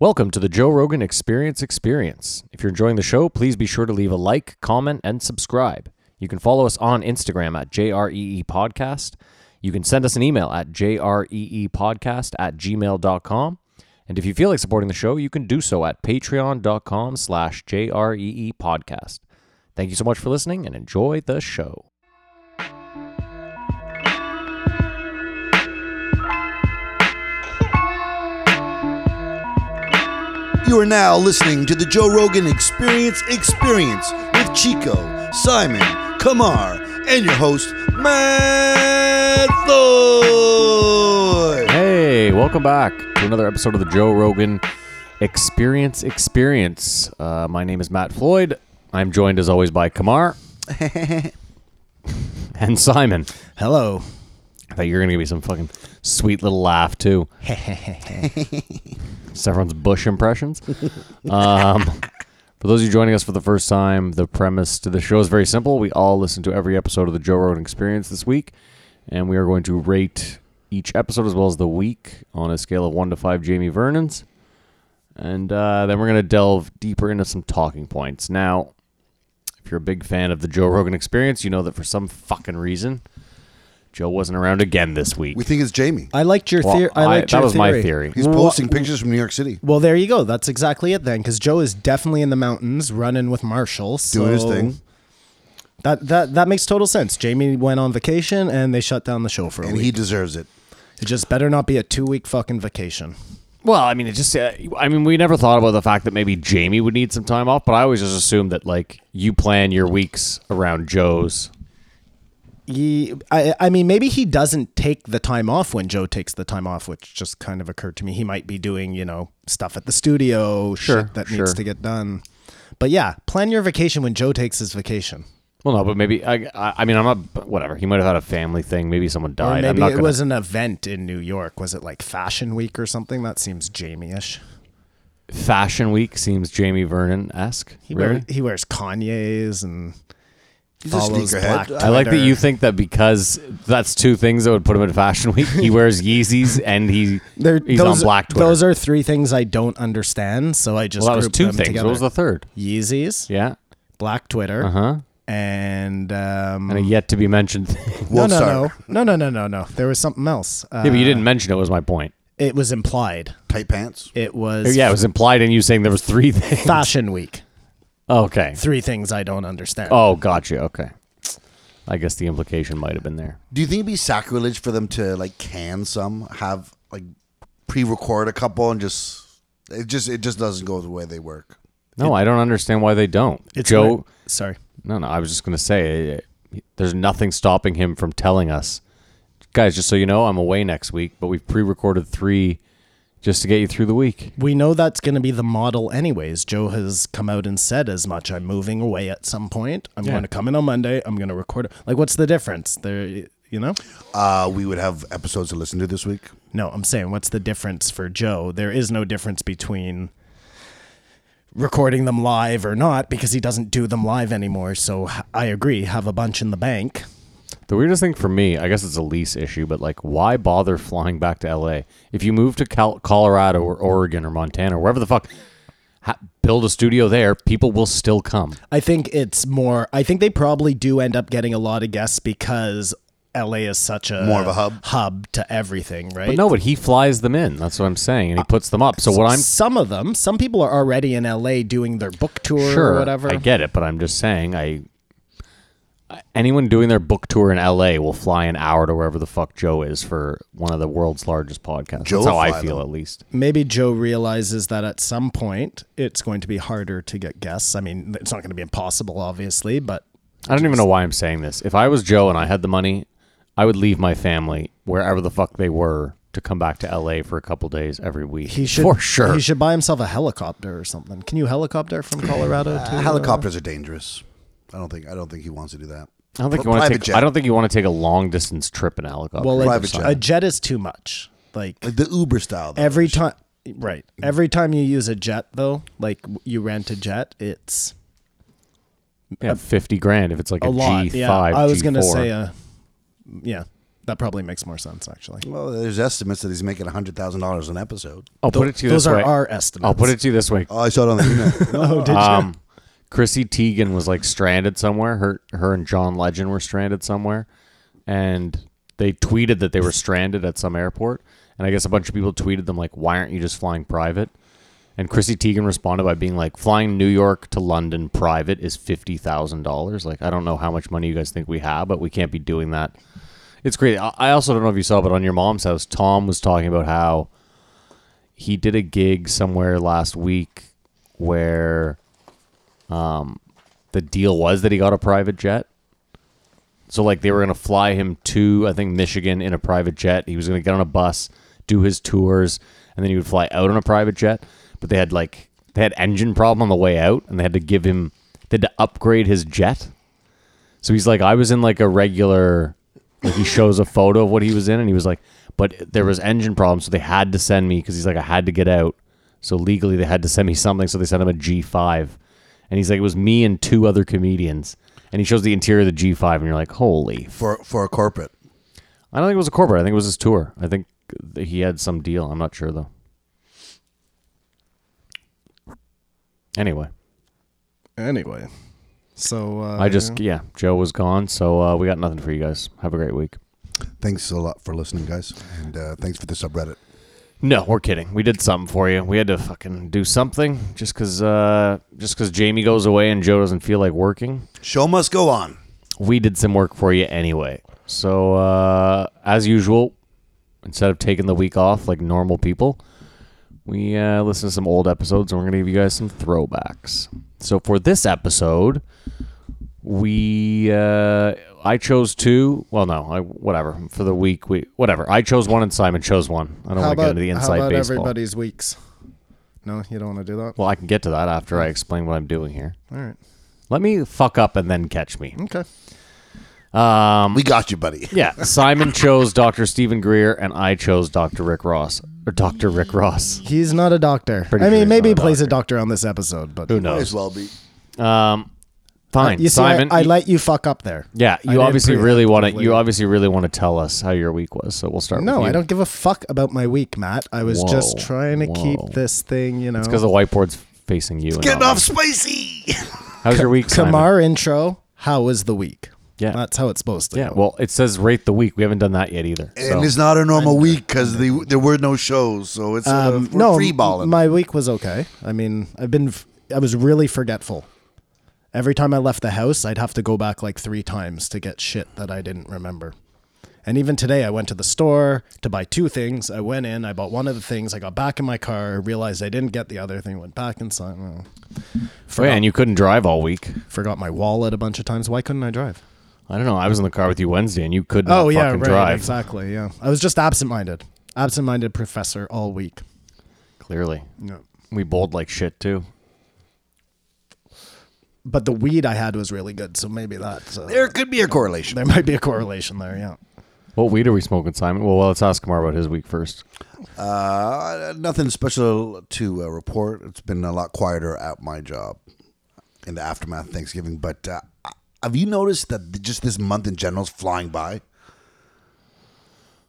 Welcome to the Joe Rogan Experience Experience. If you're enjoying the show, please be sure to leave a like, comment, and subscribe. You can follow us on Instagram at JREE E Podcast. You can send us an email at jreepodcast E at gmail.com. And if you feel like supporting the show, you can do so at patreon.com slash JREE E Podcast. Thank you so much for listening and enjoy the show. You are now listening to the Joe Rogan Experience Experience with Chico, Simon, Kamar, and your host, Matt Thor. Hey, welcome back to another episode of the Joe Rogan Experience Experience. Uh, my name is Matt Floyd. I'm joined as always by Kamar and Simon. Hello. I thought you were going to give me some fucking sweet little laugh too. Severon's Bush impressions. Um, for those of you joining us for the first time, the premise to the show is very simple. We all listen to every episode of the Joe Rogan Experience this week, and we are going to rate each episode as well as the week on a scale of one to five Jamie Vernon's. And uh, then we're going to delve deeper into some talking points. Now, if you're a big fan of the Joe Rogan Experience, you know that for some fucking reason, Joe wasn't around again this week. We think it's Jamie. I liked your Well, theory. I liked that your was my theory. He's posting pictures from New York City. Well, there you go. That's exactly it then, because Joe is definitely in the mountains running with Marshall, so Doing his thing. That that that makes total sense. Jamie went on vacation, and they shut down the show for a And week. he deserves it. it just better not be a two week fucking vacation. Well, I mean, it just, uh, I mean, we never thought about the fact that maybe Jamie would need some time off, but I always just assumed that, like, you plan your weeks around Joe's. Ye I, I mean, maybe he doesn't take the time off when Joe takes the time off, which just kind of occurred to me. He might be doing, you know, stuff at the studio, Sure, shit that sure. needs to get done. But yeah, plan your vacation when Joe takes his vacation. Well, no, but maybe, I, I, I mean, I'm not, but whatever. He might have had a family thing. Maybe someone Or died. I'm maybe not it gonna, was an event in New York. Was it like Fashion Week or something? That seems Jamie-ish. Fashion Week seems Jamie Vernon esque. He, Really? wear, he wears Kanye's and He's a follows sneakerhead. Black. I I like that Twitter. you think that because that's two things that would put him in Fashion Week. He wears Yeezys and he They're- he's those, on Black Twitter. Those are three things I don't understand, so I just well, that was grouped two them things. together. What was the third? Yeezys, Yeah. Black Twitter, Uh huh. and um, And a yet to be mentioned thing. Wolf no, no, no, Star. no, no, no, no, no. There was something else. Uh, yeah, but you didn't mention it. Was my point. It was implied. Tight pants. It was Oh, Yeah, it was implied in you saying there was three things. Fashion Week. Okay. Three things I don't understand. Oh, gotcha. Okay. I guess the implication might have been there. Do you think it'd be sacrilege for them to like can some, have like pre-record a couple, and just it just it just doesn't go the way they work. No, I don't understand why they don't. It's Joe, my- sorry. no, no, I was just going to say eh, there's nothing stopping him from telling us. Guys, just so you know, I'm away next week, but we've pre-recorded 3 just to get you through the week. we know that's going to be the model anyways joe has come out and said as much i'm moving away at some point i'm Yeah. going to come in on monday i'm going to record like what's the difference there you know Uh, we would have episodes to listen to this week. no i'm saying what's the difference for joe there is no difference between recording them live or not because he doesn't do them live anymore so h- i agree have a bunch in the bank The weirdest thing for me, I guess it's a lease issue, but like, why bother flying back to LA? If you move to Cal- Colorado or Oregon or Montana or wherever the fuck, ha- build a studio there, people will still come. I think it's more. I think they probably do end up getting a lot of guests because LA is such a More of a hub. hub to everything, right? But no, but he flies them in. That's what I'm saying, Uh, and he puts them up. So what I'm some of them, some people are already in LA doing their book tour sure, or whatever. I get it, but I'm just saying, I anyone doing their book tour in L.A. will fly an hour to wherever the fuck Joe is for one of the world's largest podcasts. Joe That's how will I fly feel, them. at least. Maybe Joe realizes that at some point it's going to be harder to get guests. I mean, it's not going to be impossible, obviously, but I don't even know why I'm saying this. If I was Joe and I had the money, I would leave my family wherever the fuck they were to come back to L.A. for a couple days every week. he should for sure. he should buy himself a helicopter or something. Can you helicopter from Colorado Uh, to uh, Helicopters are dangerous. I don't think I don't think he wants to do that. I don't think Pri- you want to private take. jet. I don't think you want to take a long distance trip in a helicopter. Well, Private like, jet. a jet is too much. Like Like the Uber style. Though. every time right. Every time you use a jet though, like you rent a jet, it's yeah, fifty grand if it's like a a lot. G yeah. five. I was G4. going to say a yeah. That probably makes more sense, actually. Well, there's estimates that he's making hundred thousand dollars an episode. I'll put it to you Those this are way. our estimates. I'll put it to you this way. Oh, I saw it on the internet. Oh, did you? Um, Chrissy Teigen was like stranded somewhere. Her, her and John Legend were stranded somewhere, and they tweeted that they were stranded at some airport. And I guess a bunch of people tweeted them like, "Why aren't you just flying private?" And Chrissy Teigen responded by being like, "Flying New York to London private is fifty thousand dollars. Like, I don't know how much money you guys think we have, but we can't be doing that." It's great. I I also don't know if you saw, but on your mom's house, Tom was talking about how he did a gig somewhere last week where the deal was that he got a private jet. So like they were gonna fly him to I think Michigan in a private jet. He was gonna get on a bus, do his tours, and then he would fly out on a private jet. But they had like they had engine problem on the way out, and they had to give him they had to upgrade his jet. So he's like, I was in like a regular. Like he shows a photo of what he was in, and he was like, but there was engine problems, so they had to send me because he's like, I had to get out. So legally, they had to send me something, so they sent him a G five, and he's like, it was me and two other comedians, and he shows the interior of the G five, and you're like, holy. F-. for for a corporate. I don't think it was a corporate. I think it was his tour. I think th- he had some deal. I'm not sure though. Anyway, Anyway, so uh, I just yeah, Joe was gone, so uh, we got nothing for you guys. Have a great week. Thanks a lot for listening, guys, and uh, thanks for the subreddit. No, we're kidding. We did something for you. We had to fucking do something just because uh, just 'cause Jamie goes away and Joe doesn't feel like working. Show must go on. We did some work for you anyway. So uh, as usual, instead of taking the week off like normal people, we uh, listened to some old episodes and we're gonna give you guys some throwbacks. So for this episode, we uh, I chose two. Well, no, I whatever for the week. We whatever I chose one and Simon chose one. I don't how want to get about, into the how inside about baseball. everybody's weeks? No, you don't want to do that. Well, I can get to that after I explain what I'm doing here. All right. Let me fuck up and then catch me. Okay. We got you, buddy. Yeah, Simon chose Dr. Stephen Greer, and I chose Dr. Rick Ross. Or Dr. Rick Ross. He's not a doctor. Pretty I sure mean, he's maybe he not a plays a doctor on this episode, but Who Might knows? as well be. Um, fine, you see, I- Simon. I, you- let you fuck up there. Yeah, I you did obviously really want to. preemptively. You obviously really want to tell us how your week was. So we'll start. No, with you. I don't give a fuck about my week, Matt. I was just Whoa, trying to keep whoa. this thing, you know. Because the whiteboard's facing you. and Getting not off spicy. mine. How's your week, Simon? Kamar intro. How was the week? Yeah. that's how it's supposed to Yeah. go. Well, it says rate the week. We haven't done that yet either. and uh, so- it's not a normal week because there were no shows, so it's uh, Um, we're no, free balling. my week was okay. I mean, I've been, f- I was really forgetful. Every time I left the house, I'd have to go back like three times to get shit that I didn't remember. And even today, I went to the store to buy two things. I went in, I bought one of the things. I got back in my car, realized I didn't get the other thing. Went back inside, well, Oh, yeah, and you couldn't drive all week. forgot my wallet a bunch of times. Why couldn't I drive? I don't know. I was in the car with you Wednesday, and you couldn't Oh yeah, fucking right, drive. exactly. Yeah, I was just absent-minded, absent-minded professor all week. Clearly. Yeah. We bowled like shit too. But the weed I had was really good, so maybe that's uh, there could be a correlation. There might be a correlation there, yeah. What weed are we smoking, Simon? Well, let's ask Kamar about his week first. Uh, nothing special to uh, report. It's been a lot quieter at my job in the aftermath of Thanksgiving. But uh, have you noticed that th- just this month in general is flying by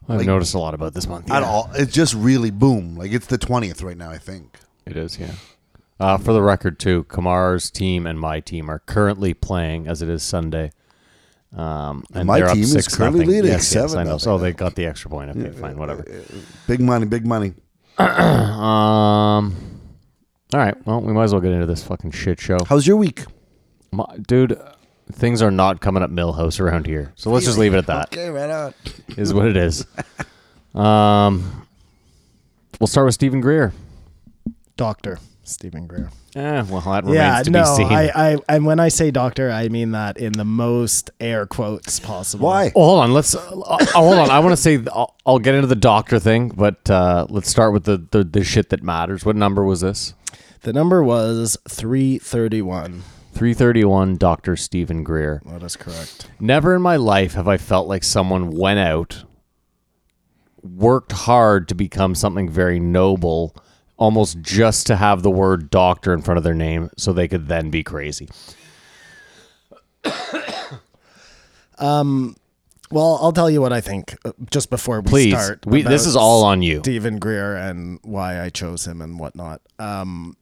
I've noticed a lot about this month. at all? It's just really boom. Like it's the twentieth right now, I think. It is, yeah. Uh, for the record, too, Kamar's team and my team are currently playing as it is Sunday. Um, and My they're team up is six currently nothing. leading yes, yes, I know. 7-0. So they got the extra point. Okay, fine, whatever. Big money, big money. Um, all right. Well, we might as well get into this fucking shit show, How's your week? My, dude. Things are not coming up Millhouse around here, so let's just leave it at that. Okay, right on. is what it is. Um, we'll start with Stephen Greer. Doctor Stephen Greer. Eh, well, that remains Yeah, to no, be seen. I, I, and when I say doctor, I mean that in the most air quotes possible. Why? Oh, hold on. Let's. Uh, oh, hold on. I want to say I'll, I'll get into the doctor thing, but uh, let's start with the, the the shit that matters. What number was this? The number was three thirty-one. Three thirty one. Doctor Stephen Greer. That is correct. Never in my life have I felt like someone went out, worked hard to become something very noble, almost just to have the word doctor in front of their name so they could then be crazy. Well, I'll tell you what I think uh, just before we Please, start. we, this about is all on you. Stephen Greer and why I chose him and whatnot. Um,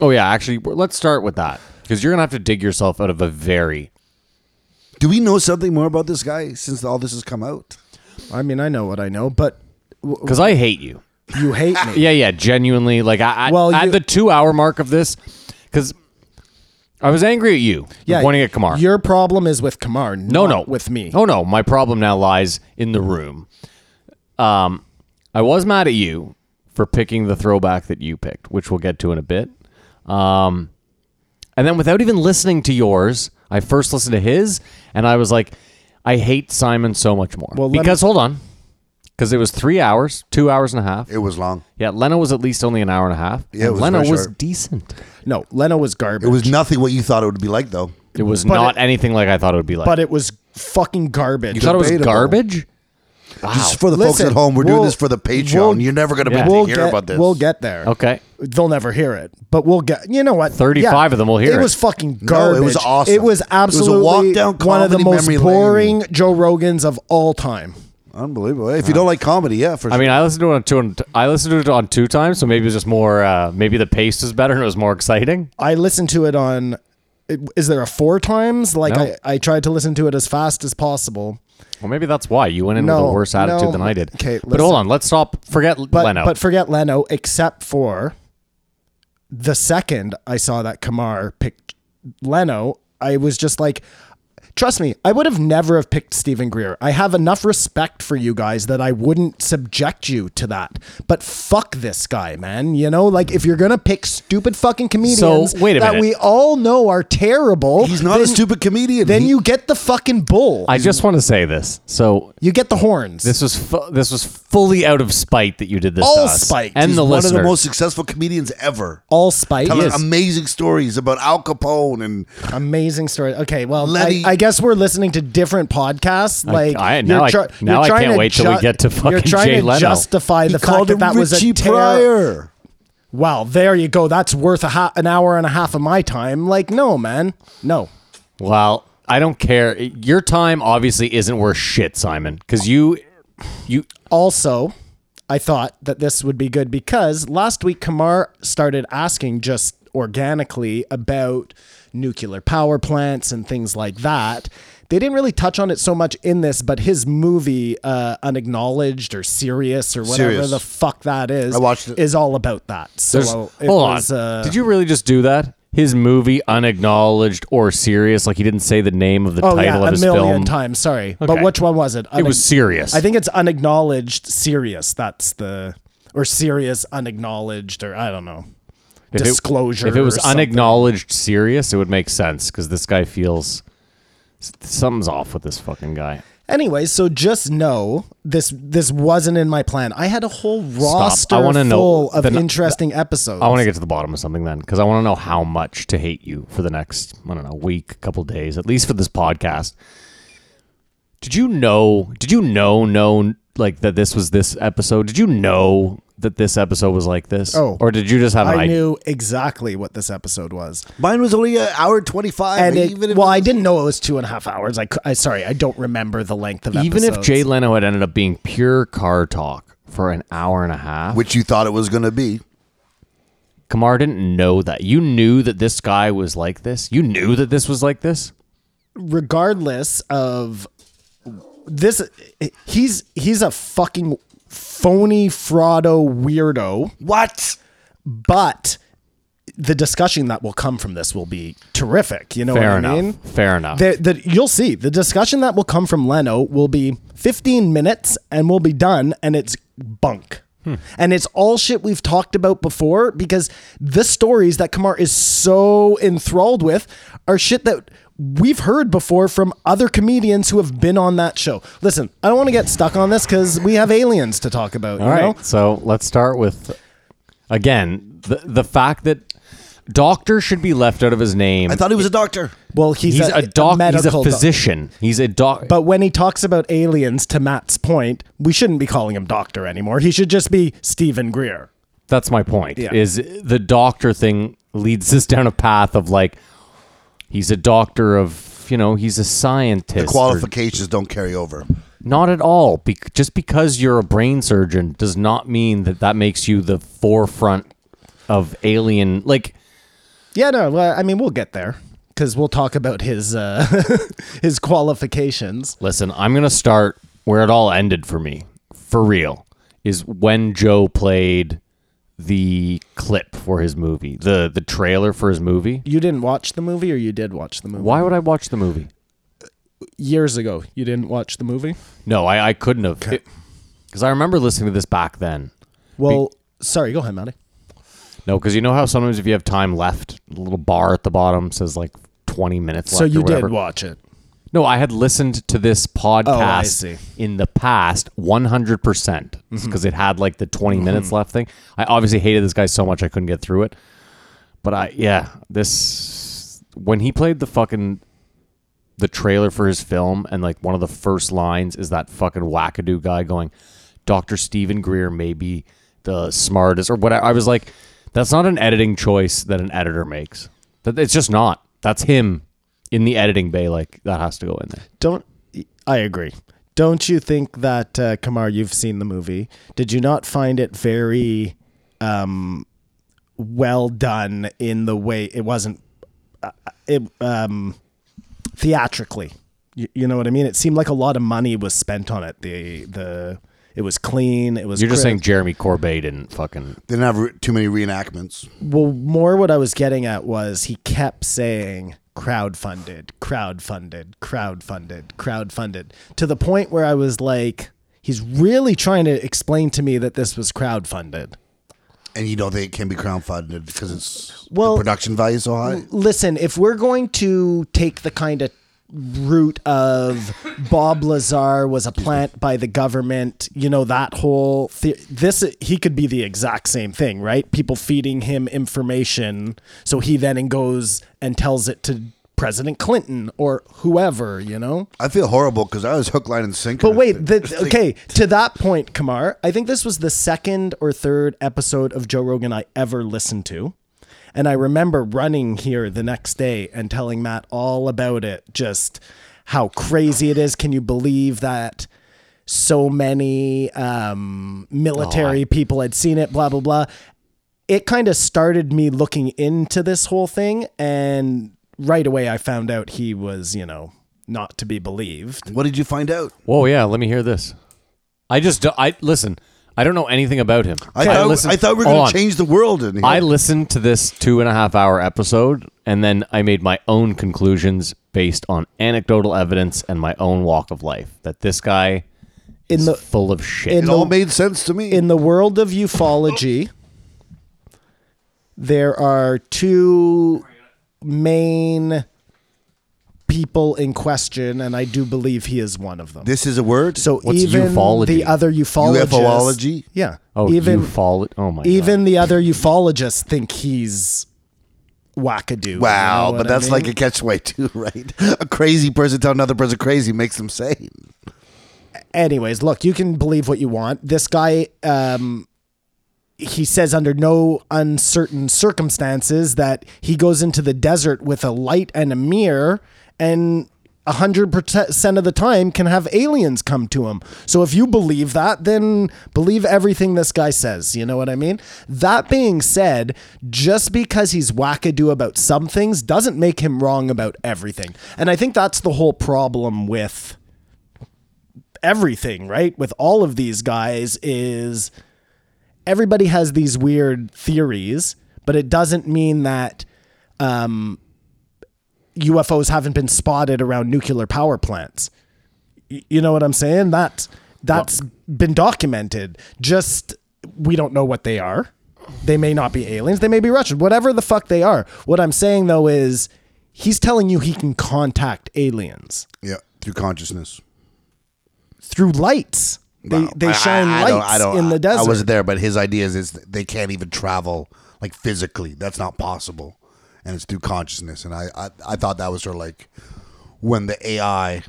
Oh yeah, actually, w- let's start with that because you're gonna have to dig yourself out of a very. Do we know something more about this guy since all this has come out? I mean, I know what I know, but w- Because I hate you. you hate me. Yeah, yeah, genuinely. Like I, I Well, at you- the two hour mark of this, because I was angry at you, for pointing at Kamar. Your problem is with Kamar, no, not no, with me. Oh no, my problem now lies in the room. Um, I was mad at you for picking the throwback that you picked, which we'll get to in a bit. Um, and then without even listening to yours, I first listened to his, and I was like, I hate Simon so much more. Well, let me- because hold on, because it was three hours, two hours and a half. It was long. Yeah, Leno was at least only an hour and a half. Yeah, it And was Leno very was short. decent. No, Leno was garbage. It was nothing what you thought it would be like, though. It was But not it- anything like I thought it would be like. but it was fucking garbage. you thought it was debatable. garbage? Wow. Just for the folks Listen, at home, we're doing we'll- this for the Patreon. we'll- You're never going to be Yeah. able we'll to get, hear about this. we'll get there. okay. They'll never hear it, but we'll get. You know what? 35 of them will hear it. was fucking No, garbage. it was awesome. It was It was a absolutely walk-down one of the comedy most memory lane. boring Joe Rogans of all time. Unbelievable. If you don't like comedy, yeah, for I sure. mean, I listened to it on two. I listened to it on two times, so maybe it was just more. Uh, maybe the pace was better and it was more exciting. I listened to it on. it- Is there a four times? Like No. I, I tried to listen to it as fast as possible. Well, maybe that's why you went in with No, a worse attitude no, than I did. okay, but hold on. Let's stop. Forget But Leno. but forget Leno, except for the second I saw that Kamar picked Leno, I was just like, trust me, I would have never have picked Stephen Greer. I have enough respect for you guys that I wouldn't subject you to that. But fuck this guy, man. You know, like if you're gonna pick stupid fucking comedians wait a that minute. we all know are terrible, He's not then, a stupid comedian. Then He- you get the fucking bull. I just want to say this. So you get the horns. this was fu- this was fully out of spite that you did this. All to us spite. and he's the one of the listeners. most successful comedians ever. all spite. Telling amazing stories about Al Capone and Amazing story. Okay, well, Letty- I, I guess we're listening to different podcasts. Like, I- you're now I- try- now you're I trying can't to wait till we ju- get to You're fucking trying Jay to Leno. justify the he fact called that him that was Richie a terror. Pryor. Wow, there you go. That's worth a ha- an hour and a half of my time. Like, no, man, no. Well, I don't care. Your time obviously isn't worth shit, Simon, because you, you. Also, I thought that this would be good because last week Kamar started asking just organically about nuclear power plants and things like that. They didn't really touch on it so much in this, but his movie, uh, Unacknowledged or Serious or whatever Serious. the fuck that is, I watched it. is all about that. So There's, it hold was, on. Uh, Did you really just do that? His movie, unacknowledged or serious, like he didn't say the name of the Oh title yeah, of a his million film. times. Sorry, Okay. but which one was it? It was serious. I think it's unacknowledged serious. That's the or serious unacknowledged or I don't know. If it- disclosure. If it was or something. unacknowledged serious, it would make sense because this guy feels s- something's off with this fucking guy. Anyway, so just know this this wasn't in my plan. I had a whole roster I wanna know full of the n- interesting episodes. I want to get to the bottom of something then because I want to know how much to hate you for the next I don't know week, couple days, at least for this podcast. Did you know? Did you know? Know like that this was this episode? Did you know that this episode was like this? Oh. or did you just have an I idea? knew exactly what this episode was, Mine was only an hour twenty five. and it, even if well, I didn't know it was two and a half hours. I, cou- I sorry, I don't remember the length of Even if episodes. Jay Leno had ended up being pure car talk for an hour and a half, which you thought it was going to be. Kamar didn't know that. You knew that this guy was like this. You knew that this was like this. regardless of this he's he's a fucking phony fraudo weirdo What? but the discussion that will come from this will be terrific you know Fair what enough. i mean Fair enough. that that you'll see the discussion that will come from leno will be 15 minutes and we'll be done and it's bunk Hmm. And it's all shit we've talked about before because the stories that Kamar is so enthralled with are shit that we've heard before from other comedians who have been on that show. Listen, I don't want to get stuck on this because we have aliens to talk about. All you right. know? So let's start with again the the fact that doctor should be left out of his name. I thought he was a doctor. Well, he's, he's, a, doc. he's a medical doc- physician. he's a doc. But when he talks about aliens, to Matt's point, we shouldn't be calling him doctor anymore. He should just be Stephen Greer. That's my point. Yeah. Is the doctor thing leads us down a path of like he's a doctor of you know, he's a scientist. The or- qualifications don't carry over. Not at all. Be- just because you're a brain surgeon does not mean that that makes you the forefront of alien. Like, Yeah, no, well, I mean, we'll get there because we'll talk about his uh, his qualifications. listen, I'm gonna start where it all ended for me, for real. Is when Joe played the clip for his movie, the the trailer for his movie. You didn't watch the movie, or you did watch the movie Why would I watch the movie? years ago? You didn't watch the movie. No, I, I couldn't have. Because I remember listening to this back then. Well, sorry, go ahead, Matty. No, because you know how sometimes if you have time left, a little bar at the bottom says like 20 minutes So left you or whatever. did watch it. No, I had listened to this podcast see. in the past 100% percent because it had like the 20 minutes left thing. I obviously hated this guy so much I couldn't get through it. But I yeah, this when he played the fucking the trailer for his film and like one of the first lines is that fucking wackadoo guy going, "Dr. Stephen Greer may be the smartest or whatever." I was like, that's not an editing choice that an editor makes. That it's just not. That's him in the editing bay like that has to go in there. Don't I agree? Don't you think that uh, Kamar? You've seen the movie. Did you not find it very um, well done in the way it wasn't? Uh, it um, theatrically, you, you know what I mean. It seemed like a lot of money was spent on it. The the it was clean. It was. You're just crisp. saying Jeremy Corbett didn't fucking They didn't have re- too many reenactments. Well, more what I was getting at was he kept saying crowdfunded, crowdfunded, crowdfunded, crowdfunded to the point where I was like, he's really trying to explain to me that this was crowdfunded. And you don't think it can be crowdfunded because it's Well- the production value is so high. Listen, if we're going to take the kind of route of Bob Lazar was a plant by the government, you know, that whole the- this he could be the exact same thing, right? People feeding him information so he then goes and tells it to President Clinton or whoever, you know? I feel horrible because I was hook, line, and sinker. But wait, It's the, like- okay, to that point, Kamar, I think this was the second or third episode of Joe Rogan I ever listened to. And I remember running here the next day and telling Matt all about it, just how crazy it is. Can you believe that so many um, military people had seen it, blah, blah, blah. It kind of started me looking into this whole thing. And right away, I found out he was, you know, not to be believed. What did you find out? Whoa, yeah, let me hear this. I just do- I listen. I don't know anything about him. I, thought, listened- I thought we were hold going on. to change the world in here. I listened to this two and a half hour episode, and then I made my own conclusions based on anecdotal evidence and my own walk of life. That this guy In is the full of shit. it in all the- made sense to me. in the world of ufology, there are two main people in question, and I do believe he is one of them. this is a word. so e- What's even ufology? the other ufologist, UFOlogy? yeah, oh, even you follow? Oh my god. even the other ufologists think he's wackadoo. wow, but that's like a a catchway too, right? A crazy person telling another person crazy makes them sane. anyways, look, you can believe what you want. This guy, um, he says under no uncertain circumstances that he goes into the desert with a light and a mirror and. 100% of the time can have aliens come to him. So if you believe that, then believe everything this guy says. You know what I mean? That being said, just because he's wackadoo about some things doesn't make him wrong about everything. And I think that's the whole problem with everything, right? With all of these guys is everybody has these weird theories, but it doesn't mean that um, UFOs haven't been spotted around nuclear power plants. Y- you know what I'm saying? That that's been documented. Just we don't know what they are. They may not be aliens. They may be Russian. Whatever the fuck they are. What I'm saying though is, he's telling you he can contact aliens Yeah, through consciousness. through lights. They, Wow. they I- shine I- I lights don't- I don't- in the I- desert. I wasn't there, but his idea is, is they can't even travel like physically. That's not possible, and it's through consciousness. And I, I, I thought that was sort of like when the AI,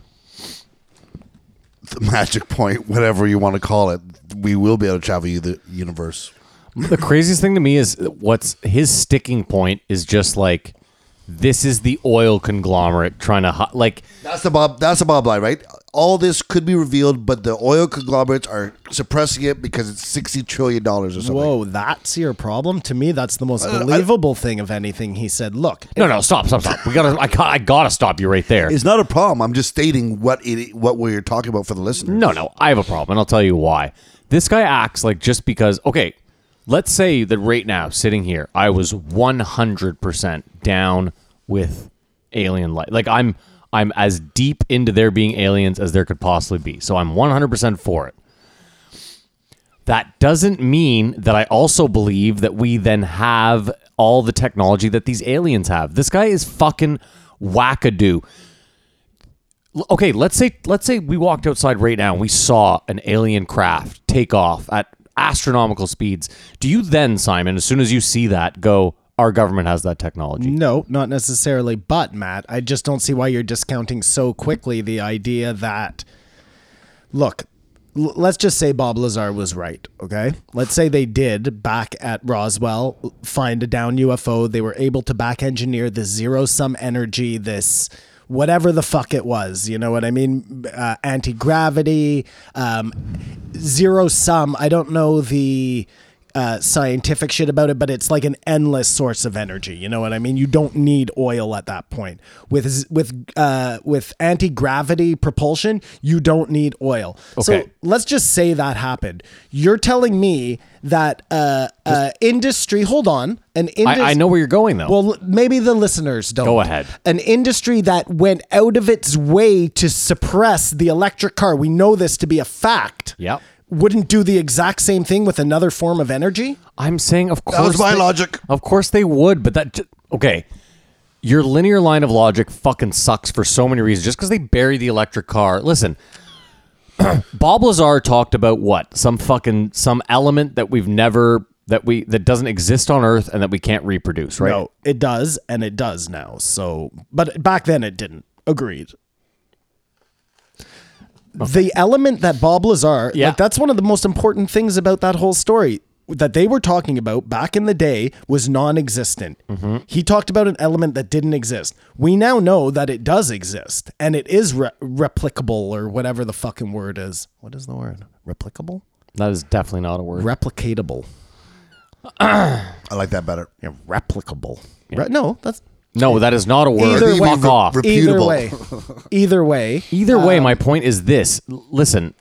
the magic point, whatever you want to call it, we will be able to travel you the universe. the craziest thing to me is what's his sticking point is just like this is the oil conglomerate trying to hi- like That's the Bob. That's the Bob lie, right? All this could be revealed, but the oil conglomerates are suppressing it because it's sixty trillion dollars or something. Whoa, that's your problem? To me, that's the Uh, most believable thing of anything he said. Look, no no stop stop stop we gotta I, ca- I gotta stop you right there It's not a problem. I'm just stating what it what we're talking about for the listener. No, no, I have a problem, and I'll tell you why. This guy acts like just because, okay, let's say that right now, sitting here, I was 100% down with alien life. Like, I'm. I'm as deep into there being aliens as there could possibly be. So I'm 100% for it. That doesn't mean that I also believe that we then have all the technology that these aliens have. This guy is fucking wackadoo. L- Okay, let's say let's say we walked outside right now and we saw an alien craft take off at astronomical speeds. Do you then, Simon, as soon as you see that, go, our government has that technology? No, not necessarily. But Matt, I just don't see why you're discounting so quickly the idea that, look, l- let's just say Bob Lazar was right. Okay, let's say they did back at Roswell find a down UFO. They were able to back engineer this zero sum energy. This. Whatever the fuck it was, you know what I mean? Uh, Anti gravity, um, zero sum. I don't know the uh, scientific shit about it, but it's like an endless source of energy. You know what I mean? You don't need oil at that point. With z- with uh, with anti gravity propulsion, you don't need oil. So Okay. let's just say that happened. You're telling me that uh, uh, industry. Hold on, an industry. I, I know where you're going though. Well, l- maybe the listeners don't. Go ahead. An industry that went out of its way to suppress the electric car. We know this to be a fact. Yep. Wouldn't do the exact same thing with another form of energy? I'm saying, of course. was my they- logic. Of course they would, but that. j- Okay. Your linear line of logic fucking sucks for so many reasons. Just because they bury the electric car. Listen, Bob Lazar talked about what? Some fucking. Some element that we've never. That we that doesn't exist on Earth and that we can't reproduce, right? No, it does, and it does now. So, but back then it didn't. Agreed. The element that Bob Lazar, Yeah. like that's one of the most important things about that whole story that they were talking about back in the day was non-existent. He talked about an element that didn't exist. We now know that it does exist and it is re- replicable or whatever the fucking word is. What is the word? Replicable? That is definitely not a word. Replicatable. I like that better. Yeah, replicable. Re- no, that's no, that is not a word. Either way- Fuck off. Re- either Reputable. way. Either way. Either way, uh, my point is this. L- Listen,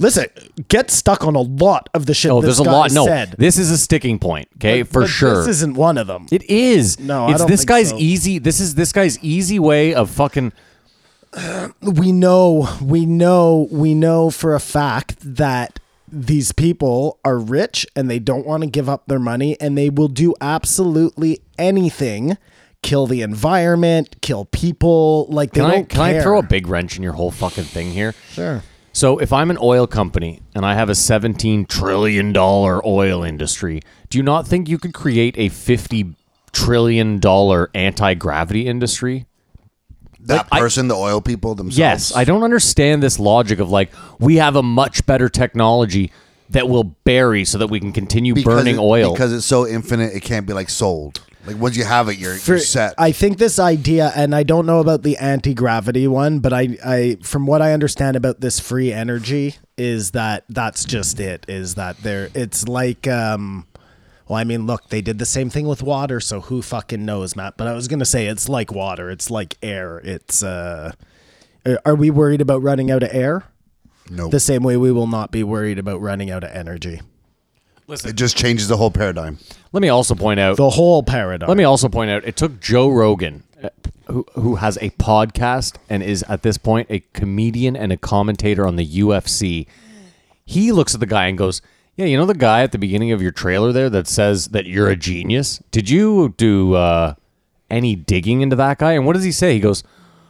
Listen, get stuck on a lot of the shit. oh, this there's a guy lot. No, said, this is a sticking point. Okay, for But sure. This isn't one of them. It is. No, I it's don't this think guy's so. easy. This is this guy's easy way of fucking. we know, we know, we know for a fact that these people are rich and they don't want to give up their money and they will do absolutely anything, kill the environment, kill people. Like they Can I don't can I care. throw a big wrench in your whole fucking thing here? Sure. So if I'm an oil company and I have a 17 trillion dollar oil industry, do you not think you could create a 50 trillion dollar anti gravity industry? That I- person, the oil people themselves. Yes, I don't understand this logic of like we have a much better technology that will bury so that we can continue Because burning it- oil. because it's so infinite. It can't be like sold. Like once you have it, you're, for- you're set. I think this idea, and I don't know about the anti gravity one, but I, I, from what I understand about this free energy, is that that's just it. Is that there? It's like, um, well, I mean, look, they did the same thing with water, so who fucking knows, Matt? But I was gonna say it's like water, it's like air. It's, uh, are we worried about running out of air? no, The same way we will not be worried about running out of energy. it just changes the whole paradigm. Let me also point out The whole paradigm. Let me also point out it took Joe Rogan, uh, who, who has a podcast and is at this point a comedian and a commentator on the UFC. He looks at the guy and goes, Yeah, you know the guy at the beginning of your trailer there that says that you're a genius? Did you do uh, any digging into that guy? And what does he say? He goes,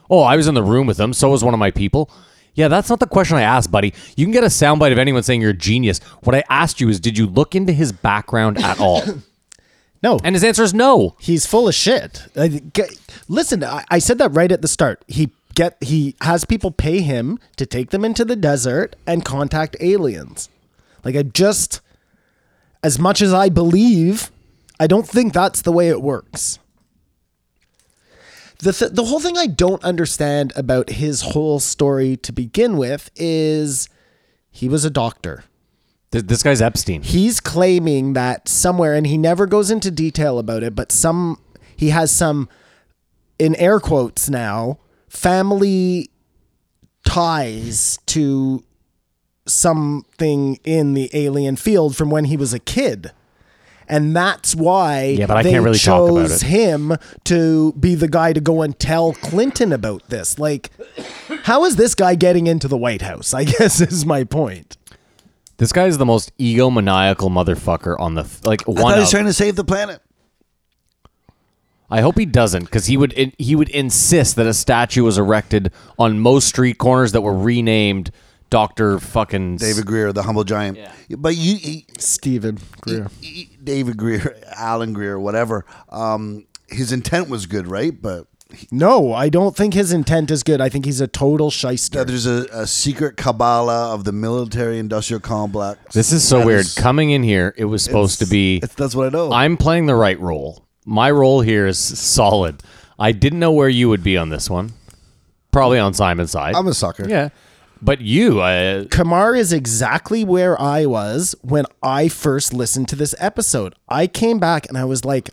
Oh, I was in the room with him. So was one of my people. Yeah, that's not the question I asked, buddy. You can get a soundbite of anyone saying you're a genius. What I asked you is, did you look into his background at all? no. and his answer is no. He's full of shit. I, get, listen, I, I said that right at the start. He get he has people pay him to take them into the desert and contact aliens. Like I just, as much as I believe, I don't think that's the way it works. the th- the whole thing I don't understand about his whole story to begin with is he was a doctor. Th- this guy's Epstein. He's claiming that somewhere, and he never goes into detail about it, but some he has some in air quotes now family ties to something in the alien field from when he was a kid. And that's why Yeah, but I they can't really talk about chose it. him to be the guy to go and tell Clinton about this. Like, how is this guy getting into the White House? I guess is my point. This guy is the most egomaniacal motherfucker on the f- like I thought one. he of. was trying to save the planet. I hope he doesn't, because he would he would insist that a statue was erected on most street corners that were renamed Doctor Fucking David Greer, the humble giant. But you, he- Stephen Greer. he- David Greer, Alan Greer, whatever. Um, his intent was good, right? But No, I don't think his intent is good. I think he's a total shyster. that there's a, a secret Kabbalah of the military-industrial complex. This is so That weird. is- Coming in here, it was supposed to be It's- that's what I know. I'm playing the right role. My role here is solid. I didn't know where you would be on this one. Probably on Simon's side. I'm a sucker. yeah. But you, uh, Kamar is exactly where I was when I first listened to this episode. I came back and I was like,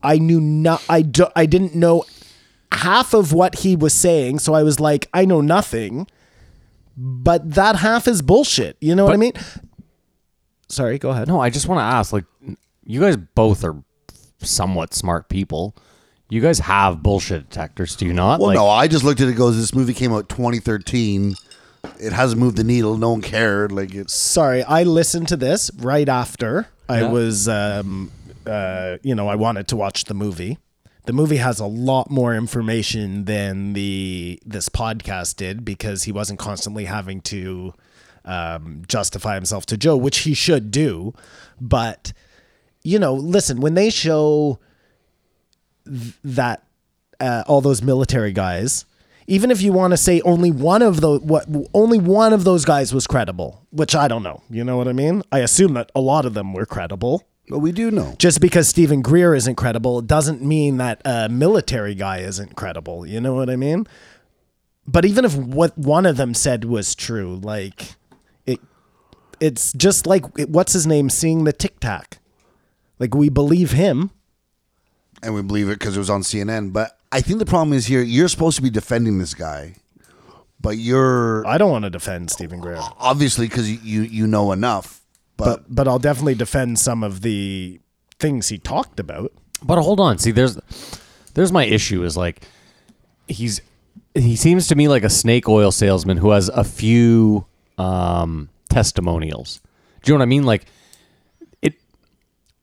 I knew not, I, do, I didn't know half of what he was saying. So I was like, I know nothing, but that half is bullshit. You know what I But- mean? Sorry, go ahead. no, I just want to ask like, you guys both are somewhat smart people. You guys have bullshit detectors, do you not? Well, Like- no, I just looked at it. and Goes, this movie came out 2013. It hasn't moved the needle. No one cared. Like it's sorry, I listened to this right after I Yeah. was, um, uh, you know, I wanted to watch the movie. The movie has a lot more information than the this podcast did because he wasn't constantly having to um, justify himself to Joe, which he should do. But you know, listen, when they show th- that uh, all those military guys, even if you want to say only one of the what only one of those guys was credible, which I don't know. You know what I mean? I assume that a lot of them were credible. But we do know. Just because Stephen Greer isn't credible doesn't mean that a military guy isn't credible. You know what I mean? But even if what one of them said was true, like it, it's just like what's his name seeing the Tic Tac. Like we believe him. and we believe it because it was on CNN. But I think the problem is here. You're supposed to be defending this guy, but you're I don't want to defend Stephen Greer, obviously because you you know enough. But, but but I'll definitely defend some of the things he talked about. But hold on, see, there's there's my issue is like he's he seems to me like a snake oil salesman who has a few um, testimonials. Do you know what I mean? Like it.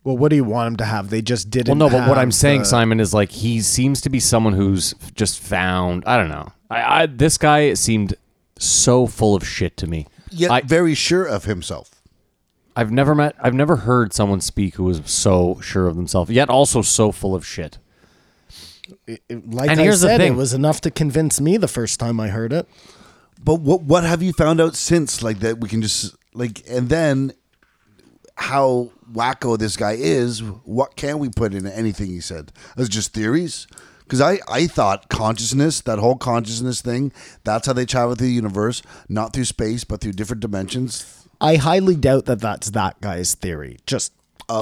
Well, what do you want him to have? They just didn't. Well, no, but what I'm have saying, the- Simon, is like he seems to be someone who's just found. I don't know. I, I this guy seemed so full of shit to me. yet I, very sure of himself. I've never met. I've never heard someone speak who was so sure of themselves, yet also so full of shit. like And I here's the said, thing. it was enough to convince me the first time I heard it. But what what have you found out since? Like that we can just like and then how wacko this guy is. What can we put into anything he said? That's just theories. Because I, I thought consciousness, that whole consciousness thing, that's how they travel through the universe, not through space, but through different dimensions. I highly doubt that that's that guy's theory. Just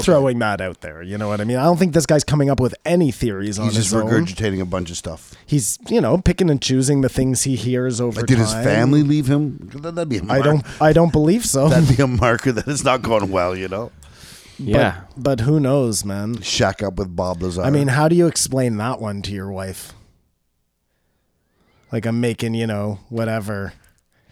throwing that out there. You know what I mean? I don't think this guy's coming up with any theories on He's his just own. regurgitating a bunch of stuff. He's you know picking and choosing the things he hears over Like, did time. his family leave him? Th- That'd be a mark. I don't. I don't believe so. That'd be a marker that it's not going well. You know, Yeah, but who knows, man? shack up with Bob Lazar. I mean, how do you explain that one to your wife? Like I'm making, you know, whatever.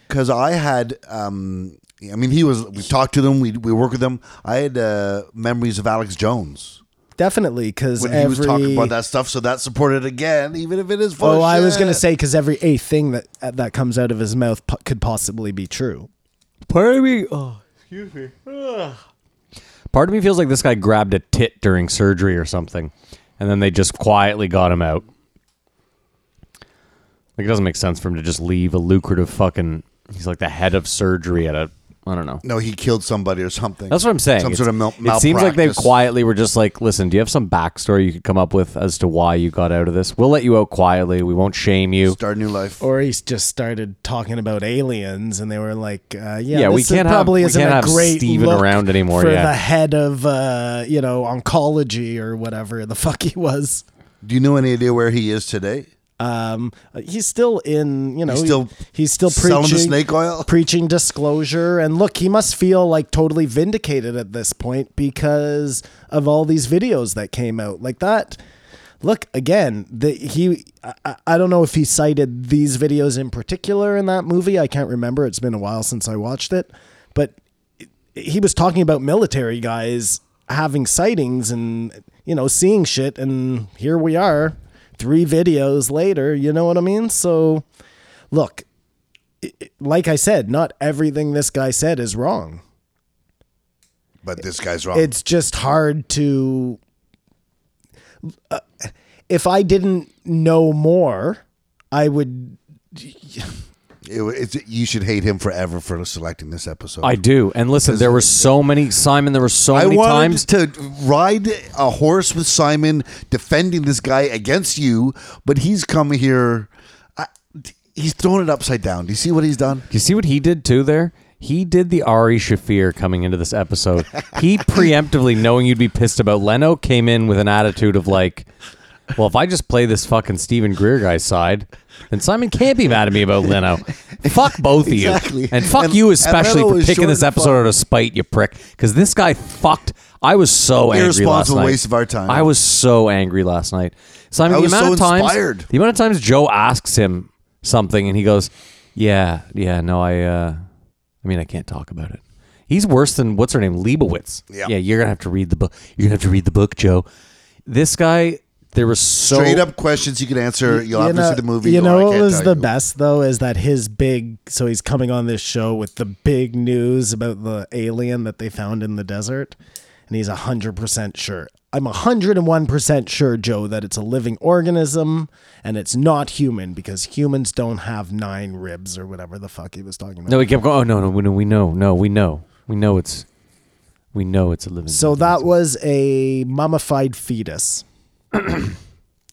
because I had. Um, I mean, he was. We talked to them. We we work with them. I had uh, memories of Alex Jones Definitely, because when every. he was talking about that stuff. So that supported again, even if it is. Full oh, I was gonna to say because every eighth thing that that comes out of his mouth po- could possibly be true. Part of me, oh, excuse me. Part of me feels like this guy grabbed a tit during surgery or something, and then they just quietly got him out. Like it doesn't make sense for him to just leave a lucrative fucking. He's like the head of surgery at a I don't know. No, he killed somebody or something. That's what I'm saying. Some It's- sort of mal- It seems like they malpractice. quietly were just like, listen, do you have some backstory you could come up with as to why you got out of this? We'll let you out quietly. We won't shame you. Start a new life. Or he just started talking about aliens, and they were like, uh, "Yeah, Yeah, we this can't have- probably we isn't can't have a great Steven look around anymore, for yeah. the head of uh, you know oncology or whatever the fuck he was." Do you know any idea where he is today? Um, he's still in, you know, He's still he's still selling the preaching snake oil? preaching disclosure. And look, he must feel like totally vindicated at this point because of all these videos that came out like that. Look again, the, he, I- I, I don't know if he cited these videos in particular in that movie. I can't remember. It's been a while since I watched it, but he was talking about military guys having sightings and you know seeing shit and here we are three videos later you know what i mean so look i- i- like i said not everything this guy said is wrong But this guy's wrong. it's just hard to uh, if i didn't know more i would It wa- it's, you should hate him forever for selecting this episode. I do. And listen, there were so many, Simon, there were so I many wanted times. to ride a horse with Simon, defending this guy against you, but he's come here. I, he's thrown it upside down. Do you see what he's done? Do you see what he did too there? He did the Ari Shafir coming into this episode. He preemptively, knowing you'd be pissed about Leno, came in with an attitude of like, well, if I just play this fucking Stephen Greer guy's side, then Simon can't be mad at me about Leno. Fuck both of you. Exactly. And fuck And- you and especially Leno for is picking short this and episode fun. out of spite, you prick. Because this guy fucked. I was so angry last Irresponsible night. waste of our time. I was so angry last night. Simon, I the was amount so of times, inspired. the amount of times Joe asks him something and he goes, "Yeah, yeah, no, I, uh, I mean, I can't talk about it." He's worse than what's her name, Leibowitz. Yeah. yeah, you're gonna have to read the book. You're gonna have to read the book, Joe. This guy, there was so Straight up questions you can answer. You'll have to see the movie. You or know I what can't was tell the you. best though is that his big so he's coming on this show with the big news about the alien that they found in the desert, and he's hundred percent sure. I'm hundred and one percent sure, Joe, that it's a living organism and it's not human because humans don't have nine ribs or whatever the fuck he was talking about. No, he kept going. Oh no, no, we know, we know, no, we know, we know it's, we know it's a living. So that was a mummified fetus.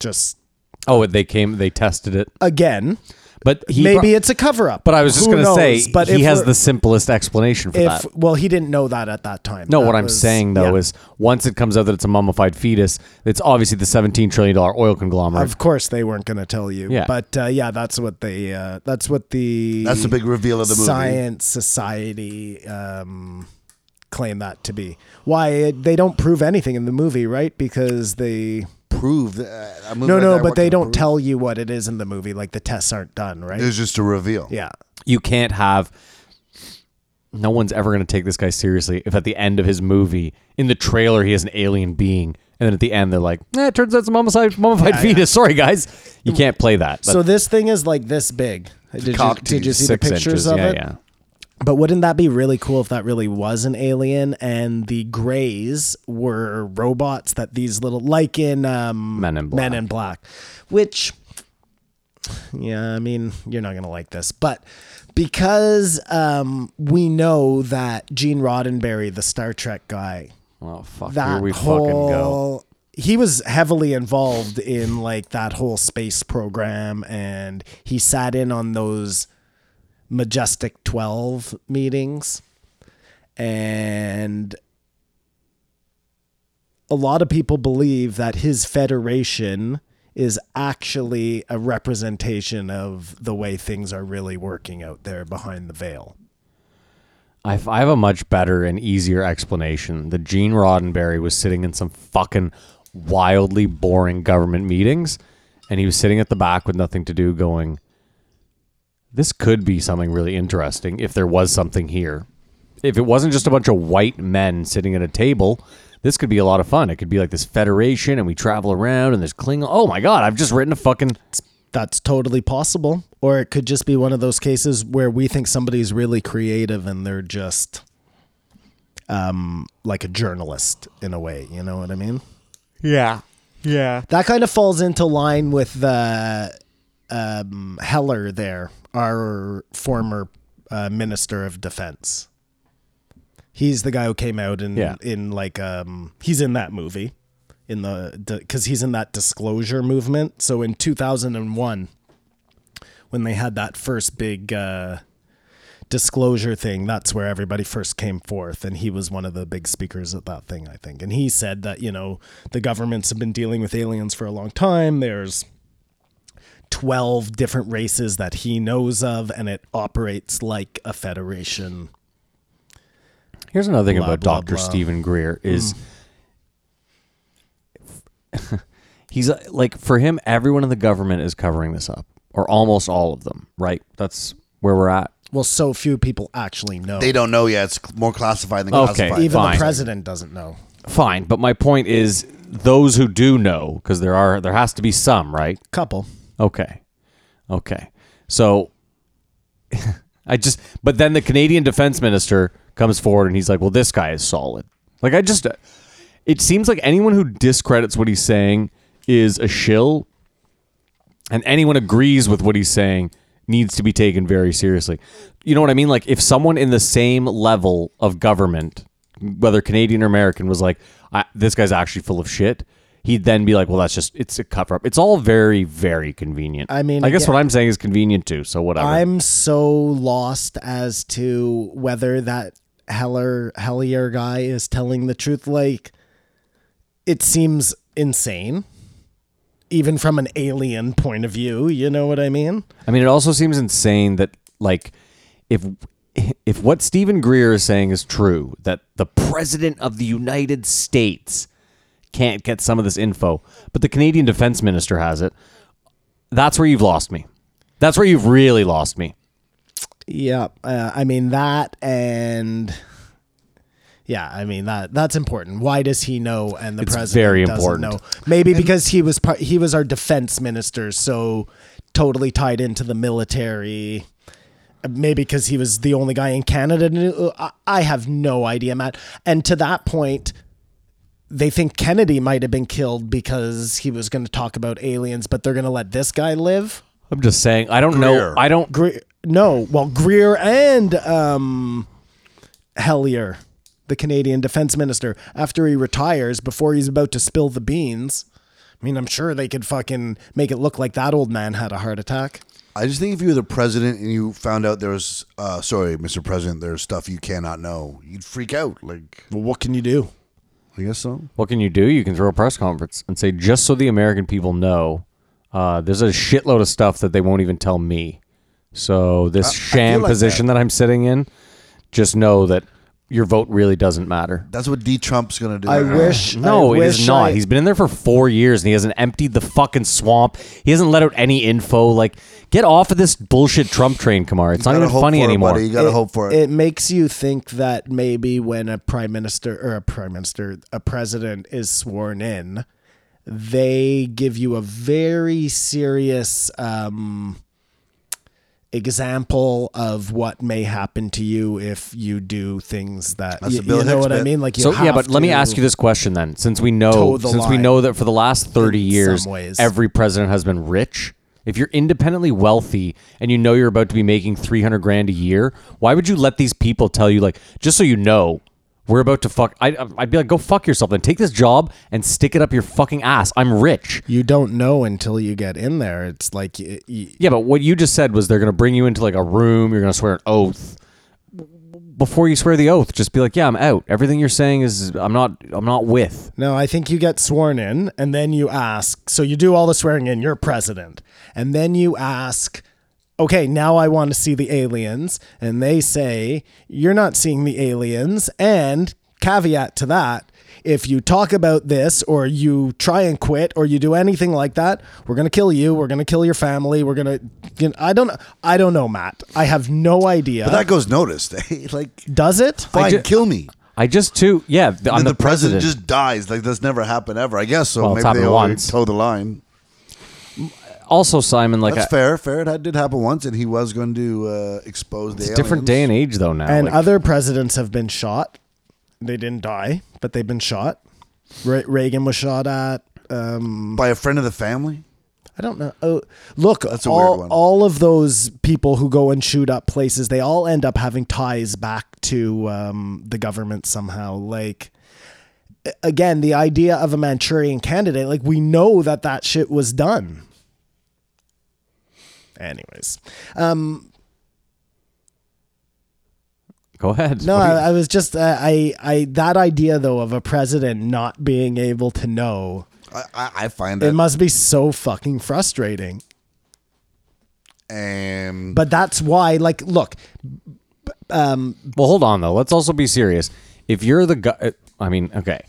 Just oh, they came, they tested it, again, but he maybe pro- it's a cover up. But I was just Who gonna say, knows? but he if has we're- the simplest explanation for if that. well he didn't know that at that time No, That what I'm was- saying though yeah. is once it comes out that it's a mummified fetus, it's obviously the 17 trillion dollar oil conglomerate. of course they weren't going to tell you Yeah. but uh, yeah that's what they uh, that's what the That's the big reveal of the movie. science society um claim that to be why it, they don't prove anything in the movie right because they Prove that. uh, a movie no like no that but they worked don't to tell you what it is in the movie like the tests aren't done right prove- It's just a reveal. yeah you can't have no one's ever going to take this guy seriously if at the end of his movie in the trailer he is an alien being and then at the end they're like, "Eh, it turns out it's a mummified mummified fetus." Sorry guys, you can't play that. That's so this thing is like this big did you, cock did you tease, see the six pictures inches. of yeah, it yeah. But wouldn't that be really cool if that really was an alien and the Greys were robots that these little, like in um, Men in Black. Men in Black, which, yeah, I mean, you're not gonna like this, but because um, we know that Gene Roddenberry, the Star Trek guy, Well, fuck, that here we fucking go. whole he was heavily involved in like that whole space program and he sat in on those majestic 12 meetings and a lot of people believe that his federation is actually a representation of the way things are really working out there behind the veil. I f- I have a much better and easier explanation. That Gene Roddenberry was sitting in some fucking wildly boring government meetings, and he was sitting at the back with nothing to do, going, "This could be something really interesting if there was something here. If it wasn't just a bunch of white men sitting at a table." This could be a lot of fun. It could be like this federation, and we travel around, and there's Klingon. Oh my god! I've just written a fucking That's totally possible. Or it could just be one of those cases where we think somebody's really creative and they're just um, like a journalist in a way. You know what I mean? yeah, yeah. That kind of falls into line with uh, um, Heller there, our former uh, Minister of Defense. He's the guy who came out in Yeah. in like um he's in that movie in the because he's in that disclosure movement. So in 2001 when they had that first big uh disclosure thing, that's where everybody first came forth. And he was one of the big speakers at that thing, I think. And he said that, you know, the governments have been dealing with aliens for a long time. There's 12 different races that he knows of, and it operates like a federation. Here's another thing Blah, about blah, Hmm. Dr. blah. Stephen Greer is he's uh, like for him everyone in the government is covering this up or almost all of them, right? That's where we're at. Well, so few people actually know. They don't know yet. It's cl- more classified than Okay, classified. don't- Even Fine. the president doesn't know. Fine, but my point is those who do know because there are there has to be some, right? Couple. Okay. Okay. So I just but then the Canadian defense minister comes forward and he's like, "Well, this guy is solid." Like I just it seems like anyone who discredits what he's saying is a shill and anyone agrees with what he's saying needs to be taken very seriously. You know what I mean? Like if someone in the same level of government, whether Canadian or American, was like, I, "This guy's actually full of shit," he'd then be like, "Well, that's just it's a cover up." It's all very, very convenient. I mean, I guess again- what I'm saying is convenient too. So whatever. I'm so lost as to whether that Heller Hellier guy is telling the truth. Like, it seems insane, even from an alien point of view. You know what I mean? I mean, it also seems insane that like if if what Stephen Greer is saying is true, that the president of the United States can't get some of this info, but the Canadian defense minister has it. That's where you've lost me. That's where you've really lost me. Yeah, uh, I mean that, and yeah, I mean that. That's important. Why does he know? And the It's president very doesn't important. know. Maybe because he was part, he was our defense minister, so totally tied into the military. Maybe because he was the only guy in Canada. Who knew, I, I have no idea, Matt. And to that point, they think Kennedy might have been killed because he was going to talk about aliens, but they're going to let this guy live. I'm just saying. I don't know. Greer. I don't. Greer, no, well, Greer and um, Hellier, the Canadian defense minister, after he retires, before he's about to spill the beans. I mean, I'm sure they could fucking make it look like that old man had a heart attack. I just think if you were the president and you found out there was, uh, sorry, Mr. President, there's stuff you cannot know, you'd freak out. Like, Well, what can you do? I guess so. What can you do? You can throw a press conference and say, just so the American people know, uh, there's a shitload of stuff that they won't even tell me. So this sham like position that. I'm sitting in, just know that your vote really doesn't matter. That's what D. Trump's gonna do. I wish. No, I it wish is not. I- He's been in there for four years and he hasn't emptied the fucking swamp. He hasn't let out any info. Like, get off of this bullshit Trump train, Kamar. It's not Gotta even hope funny for it, anymore. buddy. You gotta it- hope for it. It makes you think that maybe when a prime minister or a prime minister, a president is sworn in, they give you a very serious um, example of what may happen to you if you do things that That's you, a Bill you know Hicks what I bit. mean. Like you So yeah, have but let me to- ask you this question then, since we toe know the since we line know that for the last thirty in years, some ways. every president has been rich. If you're independently wealthy and you know you're about to be making three hundred grand a year, why would you let these people tell you like, just so you know, we're about to fuck? I, I'd be like, go fuck yourself. Then take this job and stick it up your fucking ass. I'm rich. You don't know until you get in there. It's like y y Yeah, but what you just said was they're going to bring you into like a room. You're going to swear an oath. Before you swear the oath, just be like, "Yeah, I'm out. Everything you're saying is I'm not. I'm not with." No, I think you get sworn in and then you ask. So you do all the swearing in, you're president. And then you ask, okay, now I want to see the aliens. And they say, you're not seeing the aliens. And caveat to that, if you talk about this or you try and quit or you do anything like that, we're going to kill you. We're going to kill your family. We're going to, you know, I don't, I don't know, Matt. I have no idea. but that goes noticed. eh? like, Does it? fine, ju- kill me. I just too. Yeah, th- I'm Then the, the, president, just dies. Like that's never happened ever. I guess so. Well, it's Maybe happened they only once. toe the line. also Simon. Like That's a, fair. Fair. It had- did happen once, and he was going to uh, expose the. it's a different day aliens. and age though now. And like- other presidents have been shot. They didn't die, but they've been shot. Re- Reagan was shot at. Um, by a friend of the family. I don't know. Oh, look, That's a weird all, one. all of those people who go and shoot up places, they all end up having ties back to um, the government somehow. Like, a- again, the idea of a Manchurian candidate, like, we know that that shit was done. Anyways, um, Go ahead. no, What do you- I, I was just, uh, I, I, that idea though of a president not being able to know, I, I, I find it that. must be so fucking frustrating. and But that's why, like, look, Well, hold on though. Let's also be serious. If you're the guy, I mean, okay.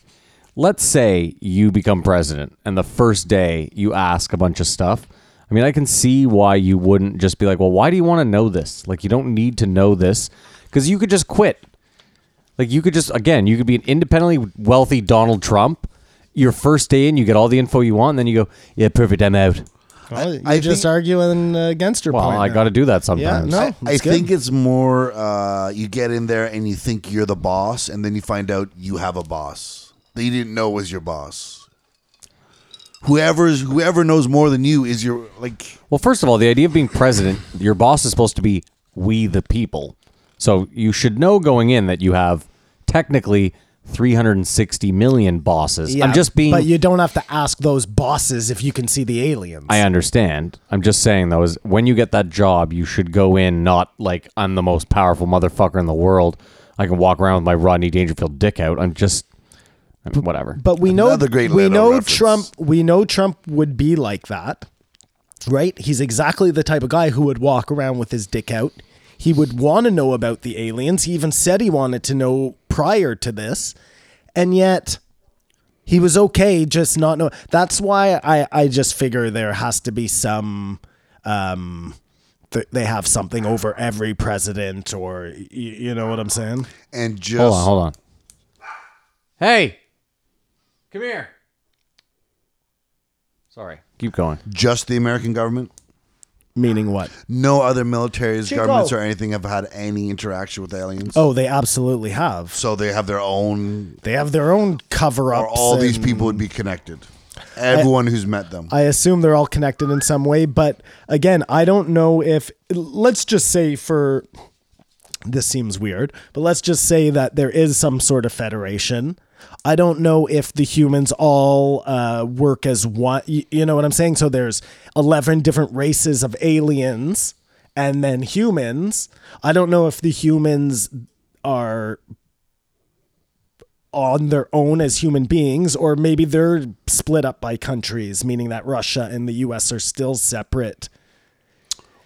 Let's say you become president, and the first day you ask a bunch of stuff. I mean, I can see why you wouldn't just be like, "Well, why do you want to know this? Like, you don't need to know this because you could just quit. Like, you could just again, you could be an independently wealthy Donald Trump. Your first day in, you get all the info you want, and then you go, "Yeah, perfect, I'm out." Well, you're I just think- arguing uh, against your Well, point. I now. got to do that Yeah, sometimes. no, I, I that's good. think it's more uh, you get in there and you think you're the boss, and then you find out you have a boss that you didn't know was your boss. Whoever's whoever knows more than you is your like. Well, first of all, the idea of being president, your boss is supposed to be we the people. So you should know going in that you have technically 360 million bosses. I'm just being. But you don't have to ask those bosses if you can see the aliens. I understand. I'm just saying though, is when you get that job, you should go in not like I'm the most powerful motherfucker in the world. I can walk around with my Rodney Dangerfield dick out. I'm just I mean, whatever. but we know Another great we Leto know reference. Trump. We know Trump would be like that, right? He's exactly the type of guy who would walk around with his dick out. He would want to know about the aliens. He even said he wanted to know prior to this, and yet he was okay just not know. That's why I I just figure there has to be some um. Th- they have something over every president, or y- you know what I'm saying? And just hold on, hold on. Hey, come here. Sorry, keep going. just the American government. Meaning what? No other militaries, Chico. governments, or anything have had any interaction with aliens. Oh, they absolutely have. So they have their own, They have their own cover ups. or all these people would be connected. Everyone who's met them. I assume they're all connected in some way, but again, I don't know if. Let's just say for. This seems weird, but let's just say that there is some sort of federation. I don't know if the humans all uh, work as one. You, you know what I'm saying? So there's 11 different races of aliens and then humans. I don't know if the humans are on their own as human beings, or maybe they're split up by countries, meaning that Russia and the U.S. are still separate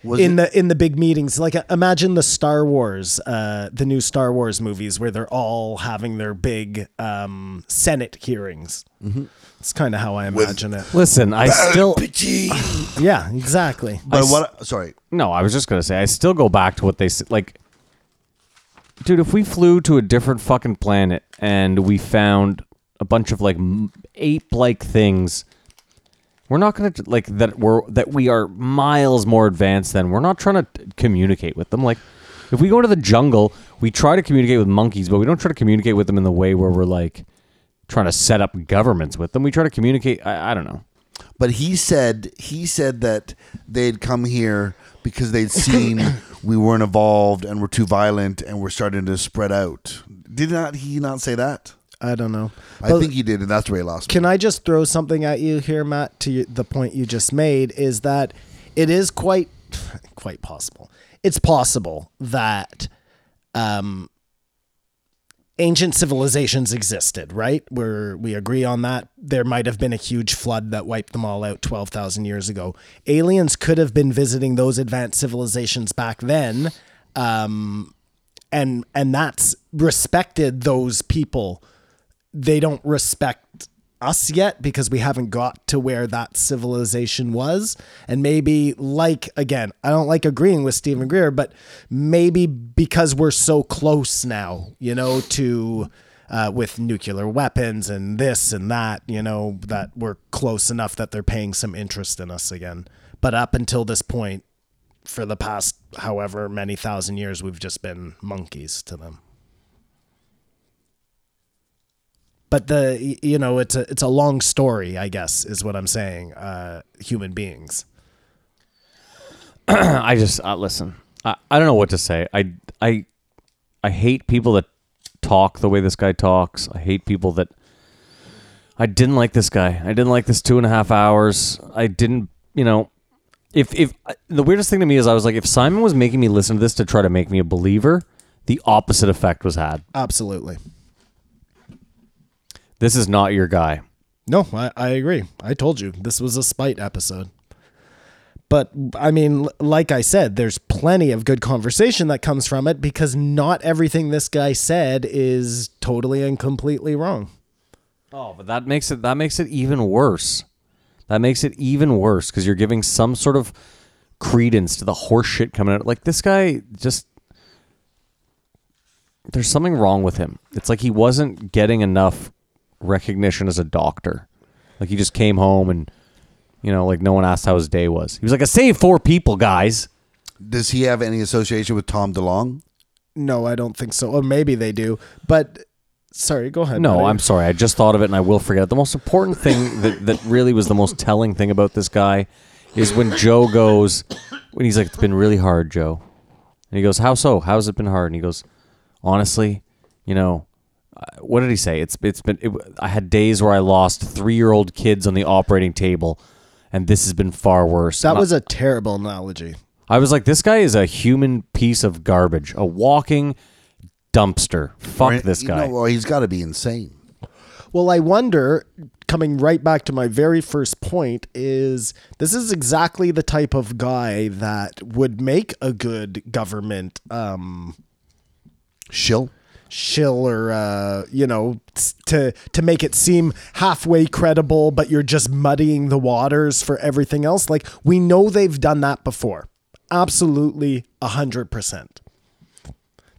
Was in it- the in the big meetings. Like uh, imagine the Star Wars, uh, the new Star Wars movies, where they're all having their big um, Senate hearings. Mm-hmm. That's kind of how I imagine Listen, I still it. Yeah, exactly. E. but what? Sorry, no. I was just gonna say, I still go back to what they said. Like, dude, if we flew to a different fucking planet and we found a bunch of like m- ape-like things, we're not gonna like that. We're that we are miles more advanced than. We're not trying to communicate with them. Like, if we go to the jungle, we try to communicate with monkeys, but we don't try to communicate with them in the way where we're like trying to set up governments with them. We try to communicate. I, I don't know. but he said he said that they'd come here because they'd seen we weren't evolved and we're too violent and we're starting to spread out. Did not he not say that? I don't know. I think he did, and that's where he lost. me. Can I just throw something at you here, Matt? To you, the point you just made is that it is quite, quite possible. It's possible that um, ancient civilizations existed, right? Where we agree on that. There might have been a huge flood that wiped them all out twelve thousand years ago. Aliens could have been visiting those advanced civilizations back then. Um, and and that's respected those people they don't respect us yet because we haven't got to where that civilization was. And maybe, like, again, I don't like agreeing with Stephen Greer, but maybe because we're so close now, you know, to. Uh, with nuclear weapons and this and that, you know, that we're close enough that they're paying some interest in us again. But up until this point, for the past however many thousand years, we've just been monkeys to them. but the y- you know it's a it's a long story i guess is what i'm saying uh human beings I just uh, listen. I, I don't know what to say. I I I hate people that talk the way this guy talks. I hate people that. I didn't like this guy. I didn't like this two and a half hours. I didn't, you know, if if the weirdest thing to me is I was like, if Simon was making me listen to this to try to make me a believer, the opposite effect was had. absolutely This is not your guy. no i, I agree i told you this was a spite episode but i mean l- like i said there's plenty of good conversation that comes from it because not everything this guy said is totally and completely wrong Oh, but that makes it that makes it even worse. That makes it even worse because you're giving some sort of credence to the horse shit coming out. Like this guy just there's something wrong with him. It's like he wasn't getting enough recognition as a doctor. Like he just came home and you know, like no one asked how his day was. He was like, I saved four people, guys. Does he have any association with Tom DeLong? no i don't think so or maybe they do but sorry go ahead No, buddy. I'm sorry. I just thought of it and I will forget. it. The most important thing that, that really was the most telling thing about this guy is when Joe goes, when he's like, it's been really hard, Joe. And he goes, how so? How's it been hard? And he goes, honestly, you know, I- what did he say? It's it's been. It, I had days where I lost three year old kids on the operating table, and this has been far worse. that And I- was a terrible analogy I was like, this guy is a human piece of garbage, a walking dumpster. Fuck Or- this you guy. know, or he's got to be insane. Well, I wonder, coming right back to my very first point, is this is exactly the type of guy that would make a good government um, Shill. shill or, uh, you know, s- to, to make it seem halfway credible, but you're just muddying the waters for everything else. Like, we know they've done that before. Absolutely, 100%.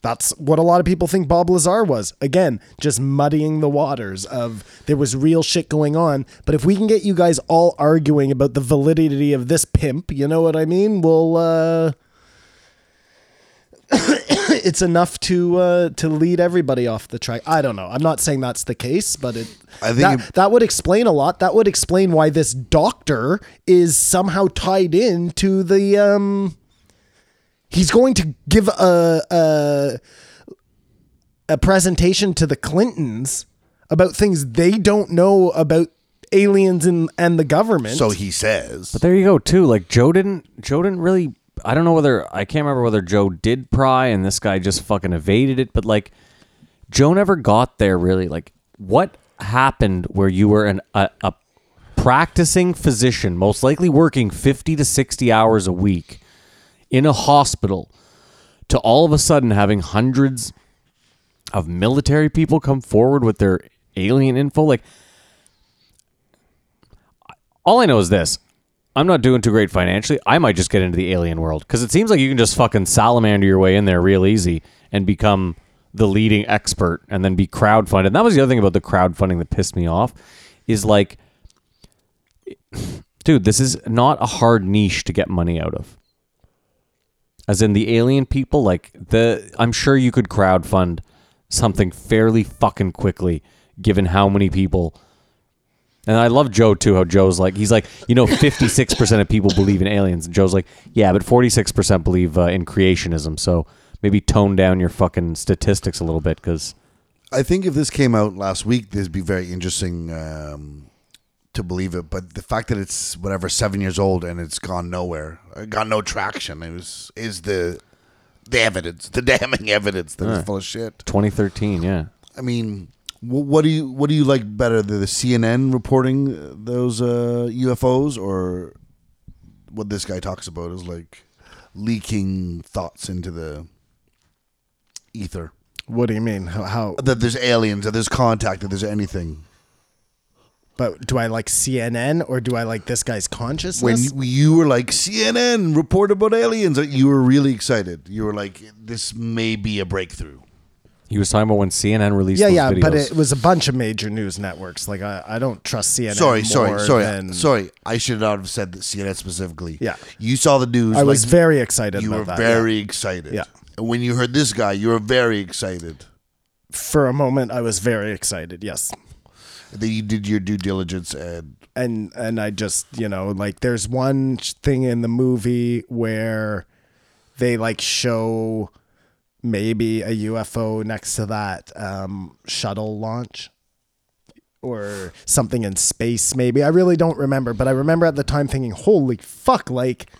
That's what a lot of people think Bob Lazar was. Again, just muddying the waters of there was real shit going on. But if we can get you guys all arguing about the validity of this pimp, you know what I mean? We'll uh it's enough to uh to lead everybody off the track. I don't know. I'm not saying that's the case, but it I think that, it- that would explain a lot. That would explain why this doctor is somehow tied in to the um he's going to give a a, a presentation to the Clintons about things they don't know about aliens and, and the government. So he says. But there you go too. Like Joe didn't Joe didn't really I don't know whether I can't remember whether Joe did pry and this guy just fucking evaded it, but like Joe never got there really. Like what happened where you were an a, a practicing physician, most likely working 50 to 60 hours a week in a hospital to all of a sudden having hundreds of military people come forward with their alien info like all I know is this. I'm not doing too great financially. I might just get into the alien world because it seems like you can just fucking salamander your way in there real easy and become the leading expert and then be crowdfunded. And that was the other thing about the crowdfunding that pissed me off is like, dude, this is not a hard niche to get money out of. As in the alien people, like the, I'm sure you could crowdfund something fairly fucking quickly given how many people and I love Joe too, how Joe's like, he's like, you know, 56% of people believe in aliens. And Joe's like, yeah, but 46% believe uh, in creationism. So maybe tone down your fucking statistics a little bit because I think if this came out last week, this would be very interesting um, to believe it. But the fact that it's whatever seven years old and it's gone nowhere, uh, got no traction, it was is the the evidence, the damning evidence that it's full of shit. 2013, yeah. I mean, wh- what do you what do you like better, the, the CNN reporting uh, those uh, UFOs, or what this guy talks about is like leaking thoughts into the ether what do you mean? How, how that there's aliens, that there's contact, that there's anything. but do I like CNN or do I like this guy's when consciousness? you, you were like CNN report about aliens, like, you were really excited. You were like, this may be a breakthrough. He was talking about when CNN released yeah, those yeah, videos. but it was a bunch of major news networks. Like I, I don't trust CNN. Sorry, more sorry, sorry, than- sorry. I should not have said that CNN specifically. Yeah. you saw the news. I was like, very excited. You about were that, yeah. very excited. Yeah. And when you heard this guy, you were very excited. for a moment I was very excited. Yes. that you did your due diligence and and and I just you know like there's one sh- thing in the movie where they like show maybe a UFO next to that um, shuttle launch or something in space maybe I really don't remember but I remember at the time thinking holy fuck like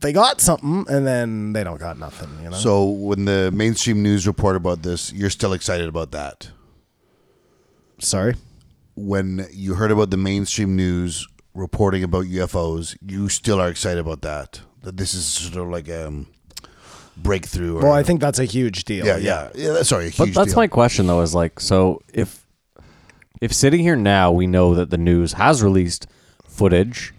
they got something and then they don't got nothing you know so when the mainstream news report about this you're still excited about that sorry when you heard about the mainstream news reporting about UFOs you still are excited about that that this is sort of like a breakthrough or well I think that's a huge deal yeah yeah yeah that's sorry a But huge that's deal. my question though. Is like, so if if sitting here now, we know that the news has released footage.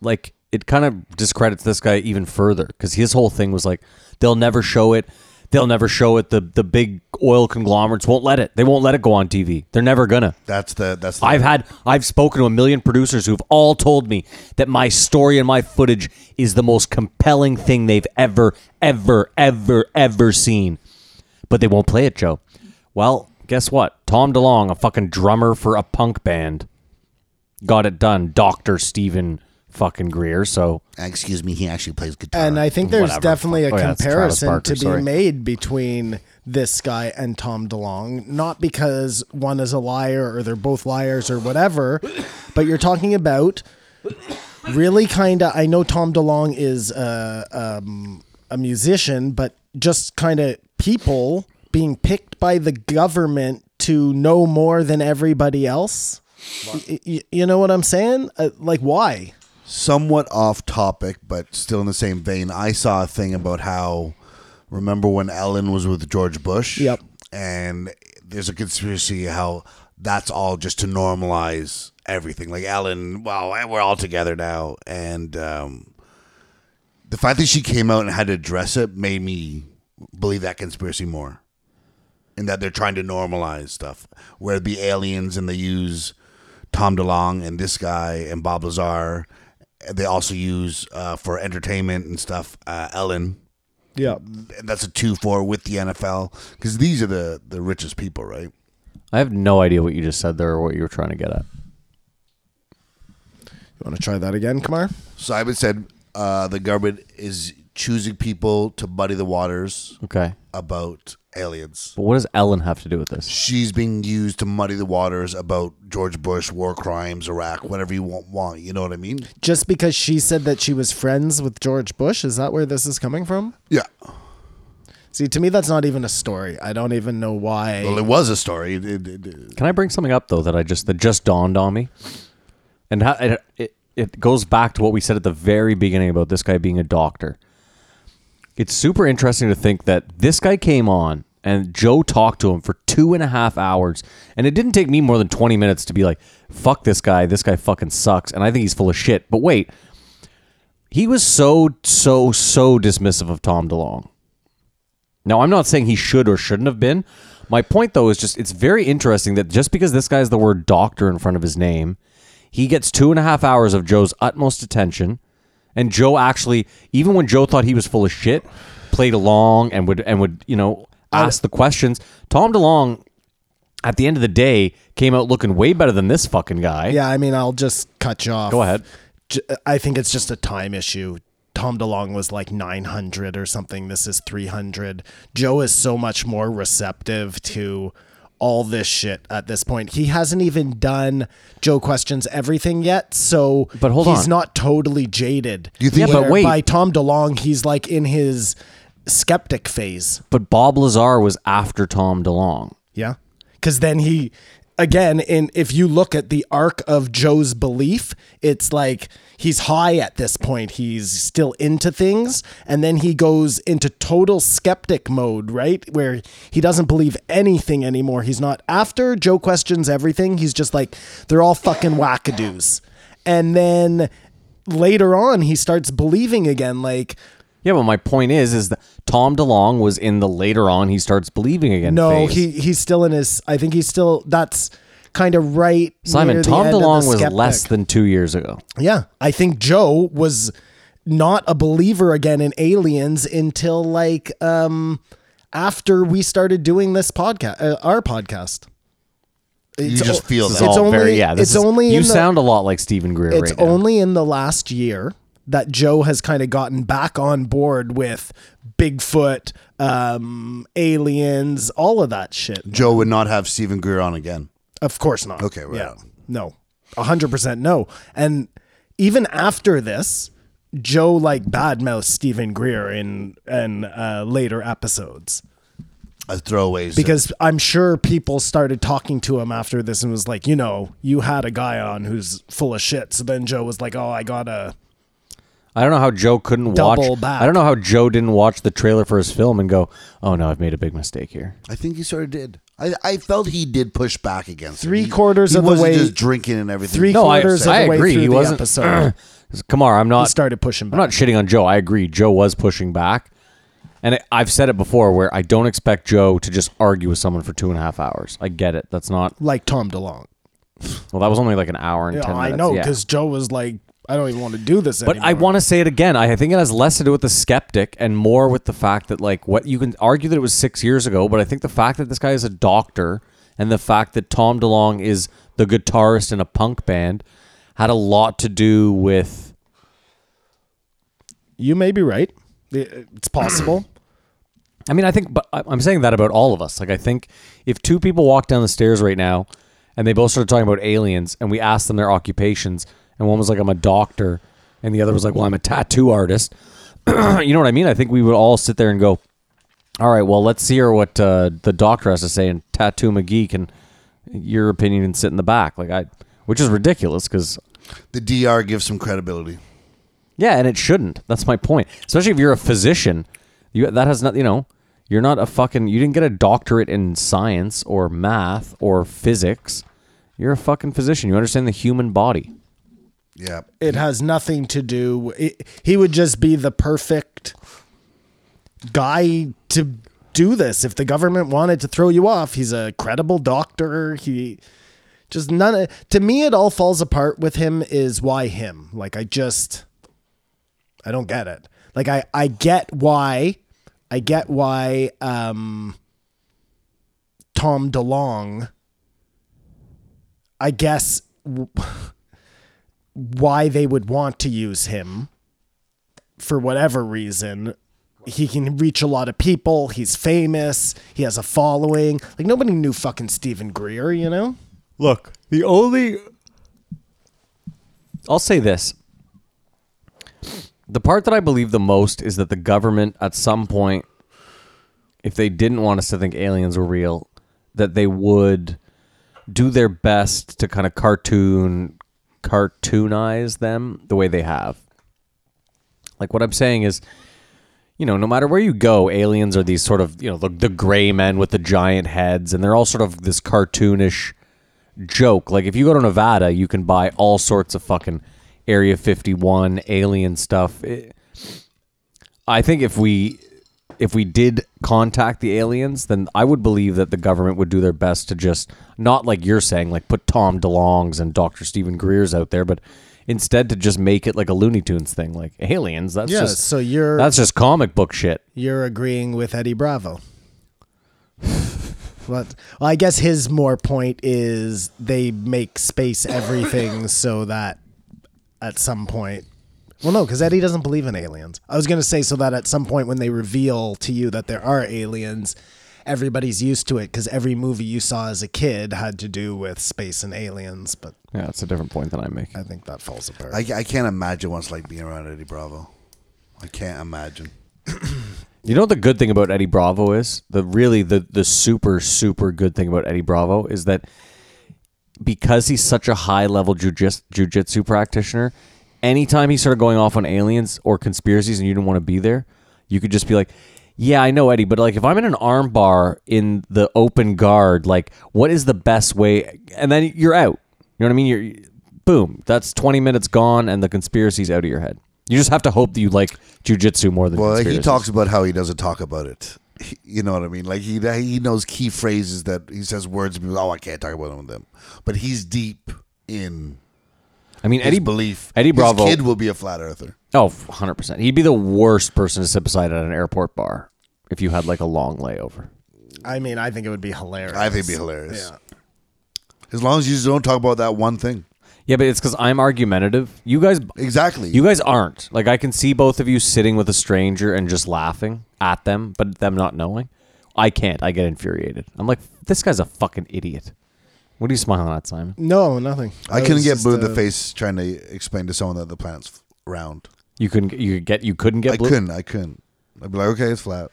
Like, it kind of discredits this guy even further because his whole thing was like, they'll never show it. They'll never show it. The the big oil conglomerates won't let it. They won't let it go on TV. They're never gonna. that's the that's the, I've had I've spoken to a million producers who've all told me that my story and my footage is the most compelling thing they've ever ever ever ever seen. But they won't play it, Joe. Well, guess what? Tom DeLong, a fucking drummer for a punk band, got it done. Dr. Stephen fucking Greer, so excuse me he actually plays guitar And I think there's whatever. definitely a Oh, yeah, that's Travis comparison Barker, to be sorry. made between this guy and Tom DeLong, not because one is a liar or they're both liars or whatever, but you're talking about really kind of. I know Tom DeLong is a, um, a musician, but just kind of people being picked by the government to know more than everybody else. Y- y- you know what I'm saying? Uh, like, why? somewhat off topic, but still in the same vein. I saw a thing about how remember when Ellen was with George Bush? Yep. And there's a conspiracy how that's all just to normalize everything. Like Ellen, wow, we're all together now, and um, the fact that she came out and had to address it made me believe that conspiracy more. And that they're trying to normalize stuff, where the aliens and they use Tom DeLong and this guy and Bob Lazar. They also use uh, for entertainment and stuff uh, Ellen. Yeah. And that's a two four with the NFL because these are the the richest people, right? I have no idea what you just said there or what you were trying to get at. You want to try that again, Kamar? Simon said uh, the government is choosing people to muddy the waters Okay. about aliens. But what does Ellen have to do with this? She's being used to muddy the waters about George Bush, war crimes, Iraq, whatever you want. want you know what I mean? just because she said that she was friends with George Bush? Is that where this is coming from? Yeah. See, to me, that's not even a story. I don't even know why. Well, it was a story. It- it- it- Can I bring something up though that I just that just dawned on me, and how, it, it it goes back to what we said at the very beginning about this guy being a doctor. It's super interesting to think that this guy came on and Joe talked to him for two and a half hours, and it didn't take me more than twenty minutes to be like, "Fuck this guy! This guy fucking sucks," and I think he's full of shit. But wait, he was so so so dismissive of Tom DeLong. Now, I'm not saying he should or shouldn't have been. My point, though, is just it's very interesting that just because this guy has the word doctor in front of his name, he gets two and a half hours of Joe's utmost attention. And Joe actually, even when Joe thought he was full of shit, played along and would and would you know ask the questions. Tom DeLong, at the end of the day, came out looking way better than this fucking guy. yeah, I mean, I'll just cut you off. Go ahead. J- I think it's just a time issue. Tom DeLong was like 900 or something. This is 300. Joe is so much more receptive to all this shit at this point. He hasn't even done Joe questions everything yet, so But hold he's on. not totally jaded. you think Yeah, but Where wait. by Tom DeLong, he's like in his skeptic phase. But Bob Lazar was after Tom DeLong. Yeah. Cause then he again in if you look at the arc of Joe's belief, it's like he's high at this point. He's still into things. And then he goes into total skeptic mode, right? Where he doesn't believe anything anymore. He's not after Joe questions everything. He's just like, they're all fucking wackadoos. And then later on he starts believing again, like Yeah, but my point is, is that Tom DeLong was in the later on he starts believing again. No, phase. he he's still in his. I think he's still. That's kind of right. Simon near the Tom end of the DeLong was skeptic. less than two years ago. Yeah, I think Joe was not a believer again in aliens until like um after we started doing this podcast, uh, our podcast. you just o- feel This that. is all only- very yeah. This it's is- only you in the- sound a lot like Stephen Greer It's right now. only in the last year that Joe has kind of gotten back on board with Bigfoot, um, aliens, all of that shit. Joe would not have Stephen Greer on again. Of course not. Okay, right Yeah. on. No. A hundred percent no. And even after this, Joe like badmouths Stephen Greer in in uh, later episodes A throwaways because I'm sure people started talking to him after this and was like, you know, you had a guy on who's full of shit. So then Joe was like, oh, I gotta. I don't know how Joe couldn't Double watch. back. I don't know how Joe didn't watch the trailer for his film and go, "Oh no, I've made a big mistake here." I think he sort of did. I, I felt he did push back against it. Three He- quarters he of the wasn't way- just drinking and everything. Three No, I, quarters I of the way agree. through he the wasn't. episode, Kamar, I'm he not. started pushing I'm back. not shitting on Joe. I agree. Joe was pushing back, and it, I've said it before, where I don't expect Joe to just argue with someone for two and a half hours. I get it. That's not. like Tom DeLong. Well, that was only like an hour and Yeah, ten I minutes. know yeah. because Joe was like, I don't even want to do this But anymore. I want to say it again. I think it has less to do with the skeptic and more with the fact that, like, what you can argue that it was six years ago, but I think the fact that this guy is a doctor and the fact that Tom DeLong is the guitarist in a punk band had a lot to do with. You may be right. It- It's possible. I mean, I think, but I- I'm saying that about all of us. Like, I think if two people walk down the stairs right now and they both started talking about aliens and we asked them their occupations, and one was like, I'm a doctor, and the other was like, Well, I'm a tattoo artist, you know what I mean? I think we would all sit there and go, All right, well, let's hear what uh, the doctor has to say, and Tattoo McGee can, your opinion, can sit in the back. Like, I, which is ridiculous because The DR gives some credibility. yeah, and it shouldn't. That's my point. Especially if you're a physician, you that has not. You know, you're not a fucking. You didn't get a doctorate in science or math or physics. You're a fucking physician. You understand the human body. Yeah. It has nothing to do. It, he would just be the perfect guy to do this. If the government wanted to throw you off, he's a credible doctor. He just none. Of, to me, it all falls apart with him. Is why him? Like I just, I don't get it. Like I, I get why, I get why. Um, Tom DeLong. I guess w- why they would want to use him for whatever reason. He can reach a lot of people. He's famous. He has a following. Like nobody knew fucking Stephen Greer, you know? Look, the only. I'll say this. The part that I believe the most is that the government, at some point, if they didn't want us to think aliens were real, that they would do their best to kind of cartoon, cartoonize them the way they have. Like what I'm saying is, you know, no matter where you go, aliens are these sort of, you know, the, the gray men with the giant heads, and they're all sort of this cartoonish joke. Like if you go to Nevada, you can buy all sorts of fucking Area 51 alien stuff. It- I think if we if we did contact the aliens, then I would believe that the government would do their best to just not like you're saying, like put Tom DeLong's and Dr. Stephen Greer's out there, but instead to just make it like a Looney Tunes thing, like aliens. That's Yeah, just so you're- that's just comic book shit. You're agreeing with Eddie Bravo. but well, I guess his more point is they make space everything so that at some point. Well, no, because Eddie doesn't believe in aliens. I was going to say so that at some point when they reveal to you that there are aliens, everybody's used to it because every movie you saw as a kid had to do with space and aliens. But Yeah, that's a different point than I'm making. I think that falls apart. I, I can't imagine what it's like being around Eddie Bravo. I can't imagine. You know what the good thing about Eddie Bravo is? The really the the super super good thing about Eddie Bravo is that because he's such a high level jujis- jujitsu practitioner, anytime he started going off on aliens or conspiracies and you didn't want to be there, you could just be like, yeah, I know Eddie, but like if I'm in an arm bar in the open guard, like what is the best way? And then you're out. You know what I mean? You're boom. That's 20 minutes gone, and the conspiracy's out of your head. You just have to hope that you like jujitsu more than Well, like, he conspiracies. talks about how he doesn't talk about it. He- you know what I mean? Like he he knows key phrases that he says words. and people, Oh, I can't talk about them. But he's deep in I mean, Eddie Eddie his belief. Eddie Bravo. His kid will be a flat earther. Oh, 100%. He'd be the worst person to sit beside at an airport bar if you had like a long layover. I mean, I think it would be hilarious. I think it'd be hilarious. Yeah. As long as you just don't talk about that one thing. Yeah, but it's because I'm argumentative. You guys, Exactly. you guys aren't. Like I can see both of you sitting with a stranger and just laughing at them, but them not knowing. I can't. I get infuriated. I'm like, this guy's a fucking idiot. What are you smiling at, Simon? No, nothing. I That couldn't was get just, blue in uh, the face trying to explain to someone that the planet's f- round. You couldn't. You could get. You couldn't get. I blue? couldn't. I couldn't. I'd be like, okay, it's flat.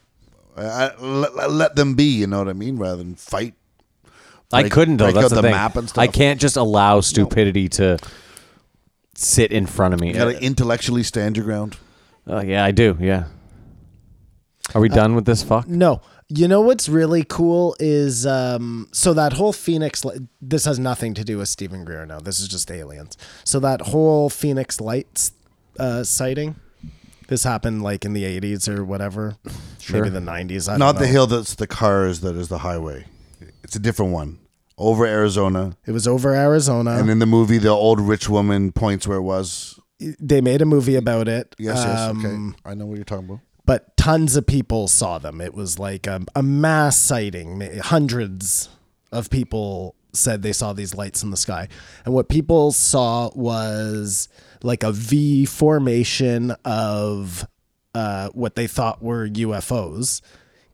I, I- let, let- let them be. You know what I mean? Rather than fight. I Break- couldn't though. break That's out the, the thing. map and stuff. I can't just allow stupidity to sit in front of me. You gotta intellectually stand your ground. Uh, yeah, I do. Yeah. Are we done with this fuck? No. You know what's really cool is um, so that whole Phoenix. Li- this has nothing to do with Stephen Greer now. This is just aliens. So that whole Phoenix Lights uh, sighting. This happened like in the '80s or whatever, maybe the '90s. I Not don't the know. hill that's the cars that is the highway. It's a different one. Over Arizona. It was over Arizona. And in the movie, the old rich woman points where it was. they made a movie about it. Yes, yes. Um, Okay. I know what you're talking about. But tons of people saw them. It was like a, a mass sighting. Ma- Hundreds of people said they saw these lights in the sky. And what people saw was like a V formation of uh, what they thought were UFOs.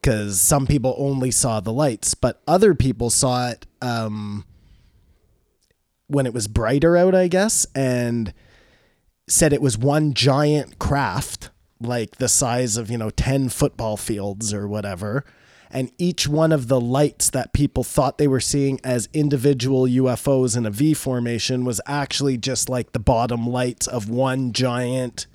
Because some people only saw the lights, but other people saw it um, when it was brighter out, I guess. And said it was one giant craft, like the size of, you know, 10 football fields or whatever. And each one of the lights that people thought they were seeing as individual UFOs in a V formation was actually just like the bottom lights of one giant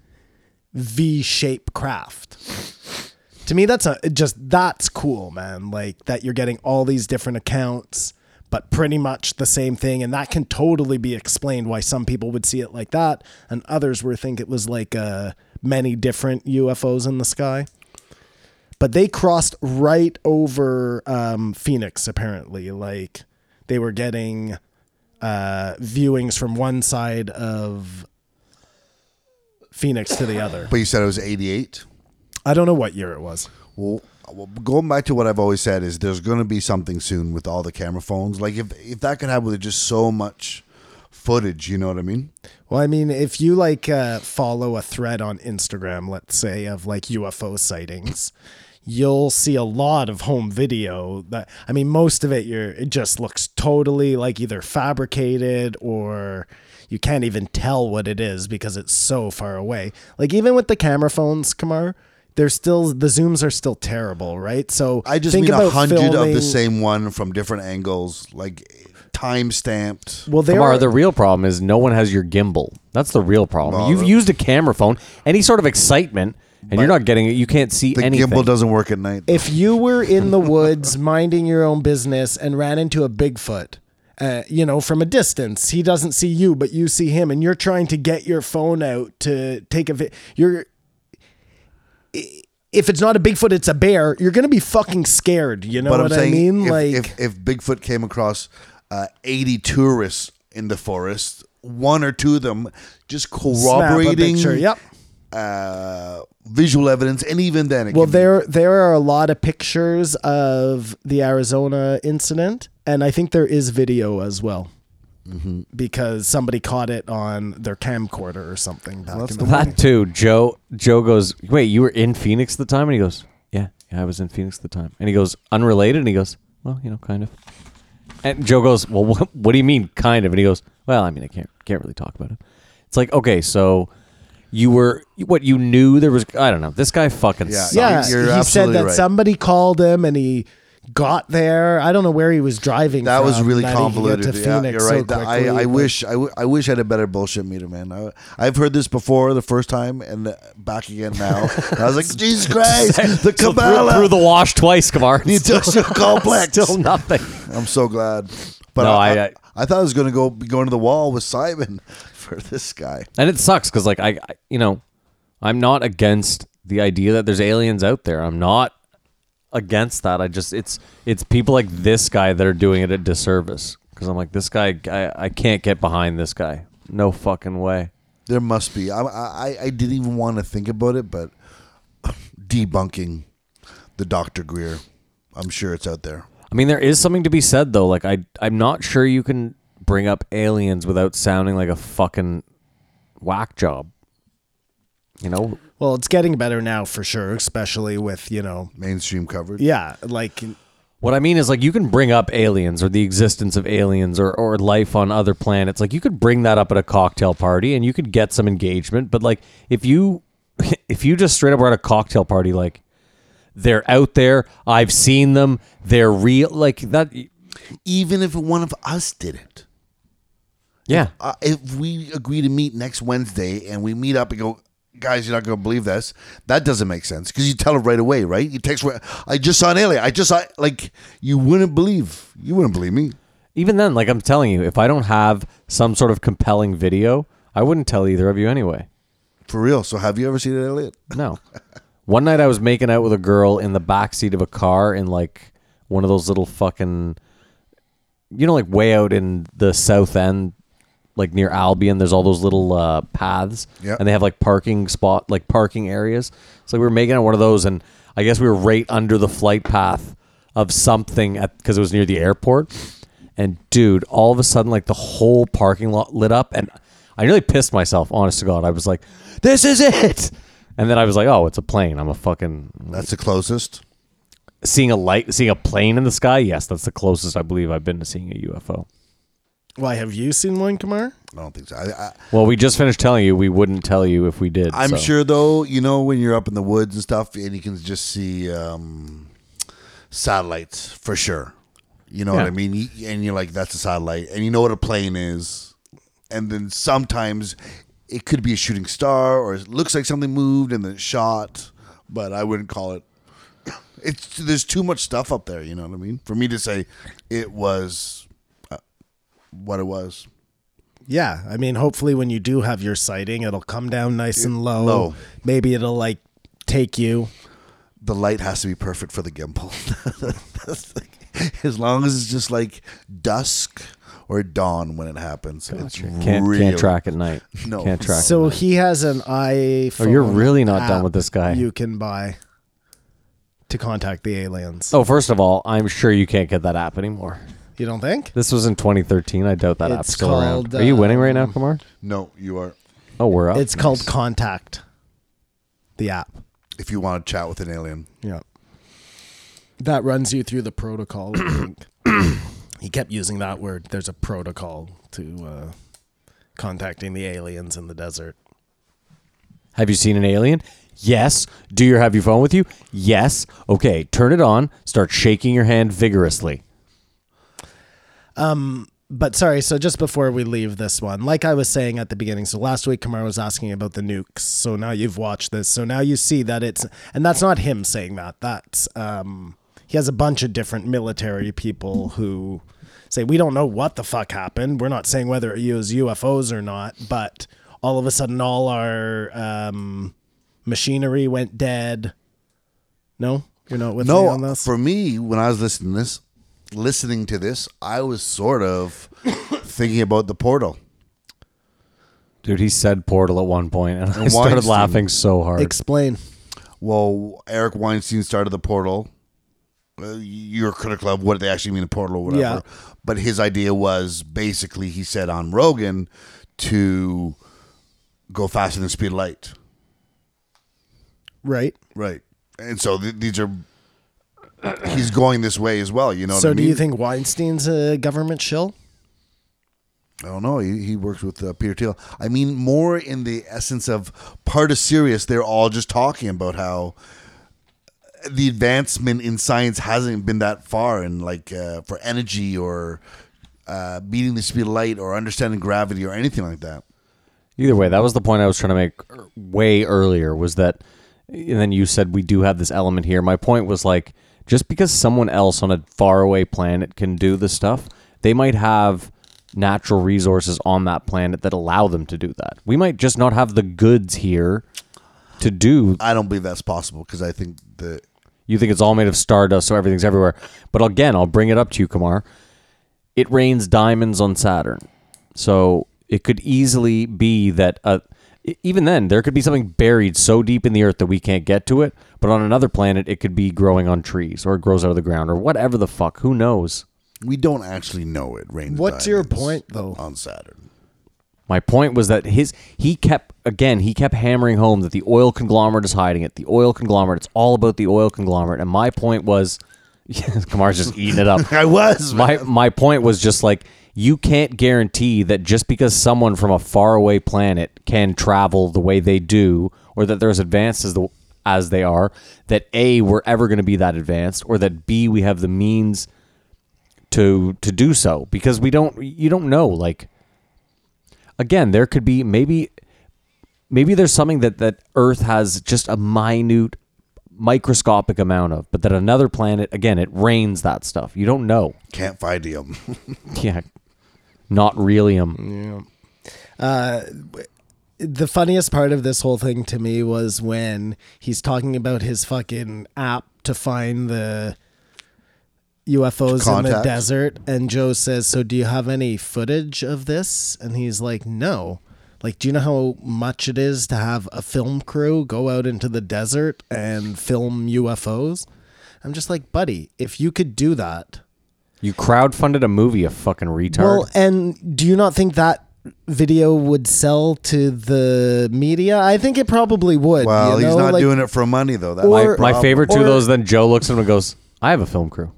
V shaped craft. To me, that's a just that's cool, man. Like that you're getting all these different accounts, but pretty much the same thing, and that can totally be explained why some people would see it like that, and others were think it was like uh, many different UFOs in the sky. But they crossed right over um, Phoenix, apparently. Like they were getting uh, viewings from one side of Phoenix to the other. But you said it was 88. I don't know what year it was. Well, well, going back to what I've always said is there's going to be something soon with all the camera phones. Like if if that could happen with just so much footage, you know what I mean? Well, I mean, if you like uh, follow a thread on Instagram, let's say of like UFO sightings, you'll see a lot of home video. That I mean, most of it you're it just looks totally like either fabricated or you can't even tell what it is because it's so far away. Like even with the camera phones, Kamar, they're still the zooms are still terrible, right? So I just think mean a about hundred of the filming- same one from different angles, like time stamped. Well, there Kamar, are the real problem is no one has your gimbal. That's the real problem. You've used a camera phone, any sort of excitement, and you're not getting it. You can't see The anything. gimbal doesn't work at night. if you were in the woods minding your own business and ran into a Bigfoot, uh, you know, from a distance, he doesn't see you, but you see him, and you're trying to get your phone out to take a vi- you're i- if it's not a Bigfoot, it's a bear. You're gonna be fucking scared. You know but I'm what saying, I mean? if, like if, if Bigfoot came across uh, 80 tourists in the forest, one or two of them just snap a corroborating picture. Yep. uh, visual evidence, and even then, it Well, can be- there there are a lot of pictures of the Arizona incident, and I think there is video as well. Mm-hmm. Because somebody caught it on their camcorder or something. Back in the that too. Joe Joe goes, Wait, you were in Phoenix at the time? And he goes, Yeah, yeah, I was in Phoenix at the time. And he goes, Unrelated? And he goes, Well, you know, kind of. And Joe goes, Well, what, what do you mean, kind of? And he goes, Well, I mean, I can't can't really talk about it. It's like, okay, so you were what you knew there was I don't know. This guy fucking Yeah. sucks. yeah, You're he said absolutely that right. somebody called him and he got there. I don't know where he was driving. That was from, really that he could get convoluted. To yeah, Phoenix you're so right. That- quickly, I, I but- wish I, w- I wish I had a better bullshit meter, man. I, I've heard this before the first time and the, back again now. And I was like, Jesus Christ, the So Kabbalah, through, through the wash twice, Kamar. the industrial complex. Still nothing. I'm so glad. But No, I, I- I, I- I thought I was going to go be going to the wall with Simon for this guy. and it sucks because like I, I you know i'm not against the idea that there's aliens out there i'm not against that i just it's it's people like this guy that are doing it a disservice because i'm like this guy I, I can't get behind this guy no fucking way There must be. I, I, I didn't even want to think about it, but debunking the Dr. Greer. I'm sure it's out there. i mean there is something to be said though like i i'm not sure you can bring up aliens without sounding like a fucking whack job. You know, Well, it's getting better now for sure, especially with, you know, mainstream coverage. yeah, like What I mean is like you can bring up aliens or the existence of aliens or, or life on other planets. Like you could bring that up at a cocktail party and you could get some engagement. But like if you if you just straight up were at a cocktail party like they're out there, I've seen them, they're real like that Even if one of us did it. Yeah. uh, if we agree to meet next Wednesday and we meet up and go, guys, you're not going to believe this. That doesn't make sense because you tell it right away, right? You text, I just saw an alien. I just saw, like, you wouldn't believe. You wouldn't believe me. Even then, like I'm telling you, if I don't have some sort of compelling video, I wouldn't tell either of you anyway. For real. So have you ever seen an alien? No. One night I was making out with a girl in the back seat of a car in like one of those little fucking you know like way out in the south end like near Albion there's all those little uh, paths Yeah. and they have like parking spot like parking areas. So we were making out one of those and I guess we were right under the flight path of something at cuz it was near the airport. And dude, all of a sudden like the whole parking lot lit up and I nearly pissed myself, honest to God. I was like, "This is it." And then I was like, "Oh, it's a plane. I'm a fucking That's the closest. seeing a light, seeing a plane in the sky. Yes, that's the closest I believe I've been to seeing a UFO. why have you seen one, Kamar? I don't think so. I, I, Well, we just finished telling you we wouldn't tell you if we did. I'm so. sure, though, you know, when you're up in the woods and stuff and you can just see um, satellites for sure. You know what Yeah. I mean? You- And you're like, that's a satellite. And you know what a plane is. And then sometimes it could be a shooting star or it looks like something moved and then it shot, but I wouldn't call it. It's there's too much stuff up there, you know what I mean? For me to say it was uh, what it was. Yeah, I mean, hopefully when you do have your sighting, it'll come down nice and low. low. Maybe it'll like take you. the light has to be perfect for the gimbal. That's like- as long as it's just like dusk or dawn when it happens, it's can't really can't track at night. No. can't track. at So night. he has an iPhone. Oh, you're really not done app with this guy. You can buy to contact the aliens. oh, first of all, I'm sure you can't get that app anymore. You don't think? This was in 2013. I doubt that app's It's still around. called, Are you winning right now, um, Kumar? No, you are. Oh, we're up. It's called Contact, the app. If you want to chat with an alien, Yeah. That runs you through the protocol. I think. he kept using that word. There's a protocol to uh, contacting the aliens in the desert. Have you seen an alien? Yes. Do you have your phone with you? Yes. Okay, turn it on. Start shaking your hand vigorously. But sorry, so just before we leave this one, like I was saying at the beginning, so last week Kamar was asking about the nukes. So now you've watched this. So now you see that it's, and that's not him saying that. That's, um, he has a bunch of different military people who say, we don't know what the fuck happened. We're not saying whether it was UFOs or not, but all of a sudden all our um, machinery went dead. No? You're not with me on no. this? For me, when I was listening to this, listening to this, I was sort of thinking about the portal. Dude, he said portal at one point, and I And started Weinstein. laughing so hard. Explain. Well, Eric Weinstein started the portal. Uh, you're critical of what they actually mean a portal or whatever. But his idea was basically he said on Rogan to go faster than the speed of light. Right. Right. And so th- these are he's going this way as well. You know. So what I do mean? you think Weinstein's a government shill? I don't know. He, he works with uh, Peter Thiel. I mean, more in the essence of part of Sirius, they're all just talking about how the advancement in science hasn't been that far, and like uh, for energy or uh, beating the speed of light or understanding gravity or anything like that. Either way, that was the point I was trying to make er- way earlier was that, and then you said we do have this element here. My point was like, just because someone else on a faraway planet can do this stuff, they might have natural resources on that planet that allow them to do that. We might just not have the goods here to do I don't believe that's possible because I think the You think it's all made of stardust, so everything's everywhere. But again, I'll bring it up to you, Kumar. It rains diamonds on Saturn, so it could easily be that. Uh, e- even then, there could be something buried so deep in the earth that we can't get to it. But on another planet, it could be growing on trees, or it grows out of the ground, or whatever the fuck. Who knows? We don't actually know it rained. What's your diamonds point, though? On Saturn. My point was that his he kept again he kept hammering home that the oil conglomerate is hiding it. The oil conglomerate. It's all about the oil conglomerate. And my point was, Kamar's just eating it up. I was. my my point was just like you can't guarantee that just because someone from a faraway planet can travel the way they do, or that they're as advanced as the as they are, that a we're ever going to be that advanced, or that b we have the means to to do so because we don't you don't know like again there could be maybe maybe there's something that that earth has just a minute microscopic amount of but that another planet again it rains that stuff you don't know Can't find him. yeah not realium the funniest part of this whole thing to me was when he's talking about his fucking app to find the UFOs in the Contacts. desert and Joe says, "So do you have any footage of this?" and he's like, "No." Like, do you know how much it is to have a film crew go out into the desert and film UFOs? I'm just like, "Buddy, if you could do that, you crowdfunded a movie a fucking retard well, and do you not think that video would sell to the media? I think it probably would. Well, you he's know, not like- doing it for money though. That's my, my, or- uh, my problem. favorite two or- of those then joe looks at him and goes i have a film crew